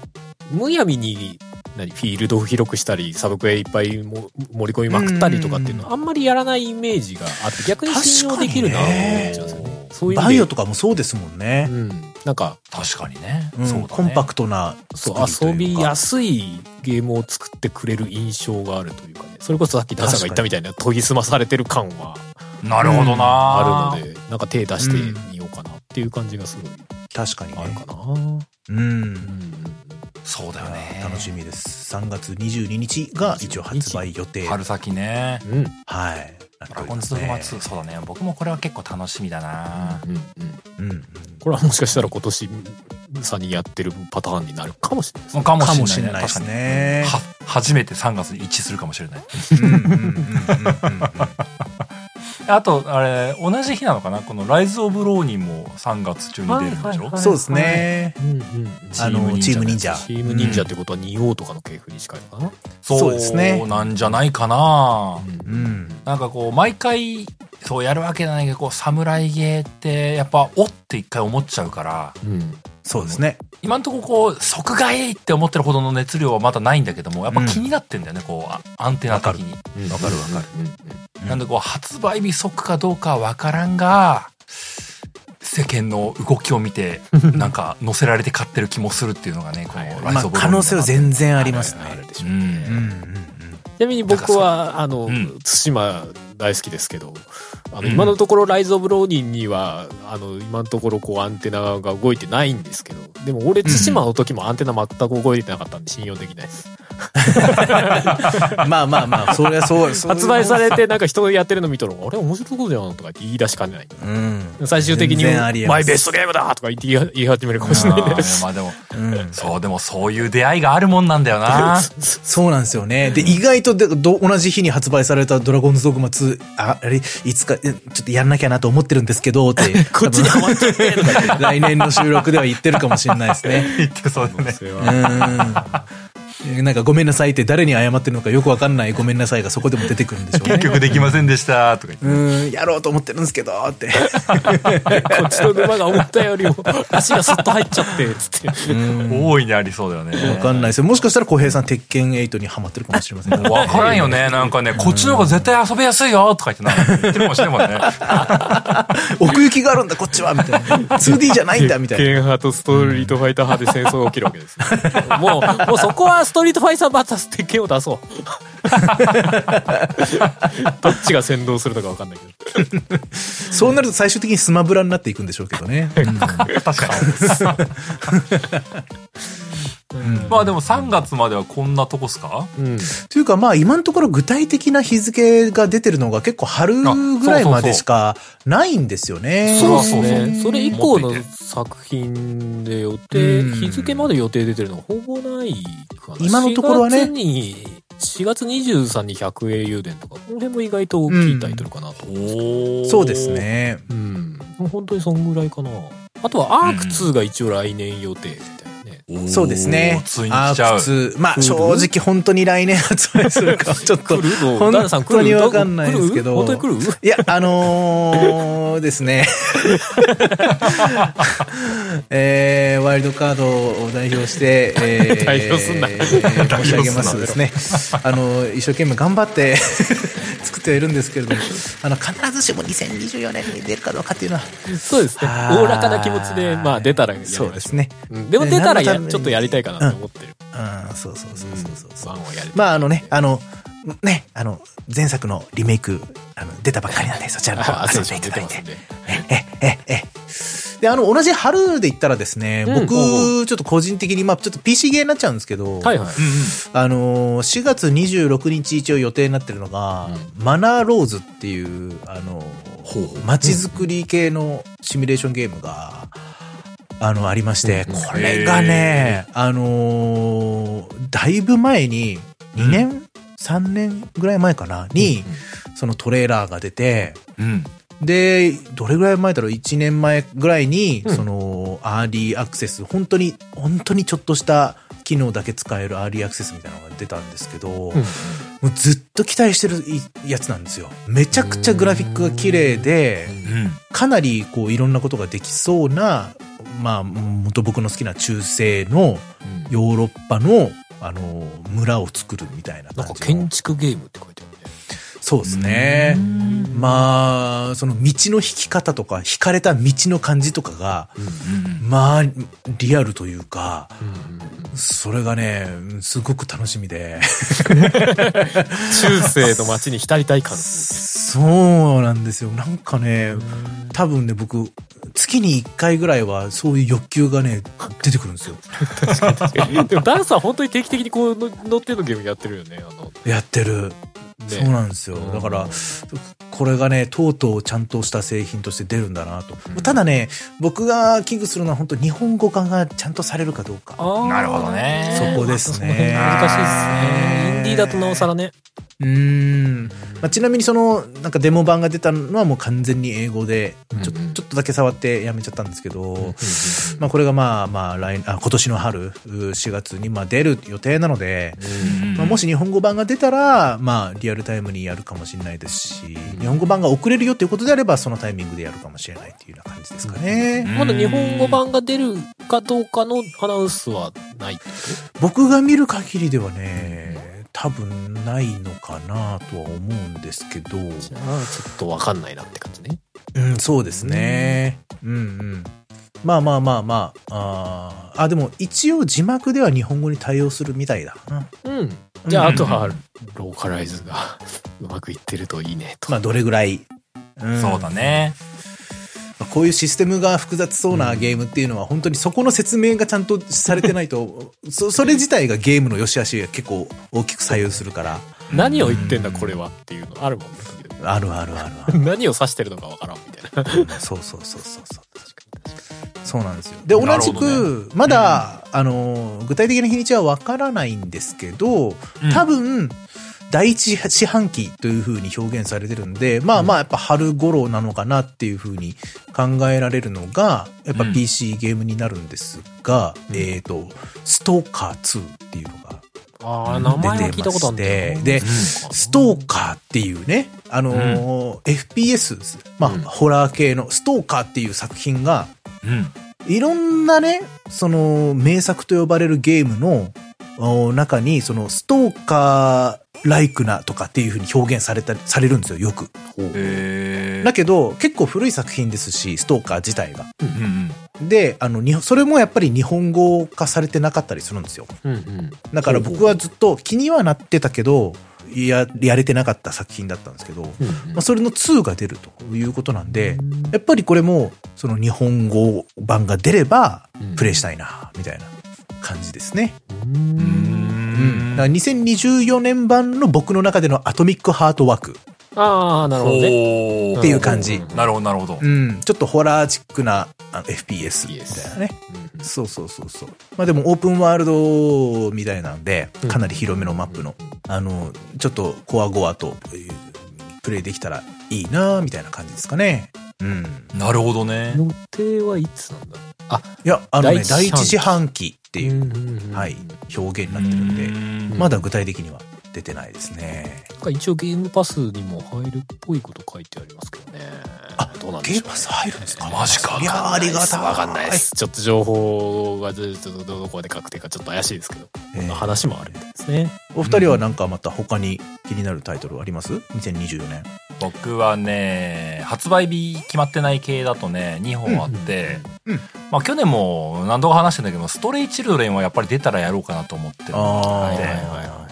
[SPEAKER 2] う、むやみに、何、フィールドを広くしたり、サブクエいっぱいも盛り込みまくったりとかっていうのは、あんまりやらないイメージがあって、逆に信用できるなと思っちゃうんですよね。そういう意
[SPEAKER 3] バイオ
[SPEAKER 2] 味で。
[SPEAKER 3] とかもそうですもんね。
[SPEAKER 2] うん。なんか、
[SPEAKER 1] 確かにね。
[SPEAKER 3] うん
[SPEAKER 1] そうだね。
[SPEAKER 3] コンパクトな
[SPEAKER 2] そう、遊びや
[SPEAKER 3] す
[SPEAKER 2] すいゲームを作ってくれる印象があるというかね。それこそさっきダンさんが言ったみたいな、研ぎ澄まされてる感は
[SPEAKER 1] なるほどな。
[SPEAKER 2] あるので、なんか手出してみようかなっていう感じがすごい
[SPEAKER 3] 確かに
[SPEAKER 2] ある
[SPEAKER 3] ね。
[SPEAKER 2] かな。うん
[SPEAKER 3] うん。
[SPEAKER 1] そうだよね。
[SPEAKER 3] 楽しみです。3月22日が一応発売予定。
[SPEAKER 1] 春先ね。
[SPEAKER 2] うん。うん。
[SPEAKER 3] はい。
[SPEAKER 1] ドラゴンズドグマ2。そうだね。僕もこれは結構楽しみだな。
[SPEAKER 2] うんうん
[SPEAKER 3] うん。
[SPEAKER 2] これはもしかしたら今年さにやってるパターンになるかもしれないですね。
[SPEAKER 1] か
[SPEAKER 3] かも
[SPEAKER 1] も
[SPEAKER 3] し
[SPEAKER 1] し
[SPEAKER 3] れ
[SPEAKER 1] れな
[SPEAKER 3] な
[SPEAKER 1] いい
[SPEAKER 3] で
[SPEAKER 1] ですすね。
[SPEAKER 3] ね。
[SPEAKER 1] は初めて3月に一致するかもしれない。
[SPEAKER 3] うんうんうんうんうん
[SPEAKER 1] あと、あれ、同じ日なのかなこのライズ・オブ・ローニンも3月中に出るんでしょ、
[SPEAKER 2] はいはい
[SPEAKER 3] うんそうですね。
[SPEAKER 2] うんうん。
[SPEAKER 3] あのチーム忍者
[SPEAKER 2] チーム忍者ってことは仁王とかの系譜に近いのかな、
[SPEAKER 3] そうですね
[SPEAKER 1] そうなんじゃないかな
[SPEAKER 2] うん
[SPEAKER 3] うん。
[SPEAKER 1] なんかこう、毎回、そうやるわけじゃないけど、こう、侍ゲーって、やっぱ、おって一回思っちゃうから、
[SPEAKER 2] うん
[SPEAKER 3] そうですね。
[SPEAKER 1] 今んとここう、即買いって思ってるほどの熱量はまだないんだけども、やっぱ気になってんだよね、こうあ、アンテナ的に。
[SPEAKER 2] うん
[SPEAKER 3] わかるわかる
[SPEAKER 2] うんうん
[SPEAKER 3] うん
[SPEAKER 1] なんでこう、発売日即かどうかはわからんが、世間の動きを見て、なんか乗せられて買ってる気もするっていうのがね、この
[SPEAKER 2] はい
[SPEAKER 1] ライ
[SPEAKER 3] ま
[SPEAKER 1] ズ
[SPEAKER 3] あ
[SPEAKER 1] オブローニンだなって
[SPEAKER 3] 可能性は全然ありますね。
[SPEAKER 2] はいはいあるでしょ
[SPEAKER 1] う
[SPEAKER 2] うね
[SPEAKER 1] ん
[SPEAKER 3] うんうんうん。
[SPEAKER 2] ちなみに僕はあの、
[SPEAKER 1] うん
[SPEAKER 2] 対馬大好きですけどあの
[SPEAKER 1] うん
[SPEAKER 2] 今のところ「ライズ・オブ・ローニン」にはあの今のところこうアンテナが動いてないんですけどでも俺対馬の時もアンテナ全く動いてなかったんで信用できないです、
[SPEAKER 3] まあまあまあ、それ はそう。そういう
[SPEAKER 2] 発売されてなんか人がやってるの見たら「あれ面白いことじゃん」とかって言い出しかねない
[SPEAKER 3] うん。
[SPEAKER 2] 最終的に
[SPEAKER 3] 全然ありえ
[SPEAKER 2] 「
[SPEAKER 3] ます
[SPEAKER 2] マイベストゲームだ!」とか言って言い言い始めるかもしれないん
[SPEAKER 1] あ
[SPEAKER 2] で
[SPEAKER 1] ーまあでも、
[SPEAKER 3] うん
[SPEAKER 1] そう、でもそういう出会いがあるもんなんだよ な。
[SPEAKER 3] そうなんですよね。で、意外とでど同じ日に発売されたドラゴンズドグマ2、ああれ、いつか、えちょっとやんなきゃなと思ってるんですけど、って。
[SPEAKER 2] こっちにハマっちゃってとか言って
[SPEAKER 3] 多分来年の収録では言ってるかもしれないですね。
[SPEAKER 1] 言ってそうだよね。
[SPEAKER 2] それ
[SPEAKER 3] う
[SPEAKER 2] は
[SPEAKER 3] ん。なんかごめんなさいって誰に謝ってるのかよくわかんないごめんなさいがそこでも出てくるんでしょうね
[SPEAKER 1] 結。局できませんでした、とか言って。
[SPEAKER 3] うん、やろうと思ってるんですけど、って。
[SPEAKER 2] こっちの沼が思ったよりも 足がスッと入っちゃってつ って
[SPEAKER 1] 大いにありそうだよね。
[SPEAKER 3] わかんないですよ。もしかしたら小平さん、鉄拳8にハマってるかもしれません。
[SPEAKER 1] わからんよね。なんかね、こっちの方が絶対遊びやすいよとか言ってなんか言ってるかもしれんもんね。
[SPEAKER 3] 奥行きがあるんだ、こっちはみたいな。2D じゃないんだ、みたい
[SPEAKER 2] 鉄拳
[SPEAKER 3] な。
[SPEAKER 2] 派とストリートファイター派で戦争が起きるわけです。 もう、もうそこはストリートファイターバーサス鉄拳を出そう。 どっちが先導するのか分かんないけど。
[SPEAKER 3] そうなると最終的にスマブラになっていくんでしょうけどね。
[SPEAKER 1] 確かに。まあでも3月まではこんなとこっすか
[SPEAKER 2] うん。
[SPEAKER 3] というかまあ今のところ具体的な日付が出てるのが結構春ぐらいまでしかないんですよね。
[SPEAKER 1] そう
[SPEAKER 2] です
[SPEAKER 1] そうそう
[SPEAKER 2] それ以
[SPEAKER 1] 持
[SPEAKER 2] 降
[SPEAKER 1] っ
[SPEAKER 2] の
[SPEAKER 1] ていて
[SPEAKER 2] 作品で予定、
[SPEAKER 3] うん
[SPEAKER 2] 日付まで予定出てるのほぼないかな。
[SPEAKER 3] 今のところはね
[SPEAKER 2] 4月に、4月23に百英雄伝とか、この辺も意外と大きいタイトルかなと思うんですけど
[SPEAKER 1] お
[SPEAKER 3] そうです。ね。
[SPEAKER 2] うん。もう本当にそんぐらいかな。あとはアーク2が一応来年予定みたいなね。
[SPEAKER 1] おー
[SPEAKER 3] そうですね。
[SPEAKER 1] ついに来ちゃう
[SPEAKER 3] あ。普通まあ正直本当に来年発売するかはち ょっと
[SPEAKER 2] 来。るの
[SPEAKER 3] 本
[SPEAKER 2] ダルさん来る
[SPEAKER 3] 当にわかんないですけど
[SPEAKER 2] 来る本当に来る
[SPEAKER 3] いや、あのー、ですね。 えー、ワイルドカードを代表して、えー、
[SPEAKER 2] 代表すんな
[SPEAKER 3] えー申し上げますとですね、あのー、一生懸命頑張って 作ってはいるんですけれども、あの、必ずしも2024年に出るかどうかっていうのは、
[SPEAKER 2] そうですね。
[SPEAKER 3] はい
[SPEAKER 2] おおらかな気持ちで、まあ出たらやりましょ
[SPEAKER 3] そうですね。
[SPEAKER 2] うんでも出たらや
[SPEAKER 3] ね
[SPEAKER 2] ちょっとやりたいかなと思ってる。
[SPEAKER 3] うん、そうそうそうそうそうそう。
[SPEAKER 2] ワンをやりたい。
[SPEAKER 3] まああのね、あの、ね、あの、前作のリメイク、あの、出たばっかりなんで、そちらの方
[SPEAKER 2] あ、そ
[SPEAKER 3] 遊
[SPEAKER 2] うんで
[SPEAKER 3] です
[SPEAKER 2] ね。出て
[SPEAKER 3] いただい
[SPEAKER 2] ます
[SPEAKER 3] て
[SPEAKER 2] ん。で。
[SPEAKER 3] え、え、え。で、あの、同じ春で言ったらですね、
[SPEAKER 2] うん
[SPEAKER 3] 僕、
[SPEAKER 2] お
[SPEAKER 3] ちょっと個人的に、まあちょっと PC ゲーになっちゃうんですけど、
[SPEAKER 2] はいはい。
[SPEAKER 3] あのー、4月26日一応予定になってるのが、マナーローズっていう、あの
[SPEAKER 1] ほう
[SPEAKER 3] ー、街づくり系のシミュレーションゲームが、あの、ありまして、
[SPEAKER 2] うん
[SPEAKER 3] これがね、あのー、だいぶ前に、2年、3年ぐらい前かな、に、そのトレーラーが出て、
[SPEAKER 1] うん。うん。
[SPEAKER 3] で、どれぐらい前だろう ?1 年前ぐらいに、
[SPEAKER 2] うん
[SPEAKER 3] その、アーリーアクセス、本当に、本当にちょっとした機能だけ使えるアーリーアクセスみたいなのが出たんですけど、もうずっと期待してるいやつなんですよ。めちゃくちゃグラフィックが綺麗で、
[SPEAKER 1] うん。
[SPEAKER 3] かなりこう、いろんなことができそうな、まあ、元僕の好きな中世の
[SPEAKER 2] うん
[SPEAKER 3] ヨーロッパの、あの、村を作るみたいな
[SPEAKER 2] なん
[SPEAKER 3] 感
[SPEAKER 2] か
[SPEAKER 3] じの
[SPEAKER 2] 建。築ゲームって書いてあるね。
[SPEAKER 3] そうですね。
[SPEAKER 1] うん
[SPEAKER 3] まあ、その道の引き方とか、引かれた道の感じとかが、まあ、リアルというか、それがね、すごく楽しみで。
[SPEAKER 2] 中世の街に浸りたい感。
[SPEAKER 3] そうなんですよ。なんかね、多分ね、僕、月に1回ぐらいは、そういう欲求がね、出てくるんですよ。
[SPEAKER 2] でもダルさん本当に定期的にこうの乗ってのゲームやってるよね。あの、
[SPEAKER 3] やってる。
[SPEAKER 2] ね
[SPEAKER 3] そうなんですよ。
[SPEAKER 2] うん
[SPEAKER 3] だから、これがね、とうとうちゃんとした製品として出るんだなと。ただね、僕が危惧するのは本当日本語化がちゃんとされるかどうか。
[SPEAKER 2] あー
[SPEAKER 1] なるほどね
[SPEAKER 3] そこですね
[SPEAKER 2] またその辺難しいですね。インディーだとなおさらね。
[SPEAKER 3] うーん。まあ、ちなみにその、なんかデモ版が出たのはもう完全に英語で、ちょ
[SPEAKER 2] うんうん
[SPEAKER 3] ちょっとだけ触ってやめちゃったんですけど、まあこれがまあまあ来あ今年の春、う4月にまあ出る予定なので、まあ、も
[SPEAKER 1] し、
[SPEAKER 3] し日本語版が出たら、まあ、リアルタイムにやるかもしれないですし、日本語版が遅れるよっていうことであれば、そのタイミングでやるかもしれないっていうような感じですかね。
[SPEAKER 1] うん
[SPEAKER 2] まだ日本語版が出るかどうかのアナウンスはないってこ
[SPEAKER 3] 僕が見る限りではね、多分ないのかなとは思うんですけど、
[SPEAKER 2] とじゃあ、ちょっとわかんないなって感じね。
[SPEAKER 3] うん、そうですね。うんうん。まあまあまあまあ、あーあ、でも一応字幕では日本語に対応するみたいだな。
[SPEAKER 2] うん。じゃあ、
[SPEAKER 1] うん
[SPEAKER 2] あとは、ローカライズが うまくいってるといいねと。
[SPEAKER 3] まあ、どれぐらい。うん
[SPEAKER 1] そうだね。
[SPEAKER 3] まあこういうシステムが複雑そうなゲームっていうのは本当にそこの説明がちゃんとされてない と、そそれ自体がゲームの良し悪しが結構大きく左右するから、
[SPEAKER 2] 何を言ってんだ、これはっていうのあるもんね。時々
[SPEAKER 3] あるあるあるある。
[SPEAKER 2] 何を指してるのかわからんみたいな。
[SPEAKER 3] そうそうそうそうそう。そうなんですよ。で、
[SPEAKER 1] な
[SPEAKER 3] 同
[SPEAKER 1] る
[SPEAKER 3] じ
[SPEAKER 1] ほどね
[SPEAKER 3] く、まだ、あのー、具体的な日にちはわからないんですけど、多分、第一四半期というふうに表現されてるんで、まあまあやっぱ春頃なのかなっていうふうに考えられるのが、やっぱ
[SPEAKER 1] うん
[SPEAKER 3] PC ゲームになるんですが、
[SPEAKER 2] うん
[SPEAKER 3] えっ、と、ストーカー2っていうのが
[SPEAKER 2] ああ、名前は聞いたことあるんだ
[SPEAKER 3] 出て
[SPEAKER 2] よな
[SPEAKER 3] ましてで
[SPEAKER 2] うん
[SPEAKER 3] ストーカーっていうね、あのー FPS です、まあ、
[SPEAKER 2] うん
[SPEAKER 3] ホラー系のストーカーっていう作品が、
[SPEAKER 1] うん。
[SPEAKER 3] いろんなね、その、名作と呼ばれるゲームのお中に、その、ストーカーライクなとかっていう風に表現された、されるんですよ、よく。
[SPEAKER 1] へ
[SPEAKER 3] だけど、結構古い作品ですし、ストーカー自体が。
[SPEAKER 1] うんうん。
[SPEAKER 3] で、あの、にそれもやっぱり日本語化されてなかったりするんですよ。
[SPEAKER 2] うんうん。
[SPEAKER 3] だから僕はずっと気にはなってたけど、や、やれてなかった作品だったんですけど、
[SPEAKER 2] うん
[SPEAKER 3] まあ、それの2が出るということなんで、やっぱりこれも、その日本語版が出れば
[SPEAKER 2] うん、
[SPEAKER 3] プレイしたいな、みたいな感じですね。
[SPEAKER 2] うん。う
[SPEAKER 1] うんん
[SPEAKER 3] だから2024年版の僕の中でのアトミックハート枠っ
[SPEAKER 2] ああ、なるほどね。
[SPEAKER 1] ほ
[SPEAKER 3] ていう感じ。
[SPEAKER 2] うん
[SPEAKER 1] なるほど、なるほど。
[SPEAKER 3] うん、ちょっとホラーチックなあの FPS みたいなね。
[SPEAKER 2] うん
[SPEAKER 3] そうそうそうそう。まあでもオープンワールドみたいなんで、かなり広めのマップの、あの、ちょっとコアゴアとえープレイできたらいいなみたいな感じですかね。うん。
[SPEAKER 1] なるほどね。
[SPEAKER 2] 予定はいつなんだ
[SPEAKER 3] いや、あのね、
[SPEAKER 2] 第
[SPEAKER 3] 第
[SPEAKER 2] 一四半期
[SPEAKER 3] 一四半期っていう、
[SPEAKER 2] う
[SPEAKER 3] はい、表現になってるんで、まだ具体的には出てないですね。
[SPEAKER 2] なんか一応ゲームパスにも入るっぽいこと書いてありますけどね。あ、どうなんで
[SPEAKER 3] ゲ
[SPEAKER 2] し
[SPEAKER 3] ー
[SPEAKER 2] ょう
[SPEAKER 3] ムパス入るんですか
[SPEAKER 1] マジか
[SPEAKER 3] いやーありがたい。
[SPEAKER 2] わかんないです。ちょっと情報がちょっとどどこまで確定かちょっと怪しいですけど、
[SPEAKER 3] えー
[SPEAKER 2] 話もあるみたいですね。
[SPEAKER 3] お二人はなんかまた他に気になるタイトルあります ?2024 年。
[SPEAKER 1] 僕はね、発売日決まってない系だとね、2本あって、
[SPEAKER 3] うんうん
[SPEAKER 1] まあ去年も何度か話してんだけど、ストレイチルドレンはやっぱり出たらやろうかなと思ってる。
[SPEAKER 3] あ
[SPEAKER 2] はいはい
[SPEAKER 3] ー
[SPEAKER 2] はいは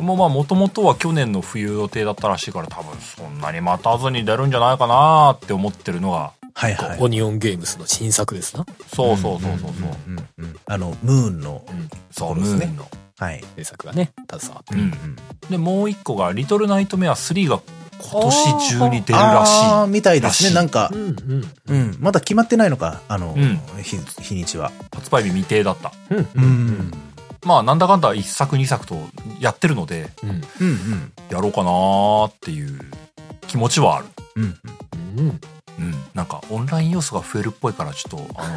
[SPEAKER 1] もうまあもともとは去年の冬予定だったらしいから多分そんなに待たずに出るんじゃないかなって思ってるのが、
[SPEAKER 3] はいはい。
[SPEAKER 2] オニオンゲームスの新作ですな。
[SPEAKER 1] そうそうそうそうそう。
[SPEAKER 3] うんうんうんあの、ムーンの、
[SPEAKER 1] そう、
[SPEAKER 3] そうで
[SPEAKER 1] ム
[SPEAKER 3] すね
[SPEAKER 1] ーンの。
[SPEAKER 3] はい。
[SPEAKER 2] 名作がね、携わって
[SPEAKER 1] うんで、もう一個が、リトルナイトメア3が今年中に出るら
[SPEAKER 3] ああー、
[SPEAKER 1] しい。
[SPEAKER 3] みたいです
[SPEAKER 1] らし
[SPEAKER 3] ね。
[SPEAKER 1] い
[SPEAKER 3] なんか
[SPEAKER 2] う、んうん。
[SPEAKER 3] うん、まだ決まってないのか、あの
[SPEAKER 1] うん、
[SPEAKER 3] 日日にちは。
[SPEAKER 1] 発売日未定だった。
[SPEAKER 2] うん
[SPEAKER 3] うん。うん
[SPEAKER 1] まあなんだかんだ1作2作とやってるので、
[SPEAKER 2] うん。
[SPEAKER 3] うん。
[SPEAKER 1] やろうかなーっていう気持ちはある。
[SPEAKER 3] うん。
[SPEAKER 2] う
[SPEAKER 1] う
[SPEAKER 2] ん。
[SPEAKER 1] ん。なんかオンライン要素が増えるっぽいから、ちょっと、あ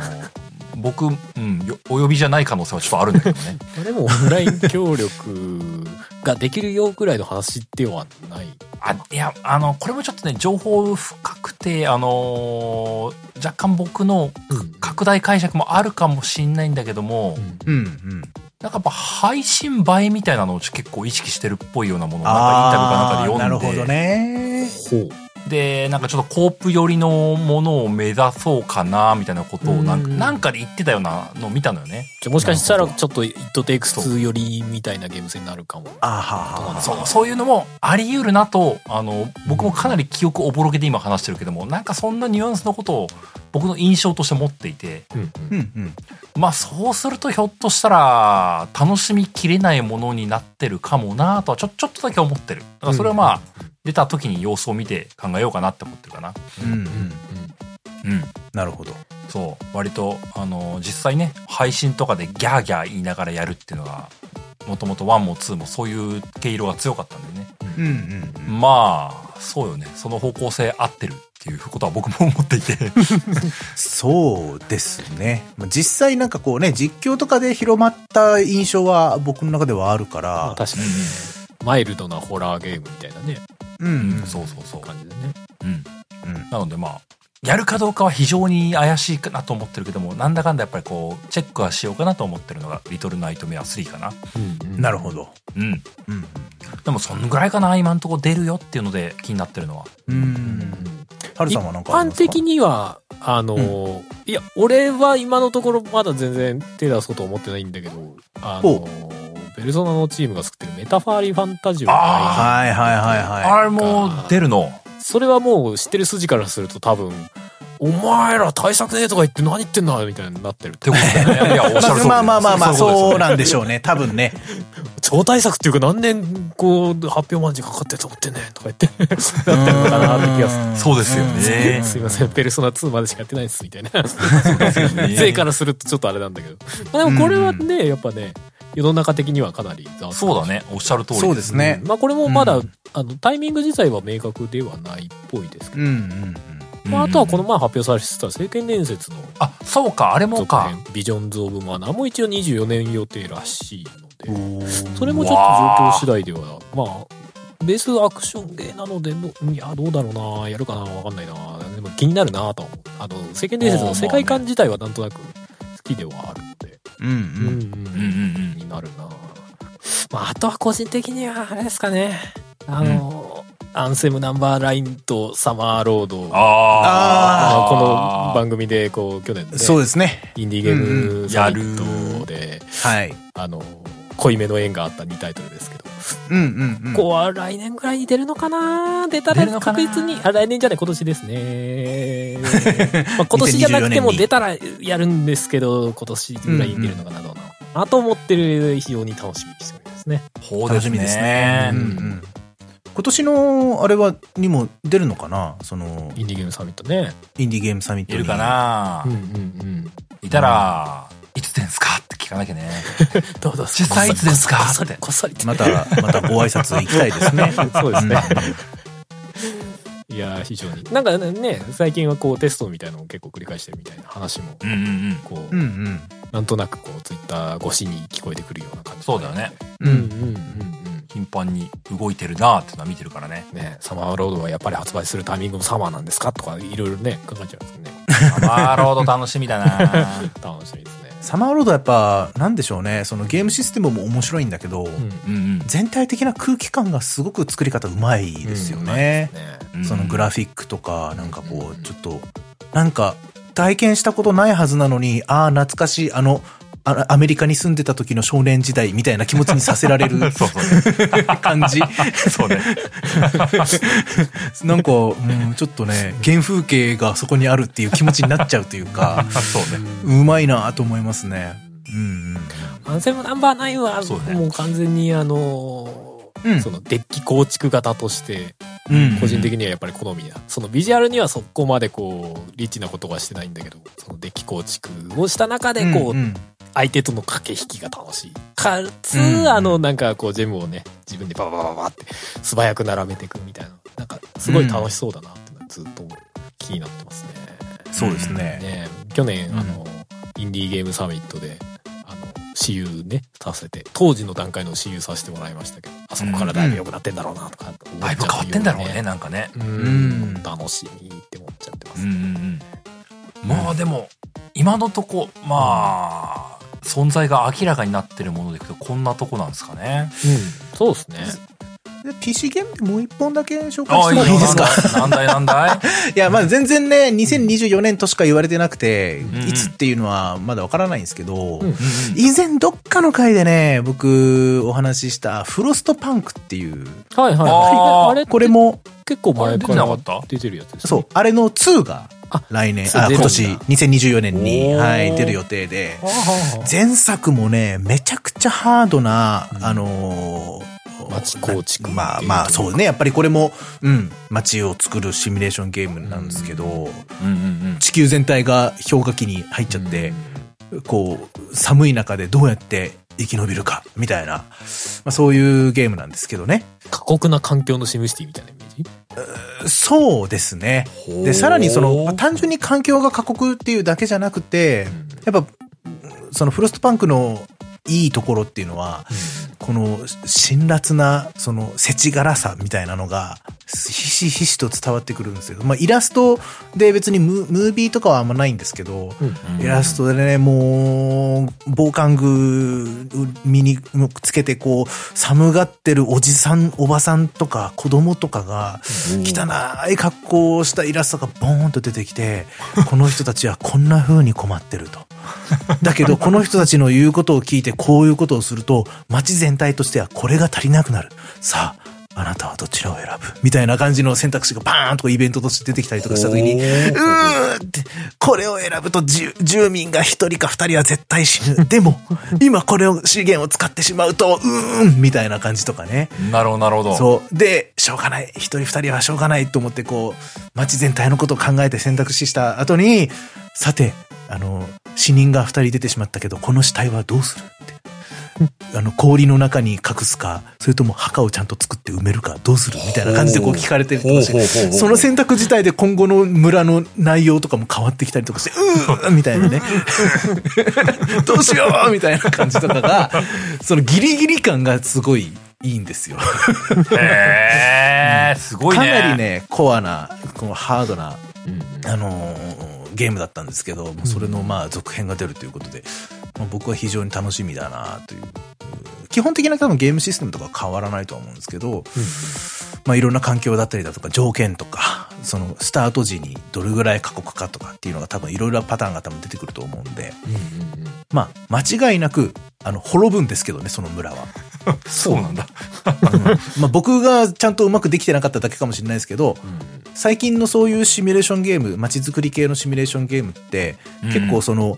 [SPEAKER 1] の、僕、うん、よお呼びじゃない可能性はちょっとあるんだけどね。
[SPEAKER 2] まあでもオンライン協力ができるよぐらいの話ではない。
[SPEAKER 1] あいやあのこれもちょっとね情報深くてあのー若干僕の
[SPEAKER 2] うん
[SPEAKER 1] 拡大解釈もあるかもしんないんだけども、
[SPEAKER 2] うん
[SPEAKER 3] うん。うん。
[SPEAKER 1] なんかやっぱ配信映えみたいなのをちょ結構意識してるっぽいようなものをなんかイ
[SPEAKER 3] あ
[SPEAKER 1] ンタビュー
[SPEAKER 3] あ、
[SPEAKER 1] か
[SPEAKER 3] な
[SPEAKER 1] なん
[SPEAKER 3] る
[SPEAKER 1] かで読
[SPEAKER 3] ほど
[SPEAKER 1] んで、
[SPEAKER 3] ね。
[SPEAKER 2] ほう。
[SPEAKER 1] でなんかちょっとコープ寄りのものを目指そうかなみたいなことをなんか
[SPEAKER 2] うん
[SPEAKER 1] なんかで言ってたようなのを見たのよね。
[SPEAKER 2] じゃあもしかした
[SPEAKER 1] な
[SPEAKER 2] ら
[SPEAKER 1] る
[SPEAKER 2] ちょっと「イットテイク2よりみたいなゲーム性になるかも。
[SPEAKER 3] あーはーはーはー
[SPEAKER 1] そうそういうのもあり得るなとあの僕もかなり記憶おぼろげで今話してるけどもなんかそんなニュアンスのことを僕の印象として持っていて
[SPEAKER 2] うん
[SPEAKER 3] うんうん。
[SPEAKER 1] まあそうするとひょっとしたら楽しみきれないものになってるかもなとはちょちょっとだけ思ってるだからそれはまあ、出た時に様子を見て考えようかなって思ってるかな。
[SPEAKER 3] うんうん。
[SPEAKER 1] うん。
[SPEAKER 3] なるほど。
[SPEAKER 1] そう。割と、あの、実際ね、配信とかでギャーギャー言いながらやるっていうのが、もともと1も2もそういう毛色が強かったんでね。
[SPEAKER 3] うんうん
[SPEAKER 1] まあ、そうよね。その方向性合ってるっていうことは僕も思っていて。
[SPEAKER 3] そうですね。まあ実際なんかこうね、実況とかで広まった印象は僕の中ではあるか
[SPEAKER 2] まあ
[SPEAKER 3] ら、
[SPEAKER 2] 確かにね、マイルドなホラーゲームみたいなね、
[SPEAKER 3] うん
[SPEAKER 1] うん、
[SPEAKER 3] そ
[SPEAKER 1] そうそうそう。
[SPEAKER 2] 感じでね。
[SPEAKER 1] うん。
[SPEAKER 3] うん。
[SPEAKER 1] なのでまあ、やるかどうかは非常に怪しいかなと思ってるけども、なんだかんだやっぱりこう、チェックはしようかなと思ってるのが、リトルナイトメア3かな。
[SPEAKER 3] なるほど。
[SPEAKER 1] うん。
[SPEAKER 3] うん。
[SPEAKER 1] でもそんぐらいかな、今んとこ出るよっていうので気になってるのは。
[SPEAKER 3] うん。はるさんはなんかあり
[SPEAKER 2] 一
[SPEAKER 3] ま
[SPEAKER 2] 般
[SPEAKER 3] すか
[SPEAKER 2] 的には、あのー、いや、俺は今のところまだ全然手出そうと思ってないんだけど、あの
[SPEAKER 3] ほ
[SPEAKER 2] ー、ベルソナのチームが作ってるメタファーリーファンタジオ
[SPEAKER 1] あ
[SPEAKER 3] はいはいはいは
[SPEAKER 1] あれもう出るの。
[SPEAKER 2] それはもう知ってる筋からすると多分、お前ら対策ねえとか言って何言ってんだみたいになってるっ
[SPEAKER 1] ってて。ことだね。いや、おっしゃる通
[SPEAKER 3] い。
[SPEAKER 1] り。
[SPEAKER 3] まあまあまあまあ、
[SPEAKER 1] そ
[SPEAKER 3] そうう
[SPEAKER 1] な
[SPEAKER 3] なんでしょうね。多分ね。
[SPEAKER 2] 超対策っていうか何年こう発表マンジかかってると思ってんねんとか言って、なって るのかなって気がする。
[SPEAKER 1] そうですよね。
[SPEAKER 2] すいません、ペルソナ2までしかやってないです、みたいな。
[SPEAKER 1] ね
[SPEAKER 2] 税からするとちょっとあれなんだけど。まあでもこれはね、やっぱね、世の中的にはかなりざわつく
[SPEAKER 1] そうだね。おっしゃる通り。
[SPEAKER 3] そうですね。
[SPEAKER 2] まあこれもまだ、
[SPEAKER 3] うん
[SPEAKER 2] あの、タイミング自体は明確ではないっぽいですけど。
[SPEAKER 3] うんうん
[SPEAKER 1] うん。
[SPEAKER 2] まああとはこの前発表されてた、聖剣伝説の
[SPEAKER 1] あ、そうか、あれも
[SPEAKER 2] 続
[SPEAKER 1] か。
[SPEAKER 2] 編、ビジョンズ・オブ・マナーも一応24年予定らしいので、
[SPEAKER 3] うん。
[SPEAKER 2] それもちょっと状況次第では、まあ、ベースアクションゲーなのでど、いや、どうだろうな、やるかな、わかんないな、でも気になるなとは思う。あの、世間伝説の世界観自体はなんとなく好きではあるので、
[SPEAKER 3] うんうん。
[SPEAKER 2] うん
[SPEAKER 1] うんうんうん。
[SPEAKER 2] 気になるなまあ、あとは個人的には、あれですかね、あの、アンセムナンバーラインとサマーロード、
[SPEAKER 1] あ
[SPEAKER 2] あ
[SPEAKER 1] あ。
[SPEAKER 2] この番組で、こう、去年ね、
[SPEAKER 3] そうですね。
[SPEAKER 2] インディーゲー
[SPEAKER 3] うん
[SPEAKER 2] ムサミットで、
[SPEAKER 3] はい。
[SPEAKER 2] あの、濃いめの縁があった2タイトルですけど、
[SPEAKER 3] うんうんうん。
[SPEAKER 2] ここは来年ぐらいに出るのかな出た
[SPEAKER 1] 出
[SPEAKER 2] ら
[SPEAKER 1] るのかな
[SPEAKER 2] 確実に、あ、来年じゃない、今年ですね。 まあ今年じゃなくて
[SPEAKER 3] 2024
[SPEAKER 2] も
[SPEAKER 3] 年に
[SPEAKER 2] 出たらやるんですけど、今年ぐらいに出るのかな、どうなのかなと思ってる非常に楽しみにしておりますね。
[SPEAKER 1] ほう
[SPEAKER 3] 楽しみですね。うんうん今年のあれはにも出るのかなその
[SPEAKER 2] インディーゲームサミットね。
[SPEAKER 3] インディーゲームサミット
[SPEAKER 1] い
[SPEAKER 3] に
[SPEAKER 1] るかな
[SPEAKER 2] うんうんうん。
[SPEAKER 1] いたら、いつですかって聞かなきゃね。
[SPEAKER 2] どうぞ。
[SPEAKER 1] 実際いつですか
[SPEAKER 2] こっそり
[SPEAKER 1] って
[SPEAKER 2] こっそり こっそり
[SPEAKER 3] またまたご挨拶行きたいですね
[SPEAKER 2] そうですね。
[SPEAKER 3] う
[SPEAKER 2] いやー、非常に。なんかね、最近はこうテストみたいなのを結構繰り返してるみたいな話も、
[SPEAKER 1] うんうんうん。
[SPEAKER 2] こう、
[SPEAKER 3] ん うん
[SPEAKER 2] なんとなくこうツイッター越しに聞こえてくるような感じ。
[SPEAKER 1] そうだよね。
[SPEAKER 3] う
[SPEAKER 2] うんん
[SPEAKER 3] う
[SPEAKER 2] うん
[SPEAKER 3] ん
[SPEAKER 2] うんうん。
[SPEAKER 1] 頻繁に動いてるなーってのは見てるからね。
[SPEAKER 2] ね、サマーロードはやっぱり発売するタイミングもサマーなんですかとかいろいろね考えちゃうんですね
[SPEAKER 1] サマーロード楽しみだな
[SPEAKER 2] 楽しみですね
[SPEAKER 3] サマーロードはやっぱなんでしょうねそのゲームシステムも面白いんだけど、
[SPEAKER 2] う
[SPEAKER 1] う
[SPEAKER 2] ん
[SPEAKER 1] んうん。
[SPEAKER 3] 全体的な空気感がすごく作り方うまいですよね,、
[SPEAKER 2] ね
[SPEAKER 1] うん
[SPEAKER 3] そのグラフィックとかなんかこ
[SPEAKER 2] う
[SPEAKER 3] うんちょっとなんか体験したことないはずなのにああ懐かしいあのあアメリカに住んでた時の少年時代みたいな気持ちにさせられ る
[SPEAKER 1] そうそう
[SPEAKER 3] 感じ
[SPEAKER 1] ね。そうね。
[SPEAKER 3] なんか、うん、ちょっとね、原風景がそこにあるっていう気持ちになっちゃうというか、
[SPEAKER 1] そうね。
[SPEAKER 3] うまいなと思いますね。うん
[SPEAKER 2] アンセムナンバー9は
[SPEAKER 1] そうね
[SPEAKER 2] もう完全にあのー
[SPEAKER 3] うん
[SPEAKER 2] そのデッキ構築型として
[SPEAKER 3] うん。うん。
[SPEAKER 2] 個人的にはやっぱり好みな、そのビジュアルにはそこまでこうリッチなことはしてないんだけどそのデッキ構築をした中でこう、
[SPEAKER 3] うんうん
[SPEAKER 2] 相手との駆け引きが楽しいかつ、
[SPEAKER 3] うん
[SPEAKER 2] あのなんかこうジェムをね自分でバババババって素早く並べていくみたいななんかすごい楽しそうだなってのはずっと気になってますね。
[SPEAKER 3] そうですね。
[SPEAKER 2] ね去年、
[SPEAKER 3] うん
[SPEAKER 2] あのインディーゲームサミットであの私有ねさせて当時の段階の私有させてもらいましたけどあそこからだいぶ良くなってんだろうなとか、
[SPEAKER 1] だいぶ変わってんだろうね、なんかね。
[SPEAKER 2] う
[SPEAKER 3] うん
[SPEAKER 2] ん楽しみって思っちゃってま
[SPEAKER 1] う
[SPEAKER 2] す、
[SPEAKER 1] んうんうん。まあでも、今のとこ、まあ、存在が明らかになってるものでいくと、こんなとこなんですかね。
[SPEAKER 2] そうですね
[SPEAKER 3] で PC ゲームでもう一本だけ紹介
[SPEAKER 1] あ
[SPEAKER 3] してもいいですか
[SPEAKER 1] かなんだいなんだ い
[SPEAKER 3] いや、まあ全然ね、2024年としか言われてなくて、
[SPEAKER 1] ん
[SPEAKER 3] いつっていうのはまだわからないんですけど、
[SPEAKER 2] うん
[SPEAKER 3] 以前どっかの回でね、僕お話ししたフロストパンクっていう、
[SPEAKER 2] はいはい
[SPEAKER 1] あー
[SPEAKER 2] あれ
[SPEAKER 3] これも、
[SPEAKER 2] 結構
[SPEAKER 1] あれ
[SPEAKER 2] 前
[SPEAKER 1] 出
[SPEAKER 2] か
[SPEAKER 1] てなからった
[SPEAKER 2] 出てるやつです、ね、
[SPEAKER 3] そう、あれの2が
[SPEAKER 2] あ
[SPEAKER 3] 来年、
[SPEAKER 2] そう
[SPEAKER 3] あ、
[SPEAKER 2] 出るんだ
[SPEAKER 3] 今年2024年に、
[SPEAKER 1] おー
[SPEAKER 3] はい、出る予定で、
[SPEAKER 2] はあはあはあ
[SPEAKER 3] 前作もね、めちゃくちゃハードな、あのー
[SPEAKER 2] ま町構築
[SPEAKER 3] まあまあ、そうね。やっぱりこれも、うん、街を作るシミュレーションゲームなんですけど、
[SPEAKER 1] うんうん
[SPEAKER 3] 地球全体が氷河期に入っちゃって、こう、寒い中でどうやって生き延びるか、みたいな、まあそういうゲームなんですけどね。
[SPEAKER 2] 過酷な環境のシムシティみたいなイメージ
[SPEAKER 3] そうですね。
[SPEAKER 1] うん。
[SPEAKER 3] で、さらにその、まあ
[SPEAKER 1] ほう
[SPEAKER 3] 単純に環境が過酷っていうだけじゃなくて、やっぱ、そのフロストパンクのいいところっていうのは、この辛辣な、その、せちがらさみたいなのが、ひしひしと伝わってくるんですよ。まあ、イラストで別にムムービーとかはあんまないんですけど、
[SPEAKER 2] うん
[SPEAKER 1] うん
[SPEAKER 3] イラストでね、もう、防寒具、身につけて、こう、寒がってるおじさん、おばさんとか、子供とかが、汚い格好をしたイラストがボーンと出てきて、この人たちはこんな風に困ってると。だけど、この人たちの言うことを聞いて、こういうことをすると、街全体としてはこれが足りなくなる。さあ、あなたはどちらを選ぶみたいな感じの選択肢がバーンとイベントとして出てきたりとかした時に、う
[SPEAKER 2] ほう
[SPEAKER 3] ーって、これを選ぶと住住民が一人か二人は絶対死ぬ。でも、今これを資源を使ってしまうと、うーんみたいな感じとかね。
[SPEAKER 1] なるほど、なるほど。
[SPEAKER 3] そう。で、しょうがない。一人二人はしょうがないと思って、こう、街全体のことを考えて選択肢した後に、さて、あの、死人が二人出てしまったけど、この死体はどうするって。あの、氷の中に隠すか、それとも墓をちゃんと作って埋めるか、どうするみたいな感じでこう聞かれてるとかして
[SPEAKER 1] ほうほうほうほう
[SPEAKER 3] その選択自体で今後の村の内容とかも変わってきたりとかして、うーんみたいな ね。どうしようみたいな感じとかが、そのギリギリ感がすごいいいんですよ。
[SPEAKER 1] へえ、すごい
[SPEAKER 3] か
[SPEAKER 1] ね。
[SPEAKER 3] なり。ね、コアな、このハードな、
[SPEAKER 2] うん
[SPEAKER 3] あのーゲームだったんですけど、もうそれのまあ続編が出るということで、まあ僕は非常に楽しみだなという。基本的な多分ゲームシステムとかは変わらないとは思うんですけど、まあいろんな環境だったりだとか条件とか、そのスタート時にどれぐらい過酷かとかっていうのが多分いろいろなパターンが多分出てくると思うんで、
[SPEAKER 2] うんうん
[SPEAKER 3] まあ間違いなく、あの、滅ぶんですけどね、その村 は。
[SPEAKER 1] そうなんだ。
[SPEAKER 3] まあ僕がちゃんとうまくできてなかっただけかもしれないですけど、最近のそういうシミュレーションゲーム、街づくり系のシミュレーションゲームって、
[SPEAKER 1] うん
[SPEAKER 3] 結構その、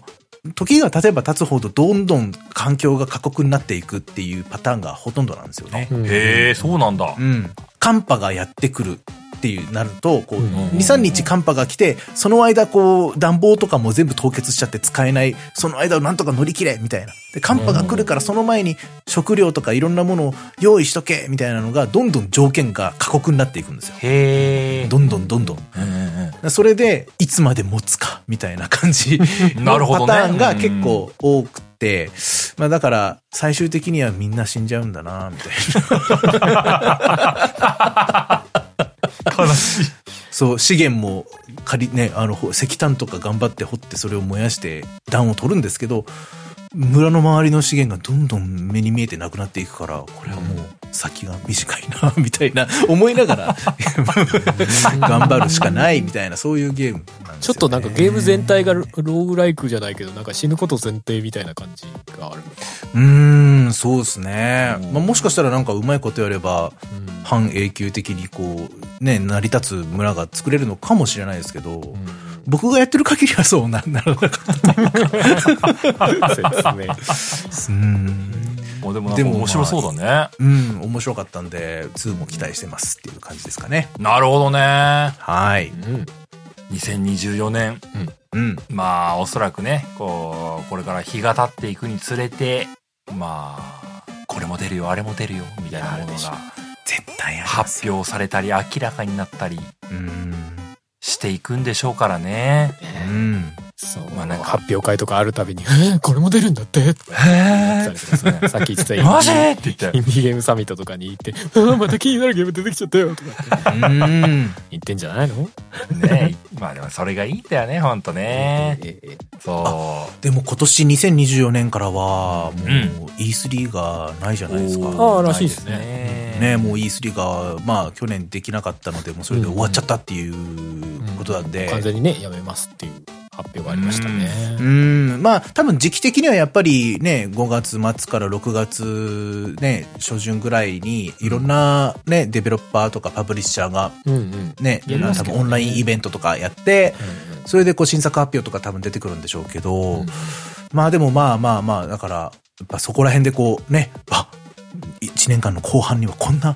[SPEAKER 3] 時が経てば経つほどどんどん環境が過酷になっていくっていうパターンがほとんどなんですよね。
[SPEAKER 2] うん
[SPEAKER 1] へえ、そうなんだ
[SPEAKER 3] う。ん。寒波がやってくるっていうなると、こう、
[SPEAKER 2] うん
[SPEAKER 3] 2、3日寒波が来て、その間こう、暖房とかも全部凍結しちゃって使えない、その間をなんとか乗り切れみたいな。で、寒波が来るからその前に食料とかいろんなものを用意しとけみたいなのが、どんどん条件が過酷になっていくんですよ。
[SPEAKER 1] へえ。
[SPEAKER 3] どんどんどんどん。
[SPEAKER 1] うんうん
[SPEAKER 3] それで、いつまで持つか、みたいな感 じ
[SPEAKER 1] うんなるほど
[SPEAKER 3] のパ
[SPEAKER 1] ね。
[SPEAKER 3] ターンが結構多くて、まあだから、最終的にはみんな死んじゃうんだな、みた いな。
[SPEAKER 1] うん悲しい。
[SPEAKER 3] そう、資源も、借り、ね、あの、ほ石炭とか頑張って掘って、それを燃やして、暖を取るんですけど、村の周りの資源がどんどん目に見えてなくなっていくから、これはもう先が短いな、みたいな 思いな がら、頑張るしかない、みたいな、そういうゲームなんですよね、
[SPEAKER 2] ちょっとなんかゲーム全体がローグライクじゃないけどなんか死ぬこと前提みたいな感じがあるのか
[SPEAKER 3] うーん、そうですね。まあ、もしかしたらなんかうまいことやれば、半永久的にこう、ね、成り立つ村が作れるのかもしれないですけど、僕がやってる限りはそうな、ならなかった。
[SPEAKER 2] そうですね
[SPEAKER 3] うん。
[SPEAKER 1] もうでもなん
[SPEAKER 3] で
[SPEAKER 1] か
[SPEAKER 3] もまあ
[SPEAKER 1] 面白そうだね。
[SPEAKER 3] うん、面白かったんで、2も期待してますっていう感じですかね。
[SPEAKER 1] なるほどね。
[SPEAKER 3] はい。
[SPEAKER 2] うん
[SPEAKER 1] 2024年。
[SPEAKER 3] うん。
[SPEAKER 1] まあ、おそらくね、こう、これから日が経っていくにつれて、まあ、これも出るよ、あれも出るよ、みたいなも
[SPEAKER 3] ある
[SPEAKER 1] の
[SPEAKER 3] でしょ
[SPEAKER 1] が
[SPEAKER 3] 絶対あります
[SPEAKER 1] 発
[SPEAKER 3] よ。
[SPEAKER 1] 表されたり、明らかになったり
[SPEAKER 3] うん。
[SPEAKER 1] していくんでしょうからね。
[SPEAKER 3] うん。
[SPEAKER 2] そう
[SPEAKER 1] まあなんか
[SPEAKER 2] 発表会とかあるたびに「えーこれも出るんだって」ってなったりとかですねさっき言ってた
[SPEAKER 1] マジって言ったよ
[SPEAKER 2] イ。ンディーゲームサミットとかに行って 「あーまた気になるゲーム出てきちゃったよ」とかって
[SPEAKER 3] うん。
[SPEAKER 2] 言ってんじゃないの
[SPEAKER 1] ねまあでもそれがいいんだよね、ほんとね。
[SPEAKER 2] えー
[SPEAKER 1] そ
[SPEAKER 3] でも今年2024年からは、もううん E3 がないじゃ
[SPEAKER 1] う。
[SPEAKER 3] ないですか。
[SPEAKER 2] ーあらしいですね
[SPEAKER 1] ね
[SPEAKER 3] ね、もう E3 が、まあ、去年できなかったので、もうそれで終わっちゃったっていうことなんで。
[SPEAKER 2] 完全にねやめますっていう発表がありましたね
[SPEAKER 3] うん、まあ、多分時期的にはやっぱりね、5月末から6月ね、初旬ぐらいに、いろんなね、デベロッパーとかパブリッシャーが
[SPEAKER 2] うんうんうん
[SPEAKER 3] ね、
[SPEAKER 2] やります
[SPEAKER 3] 多
[SPEAKER 2] けど
[SPEAKER 3] 分
[SPEAKER 2] ね
[SPEAKER 3] オンラインイベントとかやって、それでこう新作発表とか多分出てくるんでしょうけど、
[SPEAKER 2] うん
[SPEAKER 3] まあでもまあまあまあ、だから、やっぱそこら辺でこうね、あ1年間の後半にはこんな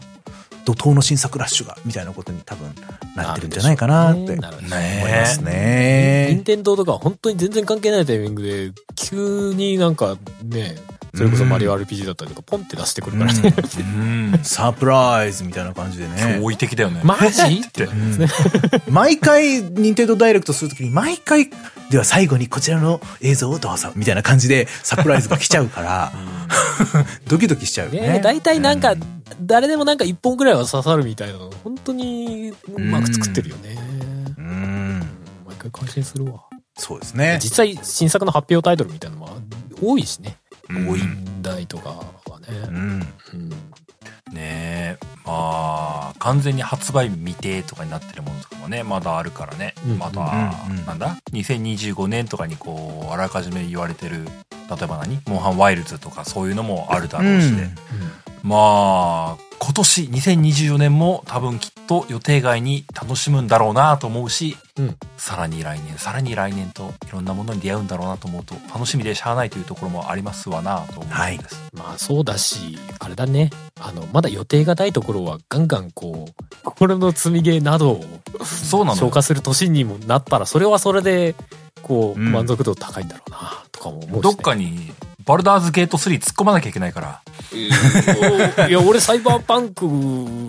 [SPEAKER 3] 怒涛の新作ラッシュがみたいなことに多分なってるんじゃないかなって
[SPEAKER 2] なるほど
[SPEAKER 1] ね
[SPEAKER 3] 思います
[SPEAKER 2] 任
[SPEAKER 3] ね。
[SPEAKER 2] 天堂とか本当に全然関係ないタイミングで、急になんかね、それこそマリオ RPG だったりとか、ポンって出してくるからね。
[SPEAKER 1] うん
[SPEAKER 3] サプライズみたいな感じでね。
[SPEAKER 1] 驚異的だよね。
[SPEAKER 2] マ ジってなるんですね。
[SPEAKER 3] 毎回、任天堂ダイレクトするときに、毎回、では最後にこちらの映像をどうぞ、みたいな感じでサプライズが来ちゃうから、 ドキドキしちゃうよ
[SPEAKER 2] ね
[SPEAKER 3] ね。
[SPEAKER 2] 大体なんか、
[SPEAKER 3] う
[SPEAKER 2] 誰でもなんか一本ぐらいは刺さるみたいなの、本当にうまく作ってるよね。
[SPEAKER 3] うん、
[SPEAKER 2] 毎回感心するわ。
[SPEAKER 3] そうですね。
[SPEAKER 2] 実際、新作の発表タイトルみたいなのは多いしね。
[SPEAKER 1] うん
[SPEAKER 3] 多い
[SPEAKER 2] 代とかは
[SPEAKER 3] う
[SPEAKER 2] ね。
[SPEAKER 3] ん。
[SPEAKER 2] うん
[SPEAKER 1] ねえまあ完全に発売未定とかになってるものとかもねまだあるからね、
[SPEAKER 2] うん
[SPEAKER 1] また、
[SPEAKER 3] うんうん
[SPEAKER 1] なんだ2025年とかにこうあらかじめ言われてる例えば何モンハンワイルズとかそういうのもあるだろうしね、まあ今年2024年も多分きっと予定外に楽しむんだろうなと思うし、
[SPEAKER 2] うん
[SPEAKER 1] さらに来年さらに来年といろんなものに出会うんだろうなと思うと楽しみでしゃあないというところもありますわなと思うんです、
[SPEAKER 3] はい
[SPEAKER 2] まあそうだし、あれだね。あの、まだ予定がないところはガンガンこう、心の積みゲーなどを
[SPEAKER 1] そうなの
[SPEAKER 2] 消化する年にもなったら、それはそれで、こう、
[SPEAKER 3] うん
[SPEAKER 2] 満足度高いんだろうな、とかも思うし、ね。
[SPEAKER 1] どっかにバルダーズゲート3突っ込まなきゃいけないから
[SPEAKER 2] いや、俺、サイバーパンク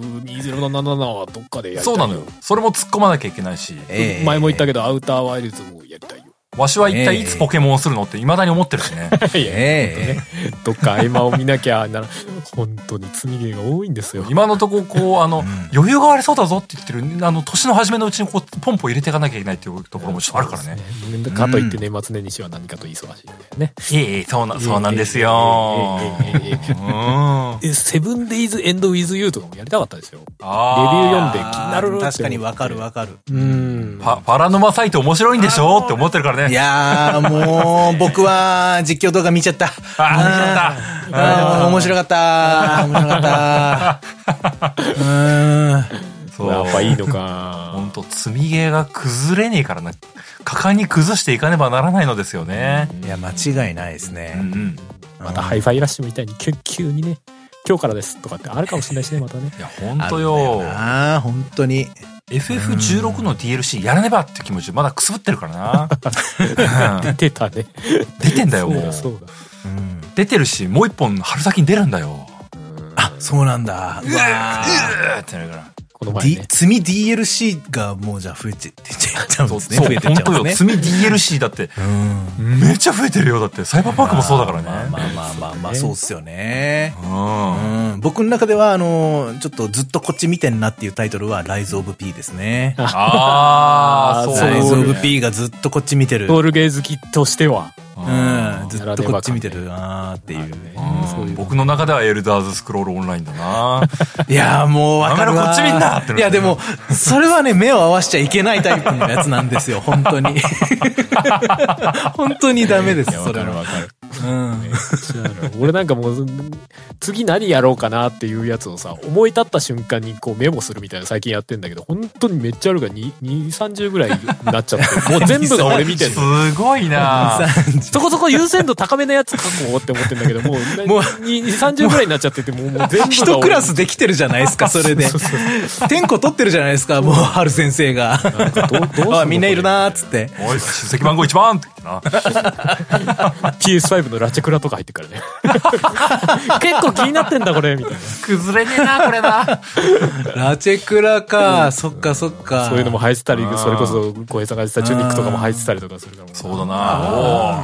[SPEAKER 2] 2077はどっかでやりたい
[SPEAKER 1] そうなのよ。それも突っ込まなきゃいけないし、
[SPEAKER 3] ええ
[SPEAKER 2] 前も言ったけど、アウターワイルズもやりたい よ。
[SPEAKER 1] わしは一体
[SPEAKER 3] ええ
[SPEAKER 1] いつポケモンをするのって未だに思ってるしね。
[SPEAKER 2] いや
[SPEAKER 3] え
[SPEAKER 2] どっか合間を見なきゃなら、本当に積みゲーが多いんですよ。
[SPEAKER 1] 今のとここう、あの、余裕がありそうだぞって言ってる、あの、年の初めのうちにこう、ポンポン入れていかなきゃいけないっていうところもちょっとあるからね。
[SPEAKER 2] そうですね。かといって年末年始は何かと忙しいよね。
[SPEAKER 1] ええ、そうな、そうなんですよ。
[SPEAKER 2] ええええええええ
[SPEAKER 1] うん。あ
[SPEAKER 2] え、セブンデイズエンドウィズユーとかもやりたかったですよ。レビュー読ん
[SPEAKER 1] あ。
[SPEAKER 2] で気になるって思って
[SPEAKER 3] 確かにわかるわかる。
[SPEAKER 2] うん。
[SPEAKER 1] パパラノマサイト面白いんでしょって思ってるから
[SPEAKER 3] い
[SPEAKER 1] ね。
[SPEAKER 3] やー、もう、僕は実況動画見ちゃった。
[SPEAKER 1] ああ、見ちゃっ
[SPEAKER 3] あー面白かった。面白かった。うーん。
[SPEAKER 1] た。そう。
[SPEAKER 2] やっぱいいの
[SPEAKER 1] ほん
[SPEAKER 2] か。
[SPEAKER 1] と、積みゲーが崩れねえからな。果敢に崩していかねばならないのですよね。
[SPEAKER 3] いや、間違いないです
[SPEAKER 1] うんう
[SPEAKER 3] ね。
[SPEAKER 1] ん。
[SPEAKER 2] またハイファイラッシュみたいに急急にね、今日からですとかってあるかもしれないしね、またね。
[SPEAKER 1] いや、ほんとよ。
[SPEAKER 3] ああ、本当に。
[SPEAKER 1] FF16 の DLC やらねばって気持ちまだくすぶってるからな。 うん
[SPEAKER 2] 出てたね。
[SPEAKER 1] 出てんだよ、
[SPEAKER 2] そう
[SPEAKER 1] もう
[SPEAKER 2] だ、。そうだ。
[SPEAKER 3] うん。
[SPEAKER 1] 出てるし、もう一本春先に出るんだよ。
[SPEAKER 3] あ、そうなんだ。うわ
[SPEAKER 1] うーってなるから。
[SPEAKER 2] この
[SPEAKER 3] ー。
[SPEAKER 2] 前
[SPEAKER 3] D
[SPEAKER 2] ね。
[SPEAKER 3] 積み DLC がもうじゃあ増えてっちゃうん
[SPEAKER 1] そう、
[SPEAKER 3] ですね。増えてっ
[SPEAKER 1] 本
[SPEAKER 3] ちゃう
[SPEAKER 1] 当
[SPEAKER 3] ん
[SPEAKER 1] よ。
[SPEAKER 3] ですね。
[SPEAKER 1] 積み DLC だって、
[SPEAKER 3] うん。
[SPEAKER 1] めっちゃ増えてるよ。だって、サイバーパークもそうだから
[SPEAKER 3] まあ
[SPEAKER 1] ね。
[SPEAKER 3] まあまあまあまあ、そうっすよね。う
[SPEAKER 1] うん
[SPEAKER 3] ん。僕の中では、あのー、ちょっとずっとこっち見てんなっていうタイトルは、ライズ・オブ・ピーですね。
[SPEAKER 1] あー、そう
[SPEAKER 3] ライ
[SPEAKER 1] ね
[SPEAKER 3] ズ・
[SPEAKER 2] そ
[SPEAKER 3] オ
[SPEAKER 2] う
[SPEAKER 3] ブ・ピーがずっとこっち見てる。
[SPEAKER 2] ソ
[SPEAKER 3] う
[SPEAKER 2] ウルゲーズキとしては。
[SPEAKER 3] ん。ず
[SPEAKER 2] や
[SPEAKER 3] っ
[SPEAKER 2] ら
[SPEAKER 3] と
[SPEAKER 2] ね
[SPEAKER 3] こ
[SPEAKER 2] ば
[SPEAKER 3] っち見てるなーっていう。
[SPEAKER 1] うん
[SPEAKER 2] そういうの
[SPEAKER 1] 僕の中ではエルダーズスクロールオンラインだな。
[SPEAKER 3] いやーもうわかるわ。
[SPEAKER 1] お前らこっち見んなってなる
[SPEAKER 3] いやでも、それはね、目を合わしちゃいけないタイプのやつなんですよ、本当に。本当にダメです、それは。
[SPEAKER 2] かる。
[SPEAKER 3] うん。
[SPEAKER 2] 俺なんかもう次何やろうかなっていうやつをさ思い立った瞬間にこうメモするみたいな最近やってんだけど本当にめっちゃあるから230ぐらいになっちゃ ってもう全部が俺見てんの
[SPEAKER 1] すごいな。
[SPEAKER 2] そこそこ優先度高めのやつ書こうって思ってんだけどもう
[SPEAKER 3] もう
[SPEAKER 2] 230ぐらいになっちゃっててもうもう全部が俺
[SPEAKER 3] 一クラスできてるじゃないですか、それで。天候取ってるじゃないですか、もう、春先生が。
[SPEAKER 2] どうどうすんの
[SPEAKER 3] あ、みんないるなーっつって。
[SPEAKER 1] おい、出席番号1番って言ってな。
[SPEAKER 2] PS5 のラチェクラとか入ってくからね 結構気になってんだこれみたいな
[SPEAKER 1] 崩れねえな、これな。
[SPEAKER 3] ラチェクラか、そっかそっか。
[SPEAKER 2] そういうのも入ってたり
[SPEAKER 1] うん
[SPEAKER 2] それこそ小平さんが言ってたチュニックとかも入ってたりとかするからも
[SPEAKER 1] そうだな。お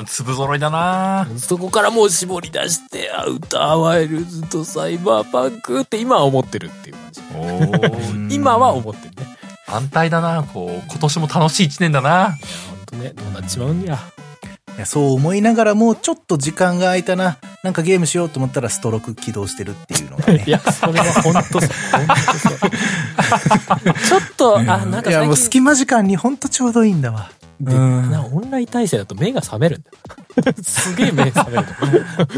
[SPEAKER 1] ー粒揃いだな。
[SPEAKER 2] そこからもう絞り出して、アウターワイルズとサイバーパンクって今は思ってるっていう感じ。
[SPEAKER 1] おー
[SPEAKER 2] 今は思ってるね。
[SPEAKER 1] 安泰だな。こう、今年も楽しい一年だな。
[SPEAKER 2] いや、ほんとね、どうなっちまうんや。
[SPEAKER 3] いやそう思いながらも、ちょっと時間が空いたな。なんかゲームしようと思ったら、ストローク起動してるっていうのがね
[SPEAKER 2] い。や、それはほんとそう。ほんとそう。ちょっ と、あ、なんか
[SPEAKER 3] いや、
[SPEAKER 2] 最
[SPEAKER 3] も
[SPEAKER 2] 近、
[SPEAKER 3] う隙間時間にほんとちょうどいいんだわ。
[SPEAKER 2] で
[SPEAKER 3] うん
[SPEAKER 2] なオンライン体制だと目が覚め るんだよ。すげえ目覚める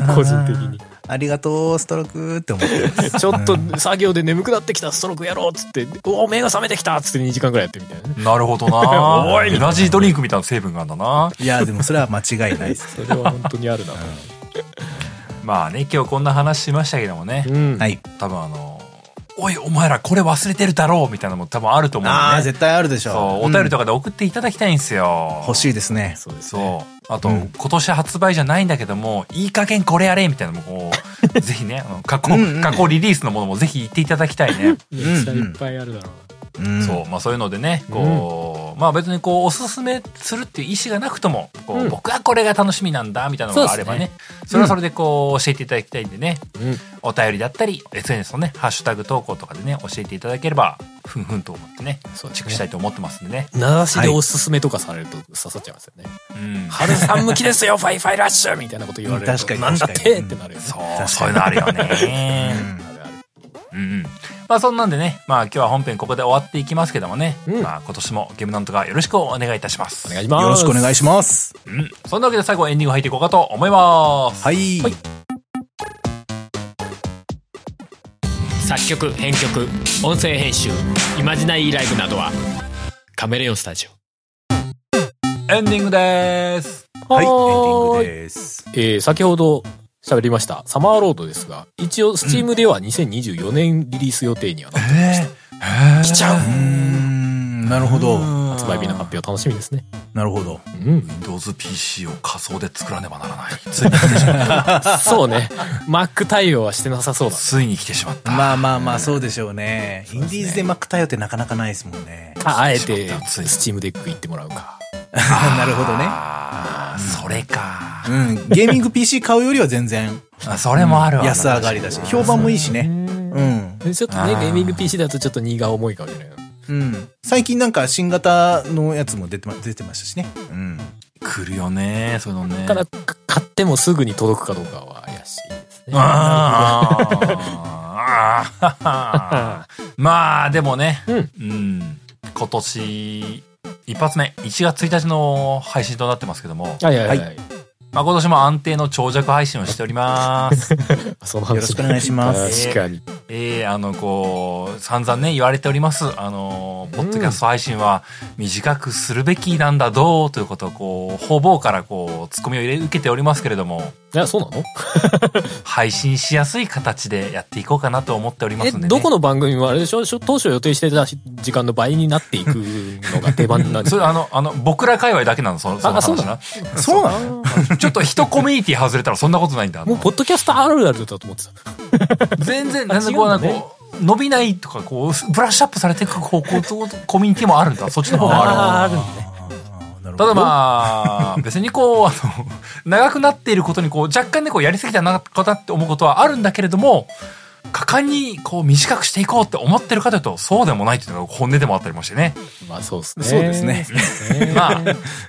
[SPEAKER 2] の。個人的に。
[SPEAKER 3] あー。ありがとう、ストロークって思ってる。
[SPEAKER 2] ちょっと作業で眠くなってきた、ストロークやろうっつって、おお、目が覚めてきたっつって2時間ぐらいやってみたいなね。
[SPEAKER 1] なるほど な。
[SPEAKER 2] おい
[SPEAKER 1] エナジードリンクみたいな成分があるんだな。
[SPEAKER 3] いや、でもそれは間違いないです。
[SPEAKER 2] それは本当にあるな。
[SPEAKER 1] まあね今日こんな話しましたけどもね
[SPEAKER 2] うん。
[SPEAKER 3] はい。
[SPEAKER 1] 多分あの「おいお前らこれ忘れてるだろう」みたいなのも多分あると思うんでね
[SPEAKER 3] ああ、絶対あるでしょ
[SPEAKER 1] そうお便りと
[SPEAKER 3] か。
[SPEAKER 1] かで送っていただきたいんですよ、
[SPEAKER 3] 欲しいですね。
[SPEAKER 2] そうですね。
[SPEAKER 1] そうあと、
[SPEAKER 3] うん
[SPEAKER 1] 今年発売じゃないんだけどもいい加減これやれみたいなのもこ うぜひねあの過去
[SPEAKER 3] うんうん
[SPEAKER 1] 過去リリースのものもぜひ言っていただきたいね、
[SPEAKER 2] いや実際いっぱいあるだろ
[SPEAKER 3] うん
[SPEAKER 1] そうまあそういうのでねこう、まあ別にこうおすすめするっていう意思がなくともこう、
[SPEAKER 2] うん
[SPEAKER 1] 僕はこれが楽しみなんだみたいなのがあればねそれはそれでこう教えていただきたいんでね、
[SPEAKER 2] うな。うん。
[SPEAKER 1] お便りだったり SNS のねハッシュタグ投稿とかでね教えていただければふんふんと思ってね
[SPEAKER 2] そう
[SPEAKER 1] チェックしたいと思ってますんでね、
[SPEAKER 2] 名指しでおすすめとかされると刺さっちゃいます よね。
[SPEAKER 1] うん、
[SPEAKER 2] 春さん向きですよ、ファイファイラッシュみたいなこと言われると。
[SPEAKER 3] うん確かに
[SPEAKER 2] なんだっ
[SPEAKER 3] 確かに
[SPEAKER 2] てってなるよね。
[SPEAKER 1] そ
[SPEAKER 2] あ
[SPEAKER 1] うそういうのあるよね、
[SPEAKER 3] うん
[SPEAKER 2] るある。
[SPEAKER 1] うんうん。まあそんなんでね、まあ今日は本編ここで終わっていきますけどもね、
[SPEAKER 2] うん
[SPEAKER 1] まあ今年もゲームなんとかよろしくお願いいたします。
[SPEAKER 2] お願いします。
[SPEAKER 3] よろしくお願いします。
[SPEAKER 1] うん。そんなわけで最後エンディング入っていこうかと思います。
[SPEAKER 3] はい。
[SPEAKER 1] はい
[SPEAKER 2] 作曲編曲音声編集イマジナイライブなどはカメレオンスタジ
[SPEAKER 1] エンディングです。
[SPEAKER 2] オ
[SPEAKER 3] はい、エンディング
[SPEAKER 2] で、
[SPEAKER 3] です。
[SPEAKER 2] えー先ほど喋りましたサマーロードですが一応 Steam では2024年リリース予定にはなってました、
[SPEAKER 1] え
[SPEAKER 2] 来ちゃう
[SPEAKER 3] うーん、なるほど。
[SPEAKER 2] 発売日の発表楽しみですね
[SPEAKER 3] なるほど。
[SPEAKER 2] うん
[SPEAKER 1] Windows PC を仮想で作らねばならない。ついに来てしまった。
[SPEAKER 2] そう ね Mac 対応はしてなさそうだ
[SPEAKER 1] ついに来てしまった。
[SPEAKER 3] まあまあまあ、そうでしょうね。イン
[SPEAKER 2] うで
[SPEAKER 3] デ
[SPEAKER 2] すね
[SPEAKER 3] ィーズでマック対応ってなかなかないですもんね。
[SPEAKER 2] ああえて
[SPEAKER 1] つい
[SPEAKER 2] Steam デック行ってもらうか
[SPEAKER 3] なるほどね。
[SPEAKER 1] あーそれか。
[SPEAKER 3] うん、ゲーミング PC 買うよりは全然
[SPEAKER 1] あそれもあるわ。
[SPEAKER 3] 安上がりだし、評判もいいしね。うん。
[SPEAKER 2] でちょっと
[SPEAKER 1] あ
[SPEAKER 2] ね
[SPEAKER 1] ー
[SPEAKER 2] ゲーミング PC だとちょっと荷が重いかもしれない
[SPEAKER 3] うん。最近なんか新型のやつも出てま出てましたしね。うん。
[SPEAKER 1] 来るよね、そういうのね。
[SPEAKER 2] ただか買ってもすぐに届くかどうかは怪しいですね
[SPEAKER 1] あーあーまあでもね、
[SPEAKER 2] うん
[SPEAKER 1] うん今年一発目1月1日の配信となってますけども、
[SPEAKER 2] はいはいはい、
[SPEAKER 3] は
[SPEAKER 1] まあ、今年も安定の長尺配信をしております。
[SPEAKER 2] その
[SPEAKER 3] よろしくお願いします。
[SPEAKER 2] 確かに。
[SPEAKER 1] えー、あのこう散々ね言われておりますあのポッドキャスト配信は短くするべきなんだどうということをこう方々からこうツッコミを入れ受けておりますけれども
[SPEAKER 2] いや、そうなの
[SPEAKER 1] 配信しやすい形でやっていこうかなと思っておりま
[SPEAKER 2] え、
[SPEAKER 1] すんで、ね、
[SPEAKER 2] どこの番組もあれでしょしょ当初予定してた時間の倍になっていくのが定番なん で
[SPEAKER 1] それあの、あの、僕ら界隈だけなの、その、その話
[SPEAKER 2] そうな
[SPEAKER 1] な。
[SPEAKER 3] そうなの
[SPEAKER 1] ちょっと一コミュニティ外れたらそんなことないんだ。あの
[SPEAKER 2] もうポッドキャストあるあるだと思ってた。
[SPEAKER 1] 全然、
[SPEAKER 2] あ
[SPEAKER 1] なんでこう、
[SPEAKER 2] 違う
[SPEAKER 1] な
[SPEAKER 2] の
[SPEAKER 1] んか
[SPEAKER 2] ね
[SPEAKER 1] こう、伸びないとか、こう、ブラッシュアップされていく方向と、コミュニティもあるんだ。そっちの方がある。
[SPEAKER 2] あーあるんだね。
[SPEAKER 1] ただ
[SPEAKER 3] あ
[SPEAKER 1] まあ、別にこう、あの、長くなっていることに、こう、若干ね、こう、やりすぎたなかなって思うことはあるんだけれども、果敢に、こう、短くしていこうって思ってるかというと、そうでもないっていうのが本音でもあったりもしてね。
[SPEAKER 2] まあそうですね。
[SPEAKER 3] そうですね
[SPEAKER 2] そうです ね。
[SPEAKER 1] まあ、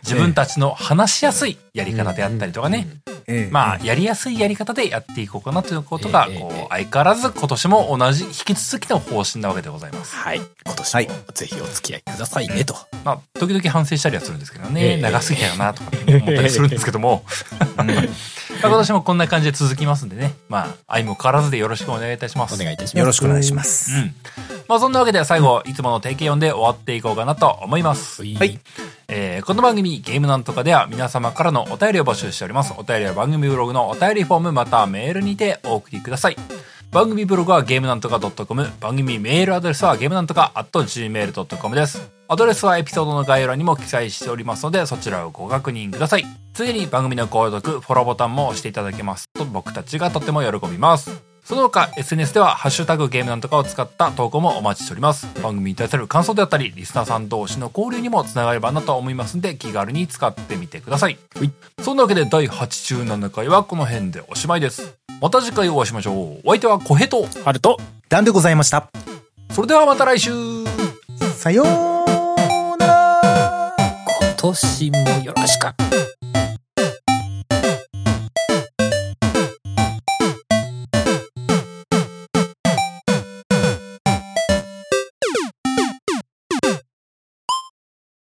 [SPEAKER 1] 自分たちの話しやすいやり方であったりとかね。
[SPEAKER 3] なるほど、ええ
[SPEAKER 1] まあ、やりやすいやり方でやっていこうかなということが、
[SPEAKER 2] ええ
[SPEAKER 1] こ
[SPEAKER 2] ええ
[SPEAKER 1] う、相変わらず今年も同じ、引き続きの方針なわけでございます。
[SPEAKER 2] はい。今年
[SPEAKER 3] はい
[SPEAKER 2] もぜひお付き合いくださいねと。
[SPEAKER 1] まあ、時々反省したりはするんですけどね、
[SPEAKER 2] ええ
[SPEAKER 1] 長すぎたよな、とかね思ったりするんですけど も、まあ今年もこんな感じで続きますんでね、まあ、相も変わらずでよろしくお願いいたします。
[SPEAKER 2] お願いいたします。
[SPEAKER 3] よろしくお願いし ま
[SPEAKER 1] う
[SPEAKER 3] す。
[SPEAKER 1] ん。まあ、そんなわけで最後、いつもの定型音で終わっていこうかなと思います。
[SPEAKER 2] はい。
[SPEAKER 3] はい
[SPEAKER 1] えーこの番組ゲームなんとかでは皆様からのお便りを募集しております。お便りは番組ブログのお便りフォームまたはメールにてお送りください。番組ブログはゲームなんとか .com、番組メールアドレスはゲームなんとか .gmail.com です。アドレスはエピソードの概要欄にも記載しておりますので、そちらをご確認ください。次に番組の購読、フォローボタンも押していただけますと僕たちがとても喜びます。その他 SNS ではハッシュタグゲームなんとかを使った投稿もお待ちしております。番組に対する感想であったり、リスナーさん同士の交流にもつながればなと思いますので、気軽に使ってみてください。
[SPEAKER 2] はい
[SPEAKER 1] そんなわけで第87回はこの辺でおしまいです。また次回お会いしましょう。お相手は小平と。
[SPEAKER 2] あると、
[SPEAKER 3] ダンでございました。
[SPEAKER 1] それではまた来週
[SPEAKER 3] さようなら
[SPEAKER 2] 今年もよろしく。